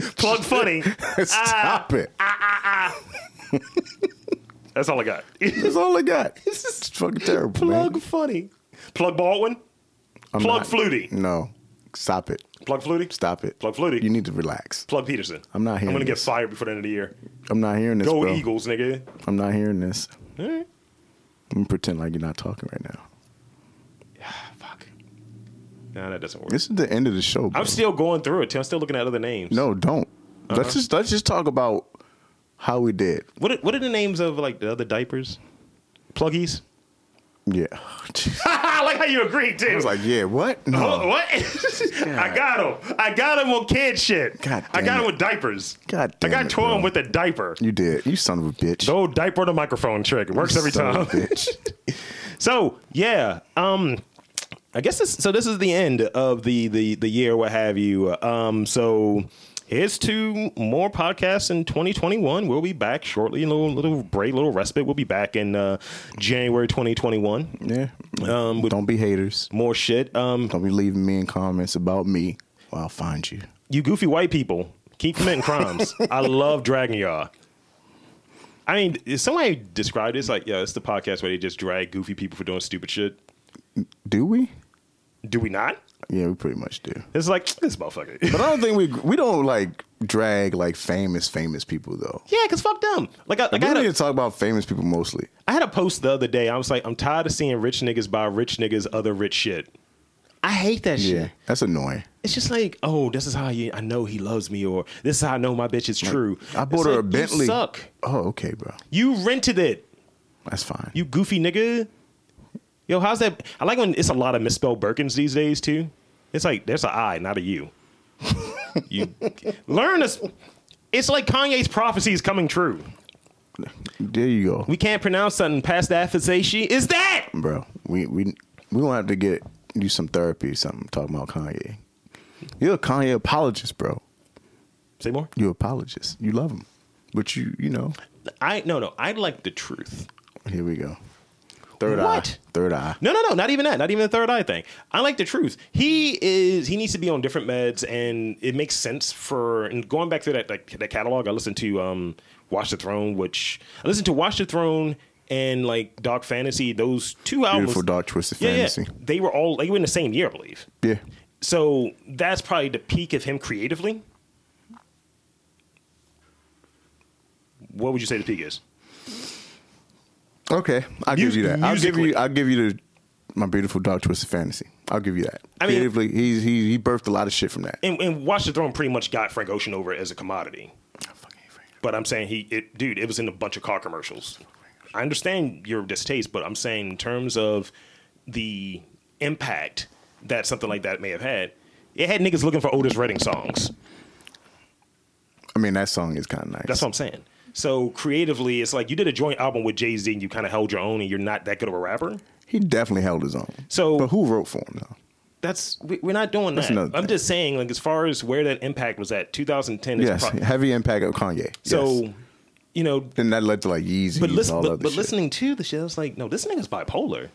[SPEAKER 1] <laughs> Plug
[SPEAKER 2] <laughs>
[SPEAKER 1] Ah. funny.
[SPEAKER 2] Stop it.
[SPEAKER 1] That's all I
[SPEAKER 2] <laughs>
[SPEAKER 1] got.
[SPEAKER 2] That's all I got. <laughs> It's fucking terrible.
[SPEAKER 1] Plug
[SPEAKER 2] man.
[SPEAKER 1] funny. Plug Baldwin.
[SPEAKER 2] I'm
[SPEAKER 1] plug
[SPEAKER 2] not-
[SPEAKER 1] Flutie.
[SPEAKER 2] No. Stop it.
[SPEAKER 1] Plug Flutie.
[SPEAKER 2] Stop it.
[SPEAKER 1] Plug Flutie.
[SPEAKER 2] You need to relax.
[SPEAKER 1] Plug Peterson.
[SPEAKER 2] I'm not
[SPEAKER 1] I'm
[SPEAKER 2] hearing
[SPEAKER 1] gonna get
[SPEAKER 2] this.
[SPEAKER 1] fired before the end of the year.
[SPEAKER 2] I'm not hearing this,
[SPEAKER 1] Go
[SPEAKER 2] bro.
[SPEAKER 1] Eagles, nigga.
[SPEAKER 2] I'm not hearing this.
[SPEAKER 1] All right.
[SPEAKER 2] I'm gonna pretend like you're not talking right now.
[SPEAKER 1] Ah, Fuck. Nah, that doesn't work.
[SPEAKER 2] This is the end of the show. Bro.
[SPEAKER 1] I'm still going through it. too. I'm still looking at other names.
[SPEAKER 2] no, don't.
[SPEAKER 1] Uh-huh.
[SPEAKER 2] Let's just let's just talk about how we did.
[SPEAKER 1] What are, what are the names of like the other diapers? Pluggies?
[SPEAKER 2] Yeah.
[SPEAKER 1] <laughs>
[SPEAKER 2] <laughs>
[SPEAKER 1] I like oh. how you agreed too.
[SPEAKER 2] I was like, yeah, what? No.
[SPEAKER 1] What? what? <laughs> I got him. I got him on kid shit.
[SPEAKER 2] God
[SPEAKER 1] I got
[SPEAKER 2] damn
[SPEAKER 1] him
[SPEAKER 2] it.
[SPEAKER 1] with diapers.
[SPEAKER 2] God
[SPEAKER 1] I
[SPEAKER 2] damn
[SPEAKER 1] got
[SPEAKER 2] it,
[SPEAKER 1] to him
[SPEAKER 2] bro.
[SPEAKER 1] with a diaper.
[SPEAKER 2] You did. You son of a bitch.
[SPEAKER 1] The old diaper on the microphone trick. It works every
[SPEAKER 2] Son
[SPEAKER 1] time.
[SPEAKER 2] of a bitch.
[SPEAKER 1] <laughs> So yeah, um, I guess this, so. This is the end of the the the year, what have you. Um, so here's two more podcasts in 2021. We'll be back shortly. A little little break, little respite. We'll be back in uh, January 2021.
[SPEAKER 2] yeah.
[SPEAKER 1] Um, with
[SPEAKER 2] don't be haters.
[SPEAKER 1] more shit. Um,
[SPEAKER 2] Don't be leaving me in comments about me. Or I'll find you.
[SPEAKER 1] you goofy white people keep committing
[SPEAKER 2] <laughs>
[SPEAKER 1] crimes. I love dragging y'all. I mean, somebody described this like, yeah, it's the podcast where they just drag goofy people for doing stupid shit.
[SPEAKER 2] Do we?
[SPEAKER 1] Do we not?
[SPEAKER 2] Yeah, we pretty much do.
[SPEAKER 1] It's like this motherfucker. <laughs>
[SPEAKER 2] But I don't think we we don't like drag like famous famous people though.
[SPEAKER 1] Yeah, cause fuck them. Like I, like, I,
[SPEAKER 2] we
[SPEAKER 1] had
[SPEAKER 2] need
[SPEAKER 1] a,
[SPEAKER 2] to talk about famous people mostly.
[SPEAKER 1] I had a post the other day. I was like, I'm tired of seeing rich niggas buy rich niggas other rich shit. I hate that shit.
[SPEAKER 2] Yeah, that's annoying.
[SPEAKER 1] It's just like, oh, this is how you, I know he loves me, or this is how I know my bitch is true.
[SPEAKER 2] I
[SPEAKER 1] It's
[SPEAKER 2] bought her
[SPEAKER 1] like,
[SPEAKER 2] a Bentley.
[SPEAKER 1] You suck.
[SPEAKER 2] Oh, okay, bro.
[SPEAKER 1] You rented it.
[SPEAKER 2] That's fine.
[SPEAKER 1] You goofy nigga. Yo, how's that? I like when it's a lot of misspelled Birkins these days too. It's like there's an I, not a
[SPEAKER 2] <laughs>
[SPEAKER 1] you. you learn this. It's like Kanye's prophecy is coming true.
[SPEAKER 2] there you go,
[SPEAKER 1] We can't pronounce something past the affixation. Is that?
[SPEAKER 2] bro. We we we gonna have to get do some therapy or something talking about Kanye. You're a Kanye apologist, bro.
[SPEAKER 1] Say more.
[SPEAKER 2] You're an apologist. You love him, but you you know.
[SPEAKER 1] I no no. I like the truth.
[SPEAKER 2] Here we go. Third
[SPEAKER 1] What?
[SPEAKER 2] eye. Third eye.
[SPEAKER 1] No no no. Not even that. Not even the third eye thing. I like the truth. He is. He needs to be on different meds, and it makes sense for. And going back to that like, that catalog, I listened to um Watch the Throne, which I listened to Watch the Throne and like Dark Fantasy. Those two albums.
[SPEAKER 2] Beautiful dark twisted
[SPEAKER 1] Yeah,
[SPEAKER 2] fantasy.
[SPEAKER 1] yeah. They were all they were in the same year, I believe.
[SPEAKER 2] Yeah.
[SPEAKER 1] So that's probably the peak of him creatively. What would you say the peak is?
[SPEAKER 2] Okay, I'll give you that. I'll give
[SPEAKER 1] musically.
[SPEAKER 2] you. I'll give you the my beautiful dark twisted fantasy. I'll give you that.
[SPEAKER 1] I mean-
[SPEAKER 2] Creatively, he's he he birthed a lot of shit from that.
[SPEAKER 1] and, and Watch the Throne pretty much got Frank Ocean over as a commodity. But I'm saying he, it, dude, it was in a bunch of car commercials. I understand your distaste, but I'm saying in terms of the impact that something like that may have had, it had niggas looking for Otis Redding songs.
[SPEAKER 2] I mean, that song is kind of nice.
[SPEAKER 1] That's what I'm saying. So creatively, it's like you did a joint album with Jay Z and you kind of held your own, and you're not that good of a rapper.
[SPEAKER 2] He definitely held his own.
[SPEAKER 1] So-
[SPEAKER 2] but who wrote for him though?
[SPEAKER 1] That's we- we're not doing that.
[SPEAKER 2] another
[SPEAKER 1] I'm
[SPEAKER 2] thing.
[SPEAKER 1] just saying, like as far as where that impact was at, 2010. Is
[SPEAKER 2] Yes,
[SPEAKER 1] pro-
[SPEAKER 2] heavy impact of Kanye.
[SPEAKER 1] so,
[SPEAKER 2] Yes.
[SPEAKER 1] you know,
[SPEAKER 2] then that led to like Yeezy
[SPEAKER 1] But
[SPEAKER 2] and
[SPEAKER 1] listen,
[SPEAKER 2] all
[SPEAKER 1] but,
[SPEAKER 2] other
[SPEAKER 1] but
[SPEAKER 2] shit.
[SPEAKER 1] listening to the shit, I was like, no, this nigga's bipolar.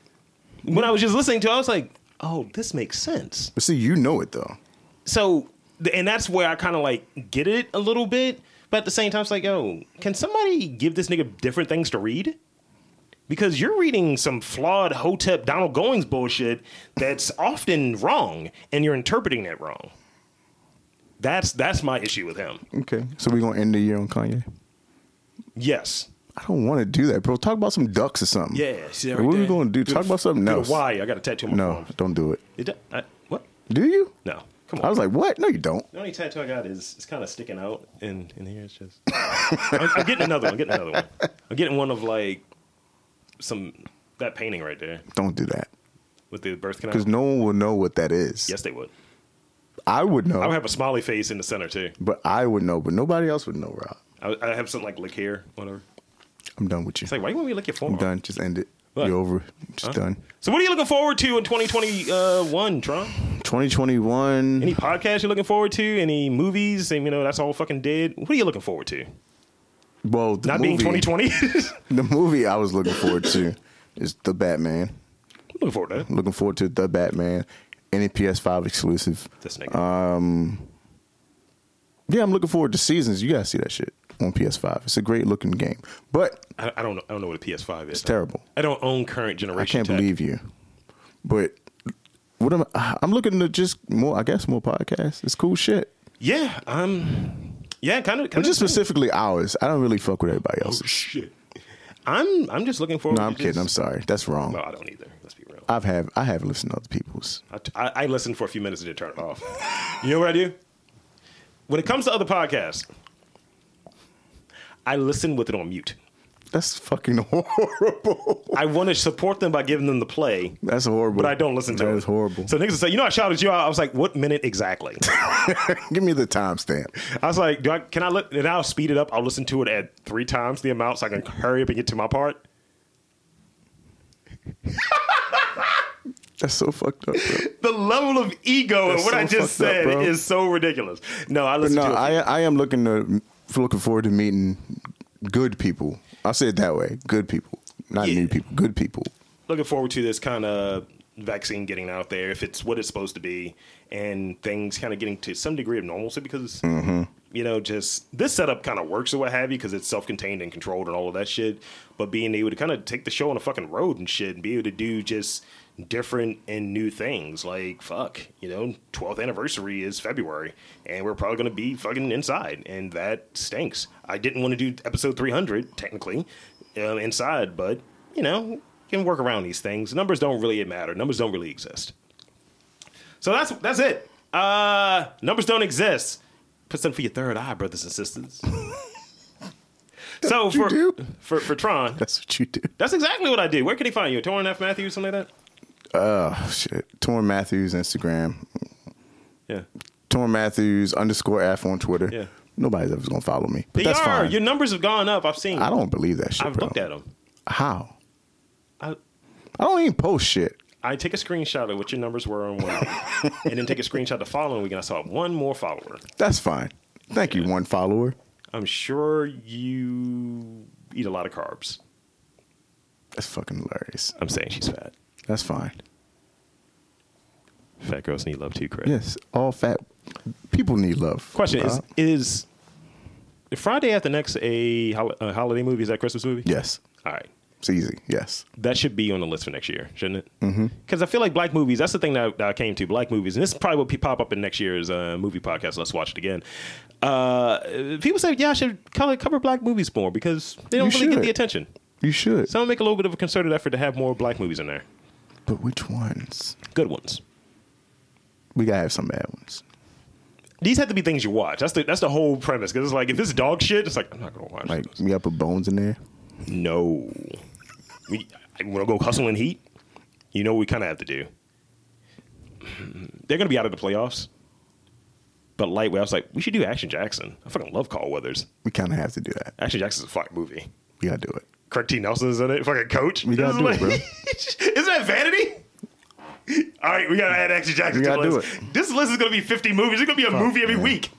[SPEAKER 1] When I was just listening to, it, I was like, oh, this makes sense.
[SPEAKER 2] But see, you know it though.
[SPEAKER 1] So, th- and that's where I kind of like get it a little bit, but at the same time, it's like, yo, can somebody give this nigga different things to read? Because you're reading some flawed Hotep Donald Goings bullshit that's often wrong, and you're interpreting it wrong. That's that's my issue with him.
[SPEAKER 2] Okay, so we are gonna end the year on Kanye.
[SPEAKER 1] Yes.
[SPEAKER 2] I don't want to do that, bro. Talk about some ducks or something.
[SPEAKER 1] Yeah. see,
[SPEAKER 2] Like,
[SPEAKER 1] right
[SPEAKER 2] what are we
[SPEAKER 1] there.
[SPEAKER 2] gonna do? Talk
[SPEAKER 1] the-
[SPEAKER 2] about something
[SPEAKER 1] do the
[SPEAKER 2] else.
[SPEAKER 1] Why? I got a tattoo. On my
[SPEAKER 2] No,
[SPEAKER 1] forearm.
[SPEAKER 2] don't do it.
[SPEAKER 1] It, do- I, what?
[SPEAKER 2] Do you?
[SPEAKER 1] No. Come on.
[SPEAKER 2] I was like, what? No, you don't.
[SPEAKER 1] the only tattoo I got is it's kind of sticking out, and and here it's just. I'm, I'm getting another one. I'm getting another one. I'm getting one of like some that painting right there
[SPEAKER 2] Don't do that
[SPEAKER 1] with the birth canal.
[SPEAKER 2] because no one will know what that is.
[SPEAKER 1] Yes, they would.
[SPEAKER 2] I would know,
[SPEAKER 1] I would have a smiley face in the center too.
[SPEAKER 2] but I would know, but nobody else would know, Rob.
[SPEAKER 1] I would, I'd have something like lick here, whatever.
[SPEAKER 2] I'm done with you.
[SPEAKER 1] It's like, why you want me to lick your
[SPEAKER 2] I'm
[SPEAKER 1] forearm?
[SPEAKER 2] done. Just end it.
[SPEAKER 1] What?
[SPEAKER 2] You're over. Just done.
[SPEAKER 1] So what are you looking forward to in 2021, Tron?
[SPEAKER 2] 2021.
[SPEAKER 1] Any podcast you're looking forward to? Any movies? And you know, that's all fucking dead. What are you looking forward to?
[SPEAKER 2] well, the
[SPEAKER 1] Not
[SPEAKER 2] movie,
[SPEAKER 1] being <laughs> 2020.
[SPEAKER 2] The movie I was looking forward to is The Batman.
[SPEAKER 1] looking forward to that.
[SPEAKER 2] Looking forward to The Batman. Any PS5 exclusive.
[SPEAKER 1] this nigga.
[SPEAKER 2] Yeah, I'm looking forward to Seasons. You gotta see that shit on PS5. It's a great looking game, but
[SPEAKER 1] I, I don't know. I don't know what a PS5 is.
[SPEAKER 2] it's terrible.
[SPEAKER 1] I don't own current generation.
[SPEAKER 2] I can't
[SPEAKER 1] tech.
[SPEAKER 2] believe you. But what am I? I'm looking to just more. I guess more podcasts. It's cool shit.
[SPEAKER 1] Yeah, um, yeah, kind of.
[SPEAKER 2] But just specifically ours. I don't really fuck with everybody else.
[SPEAKER 1] shit. I'm I'm just looking forward.
[SPEAKER 2] No, I'm
[SPEAKER 1] to
[SPEAKER 2] kidding. I'm
[SPEAKER 1] just-
[SPEAKER 2] sorry. That's wrong.
[SPEAKER 1] No, I don't either. Let's be real.
[SPEAKER 2] I've have I have listened to other people's.
[SPEAKER 1] I, I, I listened for a few minutes and then turned it off. <laughs> you know what I do? When it comes to other podcasts, I listen with it on mute.
[SPEAKER 2] That's fucking <laughs> horrible.
[SPEAKER 1] I want to support them by giving them the play,
[SPEAKER 2] That's horrible.
[SPEAKER 1] but I don't listen to it.
[SPEAKER 2] That is horrible.
[SPEAKER 1] So niggas would say, you know, I shouted you out. I was like, what minute exactly?
[SPEAKER 2] <laughs> Give me the timestamp.
[SPEAKER 1] I was like, do I, can I let, and I'll speed it up. I'll listen to it at three times the amount so I can hurry up and get to my part.
[SPEAKER 2] That's so fucked up.
[SPEAKER 1] The
[SPEAKER 2] Bro.
[SPEAKER 1] level of ego and
[SPEAKER 2] That's
[SPEAKER 1] what
[SPEAKER 2] so
[SPEAKER 1] I just
[SPEAKER 2] fucked up,
[SPEAKER 1] said
[SPEAKER 2] bro.
[SPEAKER 1] is so ridiculous. No, I listen
[SPEAKER 2] No,
[SPEAKER 1] to it.
[SPEAKER 2] I I am looking to looking forward to meeting good people. I'll say it that way. Good people, not
[SPEAKER 1] Yeah.
[SPEAKER 2] new people. Good people.
[SPEAKER 1] looking forward to this kind of vaccine getting out there if it's what it's supposed to be and things kind of getting to some degree of normalcy because you know just this setup kind of works or what have you because it's self-contained and controlled and all of that shit but being able to kind of take the show on a fucking road and shit and be able to do just different and new things like fuck you know 12th anniversary is february and we're probably going to be fucking inside and that stinks i didn't want to do episode 300 technically um, inside but you know can work around these things. Numbers don't really matter. Numbers don't really exist. So that's that's it. Uh, numbers don't exist. Put something for your third eye, brothers and
[SPEAKER 2] <laughs>
[SPEAKER 1] sisters. so for,
[SPEAKER 2] do?
[SPEAKER 1] for for Tron,
[SPEAKER 2] That's what you do.
[SPEAKER 1] that's exactly what I do. Where can he find you? Torn F Matthews, something like that.
[SPEAKER 2] Oh shit. Torn Matthews Instagram.
[SPEAKER 1] Yeah,
[SPEAKER 2] Torn Matthews underscore F on Twitter.
[SPEAKER 1] Yeah.
[SPEAKER 2] Nobody's ever gonna follow me. But
[SPEAKER 1] they
[SPEAKER 2] that's
[SPEAKER 1] are.
[SPEAKER 2] fine.
[SPEAKER 1] Your numbers have gone up. I've seen.
[SPEAKER 2] I don't believe that shit.
[SPEAKER 1] I've
[SPEAKER 2] bro.
[SPEAKER 1] looked at them.
[SPEAKER 2] How?
[SPEAKER 1] I,
[SPEAKER 2] I don't even post shit.
[SPEAKER 1] I take a screenshot of what your numbers were on one,
[SPEAKER 2] <laughs>
[SPEAKER 1] week, and then take a screenshot the following week, and I saw one more follower.
[SPEAKER 2] That's fine. Thank you, one follower.
[SPEAKER 1] I'm sure you eat a lot of carbs.
[SPEAKER 2] That's fucking hilarious.
[SPEAKER 1] I'm saying she's fat.
[SPEAKER 2] That's fine.
[SPEAKER 1] Fat girls need love too, Chris.
[SPEAKER 2] Yes, all fat people need love.
[SPEAKER 1] Question
[SPEAKER 2] Uh,
[SPEAKER 1] is is Friday after next a, hol- a holiday movie? Is that a Christmas movie?
[SPEAKER 2] yes,
[SPEAKER 1] All right.
[SPEAKER 2] it's easy. Yes,
[SPEAKER 1] That should be on the list for next year, shouldn't it?
[SPEAKER 2] Mm-hmm.
[SPEAKER 1] Because mm I feel like black movies, that's the thing that I, that I came to black movies. And this is probably what pe- pop up in next year's uh, movie podcast. Let's watch it again. Uh, people say, yeah, I should color, cover black movies more because they don't
[SPEAKER 2] You
[SPEAKER 1] really get
[SPEAKER 2] should.
[SPEAKER 1] the attention.
[SPEAKER 2] you should.
[SPEAKER 1] So I'll make a little bit of a concerted effort to have more black movies in there.
[SPEAKER 2] but which ones?
[SPEAKER 1] Good ones.
[SPEAKER 2] We gotta have some bad ones.
[SPEAKER 1] These have to be things you watch. That's the that's the whole premise. Because it's like if it's dog shit, it's like I'm not gonna watch.
[SPEAKER 2] Like
[SPEAKER 1] this.
[SPEAKER 2] we gotta put bones in there.
[SPEAKER 1] No. We I wanna go hustle and heat. You know what we kinda have to do. They're gonna be out of the playoffs. But lightweight, I was like, we should do Action Jackson. I fucking love Carl Weathers.
[SPEAKER 2] We kind of have to do that.
[SPEAKER 1] Action Jackson's a fucking movie.
[SPEAKER 2] We gotta do it.
[SPEAKER 1] Craig T. Nelson's in it, fucking coach.
[SPEAKER 2] We gotta do it,
[SPEAKER 1] <laughs>
[SPEAKER 2] bro.
[SPEAKER 1] Isn't that vanity? All right, we gotta add Action Jackson
[SPEAKER 2] We
[SPEAKER 1] to
[SPEAKER 2] gotta
[SPEAKER 1] the
[SPEAKER 2] do
[SPEAKER 1] list. This list is gonna be 50 movies. It's gonna be a movie every week.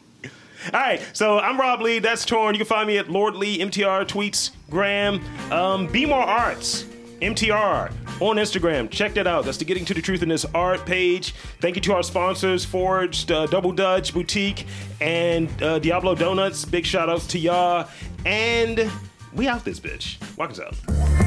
[SPEAKER 1] All right, so I'm Rob Lee. That's Torn. You can find me at Lord Lee MTR tweets Graham. Um, Be More Arts MTR on Instagram. Check that out. That's the Getting to the Truth in This Art page. Thank you to our sponsors: Forged, uh, Double Dutch Boutique, and uh, Diablo Donuts. Big shout outs to y'all. And we out this bitch. Walk us out.